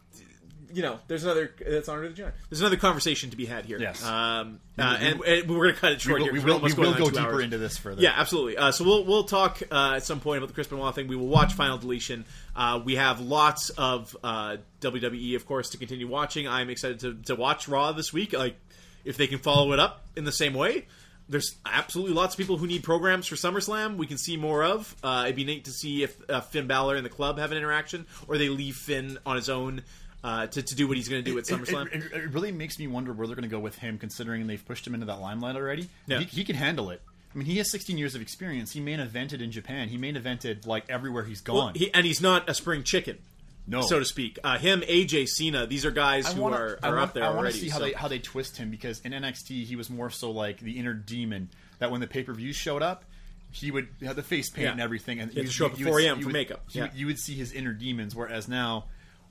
[SPEAKER 3] you know, there's another. That's honor to the giant. There's another conversation to be had here.
[SPEAKER 4] Yes.
[SPEAKER 3] um, uh, and, and we're going to cut it
[SPEAKER 4] We
[SPEAKER 3] short
[SPEAKER 4] will,
[SPEAKER 3] here.
[SPEAKER 4] we
[SPEAKER 3] 'cause
[SPEAKER 4] will,
[SPEAKER 3] we're
[SPEAKER 4] we
[SPEAKER 3] almost going
[SPEAKER 4] will
[SPEAKER 3] on
[SPEAKER 4] go
[SPEAKER 3] two
[SPEAKER 4] deeper
[SPEAKER 3] hours.
[SPEAKER 4] into this further.
[SPEAKER 3] Yeah, absolutely. Uh, so we'll we'll talk uh, at some point about the Chris Benoit thing. We will watch Final Deletion. Uh, we have lots of uh, WWE, of course, to continue watching. I'm excited to, to watch Raw this week. Like, if they can follow it up in the same way, there's absolutely lots of people who need programs for SummerSlam. We can see more of. Uh, it'd be neat to see if uh, Finn Balor and the club have an interaction, or they leave Finn on his own uh, to to do what he's going to do at
[SPEAKER 4] It- it-
[SPEAKER 3] SummerSlam.
[SPEAKER 4] It, it really makes me wonder where they're going to go with him, considering they've pushed him into that limelight already.
[SPEAKER 3] Yeah.
[SPEAKER 4] He, he can handle it. I mean, he has 16 years of experience. He main evented in Japan. He main evented like everywhere he's gone.
[SPEAKER 3] Well, he, and he's not a spring chicken,
[SPEAKER 4] No.
[SPEAKER 3] so to speak. Uh, him, AJ Cena, these are guys who
[SPEAKER 4] wanna-
[SPEAKER 3] are,
[SPEAKER 4] I
[SPEAKER 3] are
[SPEAKER 4] wanna-
[SPEAKER 3] up there
[SPEAKER 4] I wanna
[SPEAKER 3] already.
[SPEAKER 4] see how
[SPEAKER 3] so-
[SPEAKER 4] they how they twist him because in NXT he was more so like the inner demon that when the pay per views showed up, he would have the face paint
[SPEAKER 3] Yeah.
[SPEAKER 4] and everything, and
[SPEAKER 3] He had
[SPEAKER 4] you
[SPEAKER 3] to show
[SPEAKER 4] would-
[SPEAKER 3] up at
[SPEAKER 4] you would-
[SPEAKER 3] 4 a.m.
[SPEAKER 4] you
[SPEAKER 3] for
[SPEAKER 4] would-
[SPEAKER 3] makeup.
[SPEAKER 4] you would-
[SPEAKER 3] Yeah.
[SPEAKER 4] you would see his inner demons. Whereas now,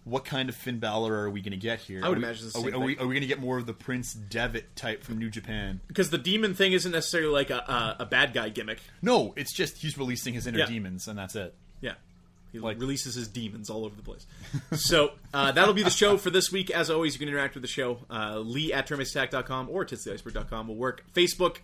[SPEAKER 4] what kind of Finn Balor are we going to get here?
[SPEAKER 3] I would
[SPEAKER 4] Are we-
[SPEAKER 3] imagine the
[SPEAKER 4] Are we,
[SPEAKER 3] same
[SPEAKER 4] are we,
[SPEAKER 3] thing.
[SPEAKER 4] are we going to get more of the Prince Devitt type from New Japan?
[SPEAKER 3] because the demon thing isn't necessarily like a, a, a bad guy gimmick.
[SPEAKER 4] No, it's just he's releasing his inner
[SPEAKER 3] Yeah.
[SPEAKER 4] demons, and that's it.
[SPEAKER 3] Yeah. He
[SPEAKER 4] Like-
[SPEAKER 3] releases his demons all over the place. <laughs> so uh, that'll be the show for this week. As always, you can interact with the show. Uh, Lee at turnbasedattack.com or titstheiceberg.com will work. Facebook,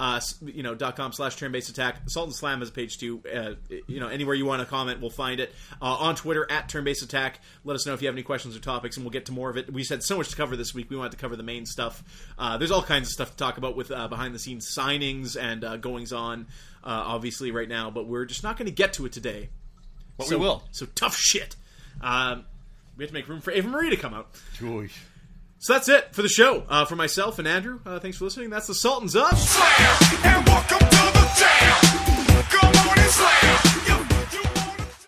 [SPEAKER 3] uh, s- you know, dot com slash turnbase attack. Salt and Slam has a page too. Uh, you know, anywhere you want to comment, we'll find it. Uh, on Twitter at turnbase attack. Let us know if you have any questions or topics, and we'll get to more of it. We said so much to cover this week. We wanted to cover the main stuff. Uh, there's all kinds of stuff to talk about with uh, behind the scenes signings and uh, goings on, uh, obviously, right now, but we're just not going to get to it today.
[SPEAKER 4] But
[SPEAKER 3] So-
[SPEAKER 4] we will.
[SPEAKER 3] So tough shit. Um, we have to make room for Ava Marie to come out.
[SPEAKER 4] Oy.
[SPEAKER 3] So that's it for the show. Uh, for myself and Andrew, uh, thanks for listening. That's the Sultan's Up.
[SPEAKER 2] Slam, and welcome to the jam. Come on and slam. You